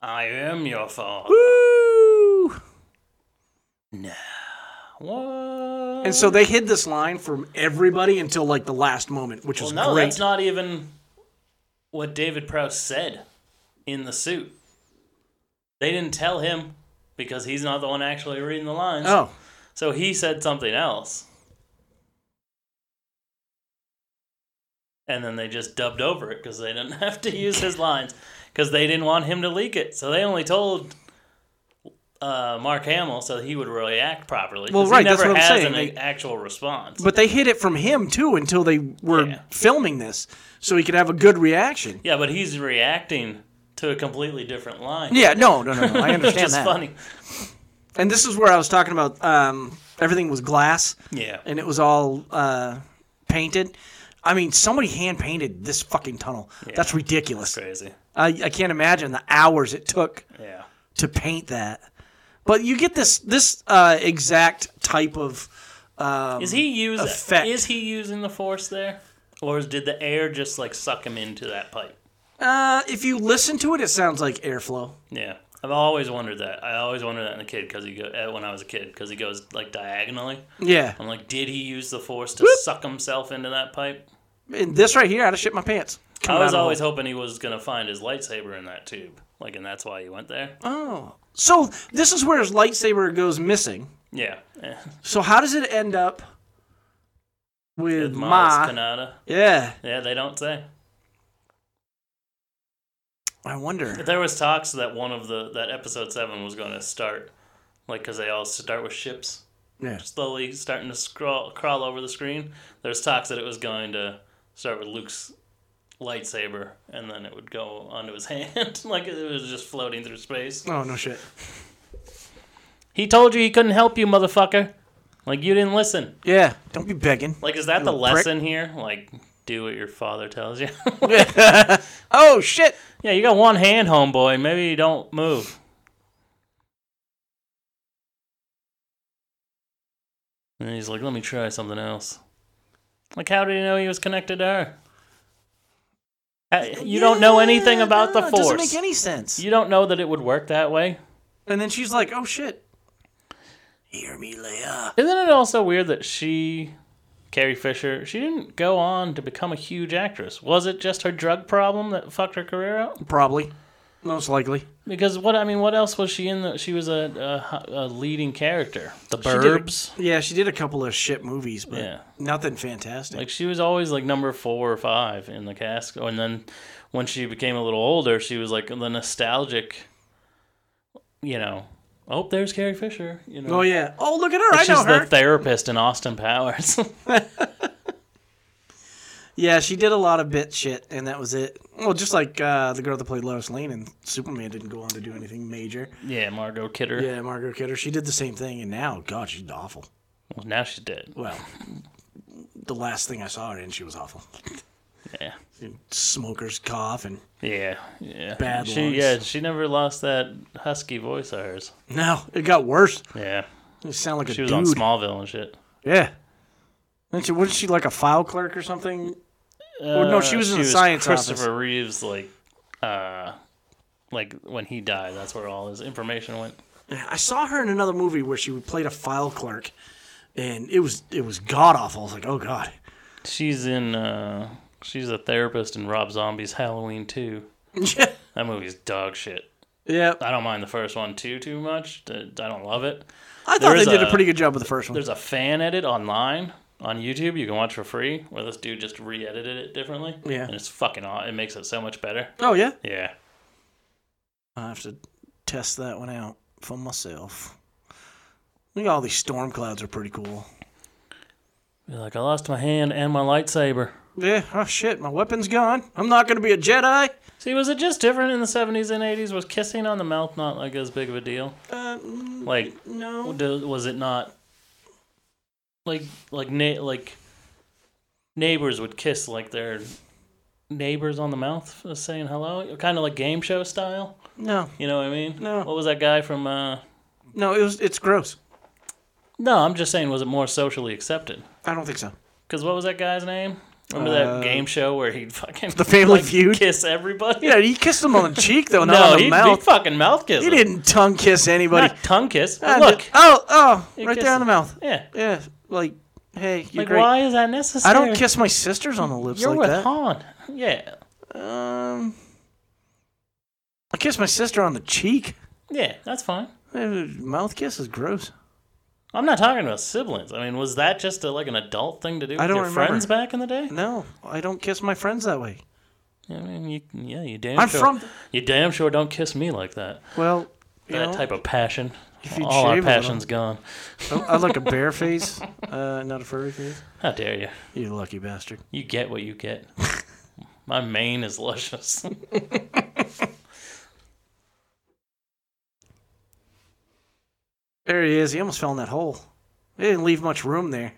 I am your father. Woo! What? And so they hid this line from everybody until like the last moment, which well, was no, great. that's not even what David Prowse said in the suit. They didn't tell him because he's not the one actually reading the lines. Oh, So he said something else. And then they just dubbed over it because they didn't have to use his lines because they didn't want him to leak it. So they only told uh, Mark Hamill so he would react properly. 'cause Well, he right, that's never what I'm has saying. an They- actual response. but they hid it from him too until they were Yeah. filming this, so he could have a good reaction. yeah, but he's reacting to a completely different line. Yeah, no, no, no, no I which understand is that. funny. And this is where I was talking about um, everything was glass. Yeah. and it was all uh, painted. I mean, somebody hand painted this fucking tunnel. That's ridiculous. Crazy. I, I can't imagine the hours it took Yeah. to paint that. But you get this this uh, exact type of. Um, Is he using? effect. Is he using the force there, or did the air just like suck him into that pipe? uh, if you listen to it, it sounds like airflow. Yeah, I've always wondered that. I always wondered that in a kid because he go uh, when I was a kid because he goes like diagonally. Yeah. I'm like, did he use the force to suck himself into that pipe? And this right here, I'd have shit my pants. Come I was out of- always hoping he was gonna find his lightsaber in that tube, like, and that's why he went there. Oh. So this is where his lightsaber goes missing. Yeah, Eh. yeah. So how does it end up with Miles Ma? Kanata. yeah. Yeah, they don't say. I wonder. There was talks that one of the that episode seven was gonna start, like, because they all start with ships. Yeah. slowly starting to scroll, crawl over the screen. There's talks that it was going to start with Luke's lightsaber, and then it would go onto his hand, like it was just floating through space. Oh no shit. He told you he couldn't help you, motherfucker. Like you didn't listen. Yeah. Don't be begging. Like is that the little prick. lesson here? Like do what your father tells you. oh shit. yeah, you got one hand, homeboy. Maybe you don't move. And he's like, "Let me try something else." Like, how did he know he was connected to her? Uh, You don't know anything Yeah, about no, the it Doesn't force. make any sense. you don't know that it would work that way. And then she's like, "Oh shit." Hear me, Leia. Isn't it also weird that she, Carrie Fisher, she didn't go on to become a huge actress? Was it just her drug problem that fucked her career out? Probably. Most likely. Because what I mean, what else was she in? The, she was a, a ho- a leading character. The She did a- Burbs. yeah, she did a couple of shit movies, but Yeah. nothing fantastic. Like she was always like number four or five in the cast, and then when she became a little older, she was like the nostalgic. You know, oh, there's Carrie Fisher. You know, oh yeah. Oh look at her. I know she's her. the therapist in Austin Powers. yeah, she did a lot of bit shit, and that was it. Well, just like uh, the girl that played Lois Lane and Superman didn't go on to do anything major. yeah, Margot Kidder. Yeah, Margaret Kidder. She did the same thing, and now, God, she's awful. Well, now she's dead. Well, the last thing I saw her in, she was awful. Yeah. Smoker's cough and Yeah, yeah. Bad she, lungs. Yeah, she never lost that husky voice of hers. no, it got worse. Yeah, You sound like a she was dude. on Smallville and shit. Yeah. And she, wasn't she like a file clerk or something? Well, no, she was in the science Uh, Christopher office. Reeves, like, uh, like when he died, that's where all his information went. Yeah, I saw her in another movie where she played a file clerk, and it was it was god awful. I was like, oh god. She's in. uh She's a therapist in Rob Zombie's Halloween 2. Yeah. That movie's dog shit. Yeah, I don't mind the first one too too much. I don't love it. I thought they is did a, a- pretty good job with the first one. There's a fan edit online on YouTube you can watch for free where this dude just re-edited it differently. Yeah. and it's fucking. aw- It makes it so much better. Oh yeah, Yeah. I have to test that one out for myself. Look, at all these storm clouds are pretty cool. Be like, I lost my hand and my lightsaber. Yeah. Oh shit, my weapon's gone. I'm not gonna be a Jedi. See, was it just different in the 70s and 80s? Was kissing on the mouth not like as big of a deal? Uh, mm, Like, no. do- was it not like like na- like neighbors would kiss like their neighbors on the mouth uh, saying hello, kind of like game show style? No. You know what I mean? No. What was that guy from uh No, it was it's gross. No, I'm just saying was it more socially accepted? I don't think so. Cuz what was that guy's name? Remember Uh, that game show where he'd fucking The Family like, Feud? kiss everybody? Yeah, he kissed him on the cheek though, not No, on the he, he mouth. fucking mouth kissed. He him. didn't tongue kiss anybody. Not tongue kiss. Ah, Look, d- Oh, oh, right kissed there on the him. mouth. yeah. Yeah, like, hey, you're Like, great. why is that necessary? I don't kiss my sisters on the lips You're like with that. Han. Yeah. Um, I kiss my sister on the cheek. Yeah, that's fine. Eh, Mouth kiss is gross. I'm not talking about siblings. I mean, was that just a, like an adult thing to do with I don't your remember. friends back in the day? No, I don't kiss my friends that way. I mean, you, yeah, you damn I'm sure. from- You damn sure don't kiss me like that. Well, you That know, type of passion. you'd All our shave a little. passion's gone. I like a bare face, uh, not a furry face. How dare you? You lucky bastard. You get what you get. My mane is luscious. There he is. He almost fell in that hole. They didn't leave much room there.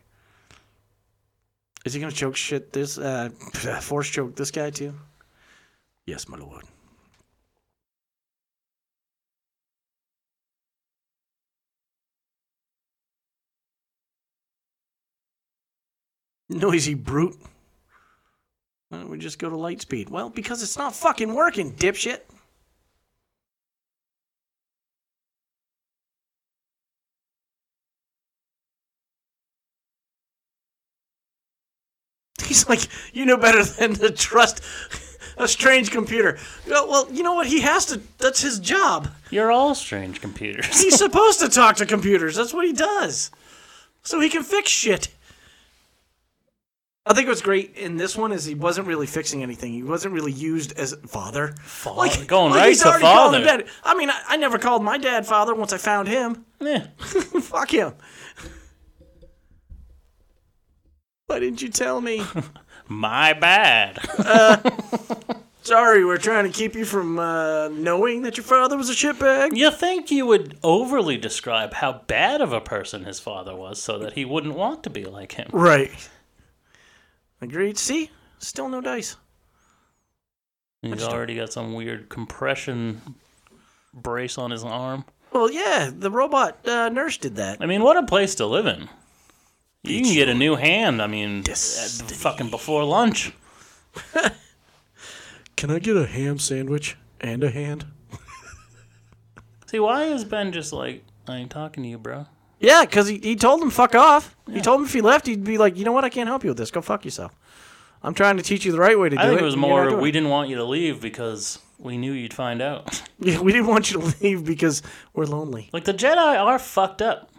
Is he gonna choke shit this uh force choke this guy too? Yes, my lord. Noisy brute. Why don't we just go to light speed? Well, because it's not fucking working, dipshit. He's like, you know better than to trust a strange computer. Well, well, you know what? He has to. That's his job. You're all strange computers. He's supposed to talk to computers. That's what he does. So he can fix shit. I think what's great in this one is he wasn't really fixing anything. He wasn't really used as father. Father, going right to father. I mean, I, I never called my dad father once I found him. yeah. Fuck him. Why didn't you tell me? My bad. Sorry, we're trying to keep you from uh, knowing that your father was a shitbag. you think you would overly describe how bad of a person his father was so that he wouldn't want to be like him. Right. Agreed. See? Still no dice. He's already got some weird compression brace on his arm. Well, yeah, the robot uh, nurse did that. I mean, what a place to live in. You can get a new hand, I mean, Destiny. at the fucking before lunch. Can I get a ham sandwich and a hand? See, why is Ben just like, I ain't talking to you, bro? Yeah, because he, he told him fuck off. He told him if he left, he'd be like, you know what? I can't help you with this. Go fuck yourself. I'm trying to teach you the right way to do I it. think it was and you're not more, doing we it." didn't want you to leave because we knew you'd find out. Yeah, we didn't want you to leave because we're lonely. Like, the Jedi are fucked up.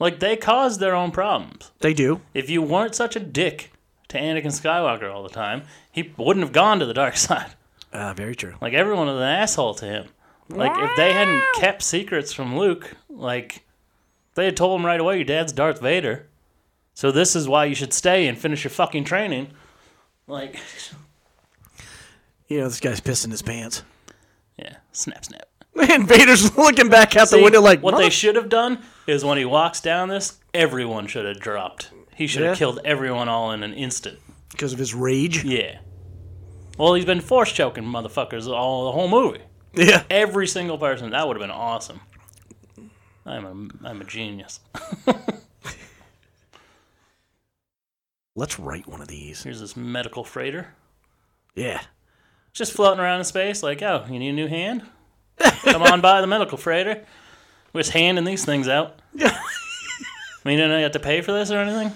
Like, they caused their own problems. They do. If you weren't such a dick to Anakin Skywalker all the time, he wouldn't have gone to the dark side. Uh, very true. Like everyone was an asshole to him. Like if they hadn't kept secrets from Luke, like they had told him right away, your dad's Darth Vader. So this is why you should stay and finish your fucking training. Like You know, this guy's pissing his pants. Yeah, snap snap. Man, Vader's looking back out the See, window like, what "Mother- they should have done is when he walks down this, everyone should have dropped. He should Yeah. have killed everyone all in an instant. because of his rage. Yeah. Well, he's been force choking motherfuckers all the whole movie. Yeah. Every single person. That would have been awesome. I'm a I'm a genius. Let's write one of these. Here's this medical freighter. Yeah. Just floating around in space, like, oh, you need a new hand? Come on by the medical freighter. We're just handing these things out. Yeah. I mean, you don't have to pay for this or anything?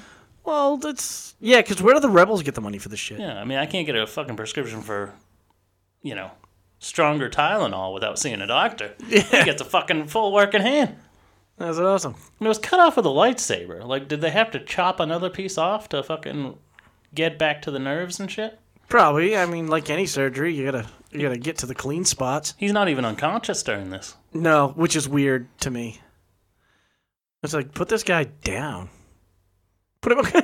Well, that's yeah. Because where do the rebels get the money for this shit? Yeah, I mean, I can't get a fucking prescription for, you know, stronger Tylenol without seeing a doctor. He gets a fucking full working hand. That's awesome. And it was cut off with a lightsaber. Like, did they have to chop another piece off to fucking get back to the nerves and shit? Probably. I mean, like any surgery, you gotta you gotta get to the clean spots. He's not even unconscious during this. No, which is weird to me. It's like put this guy down. Put him.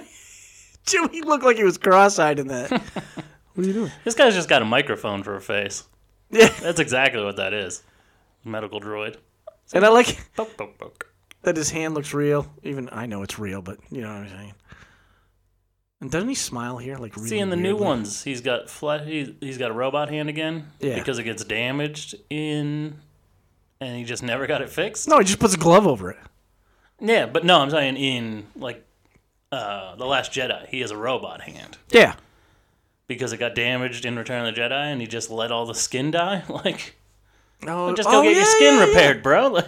Jimmy looked like he was cross-eyed in that. what are you doing? This guy's just got a microphone for a face. Yeah. That's exactly what that is. Medical droid. And I like Poke, poke, poke. that his hand looks real. Even I know it's real, but you know what I'm saying. And doesn't he smile here? Like really See, in the new weirdly? ones, he's got fle- he, he's got a robot hand again Yeah. because it gets damaged in, and he just never got it fixed. No, he just puts a glove over it. Yeah, but no, I'm saying in like uh, the Last Jedi, he has a robot hand Yeah. because it got damaged in Return of the Jedi, and he just let all the skin die. Like, No, just go get your skin repaired, bro. Like,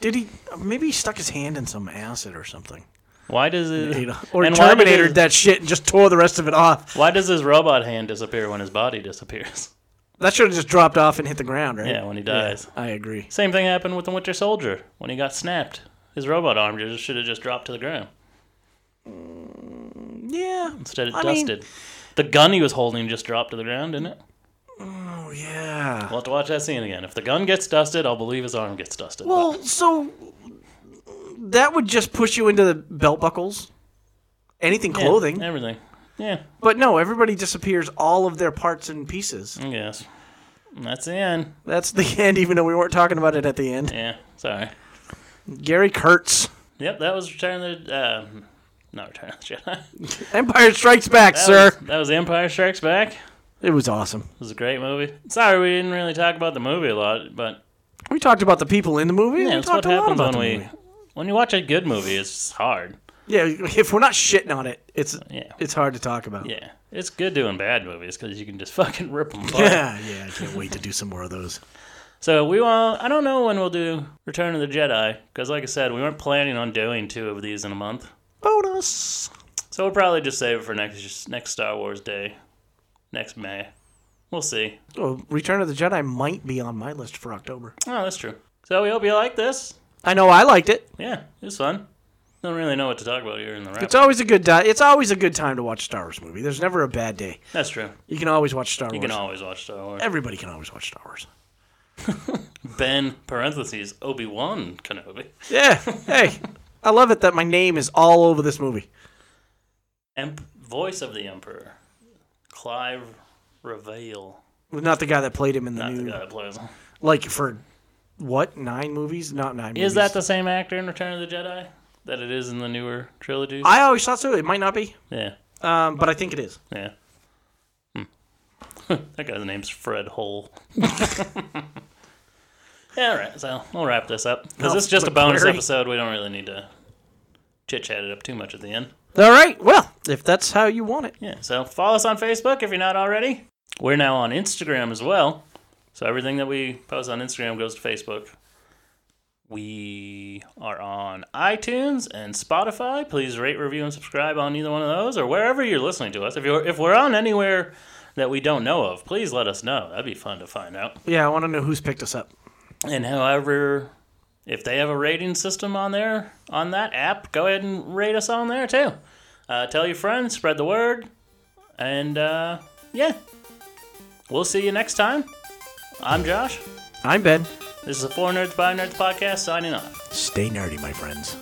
Did he? uh, Maybe he stuck his hand in some acid or something. why does it? Or and why did Terminator his- that shit and just tore the rest of it off. Why does his robot hand disappear when his body disappears? That should have just dropped off and hit the ground, right? Yeah, when he dies. I agree. Same thing happened with the Winter Soldier when he got snapped. His robot arm just should have just dropped to the ground. Yeah. Instead, it I mean- dusted. the gun he was holding just dropped to the ground, didn't it? Oh, yeah. We'll have to watch that scene again. If the gun gets dusted, I'll believe his arm gets dusted. Well, so that would just push you into the belt buckles, anything Yeah, clothing. everything. Yeah, But no, everybody disappears all of their parts and pieces. I guess. And that's the end. That's the end, even though we weren't talking about it at the end. Yeah, sorry. Gary Kurtz, Yep, that was Return of the. Um, not Return of the Jedi. Empire Strikes Back, That sir. was- that was Empire Strikes Back. It It was awesome. was a great movie. Sorry, we didn't really talk about the movie a lot, but We talked about the people in the movie. and yeah, we that's what talked a lot happens about when the we. movie. When you watch a good movie, it's hard. Yeah, if we're not shitting on it, it's Yeah. it's hard to talk about. Yeah, it's good doing bad movies because you can just fucking rip them apart. yeah, yeah, I can't wait to do some more of those. So we will. I don't know when we'll do Return of the Jedi because, like I said, we weren't planning on doing two of these in a month. Bonus. So we'll probably just save it for next just next Star Wars Day, next May. We'll see. Oh, Return of the Jedi might be on my list for October. Oh, that's true. So we hope you like this. I know I liked it. Yeah, it was fun. Don't really know what to talk about here in the wrap. It's always a good di- it's always a good time to watch a Star Wars movie. There's never a bad day. That's true. You can always watch Star You Wars. can always watch Star Wars. Everybody can always watch Star Wars. Ben parentheses Obi Wan Kenobi. Yeah. hey, I love it that my name is all over this movie. Emp- voice of the Emperor, Clive Revale. Not the guy that played him in the Not new the guy that plays him. like for what nine movies? Not nine. movies. Is that the same actor in Return of the Jedi that it is in the newer trilogies? I always thought so. It might not be, yeah, um, but I think it is. yeah. Hmm. that guy's name's Fred Hole. yeah, all right. So we'll wrap this up because No, it's just a but bonus Larry- episode. We don't really need to chit chat it up too much at the end. All right. Well, if that's how you want it, Yeah. So follow us on Facebook if you're not already. We're now on Instagram as well. So everything that we post on Instagram goes to Facebook. We are on iTunes and Spotify. Please rate, review, and subscribe on either one of those or wherever you're listening to us. If you're if we're on anywhere that we don't know of, please let us know. That'd be fun to find out. yeah, I want to know who's picked us up. And however, if they have a rating system on there on that app, go ahead and rate us on there too. Uh, tell your friends, spread the word, and uh, yeah, we'll see you next time. I'm Josh. I'm Ben. This is a Four Nerds by Nerds podcast signing off. Stay nerdy, my friends.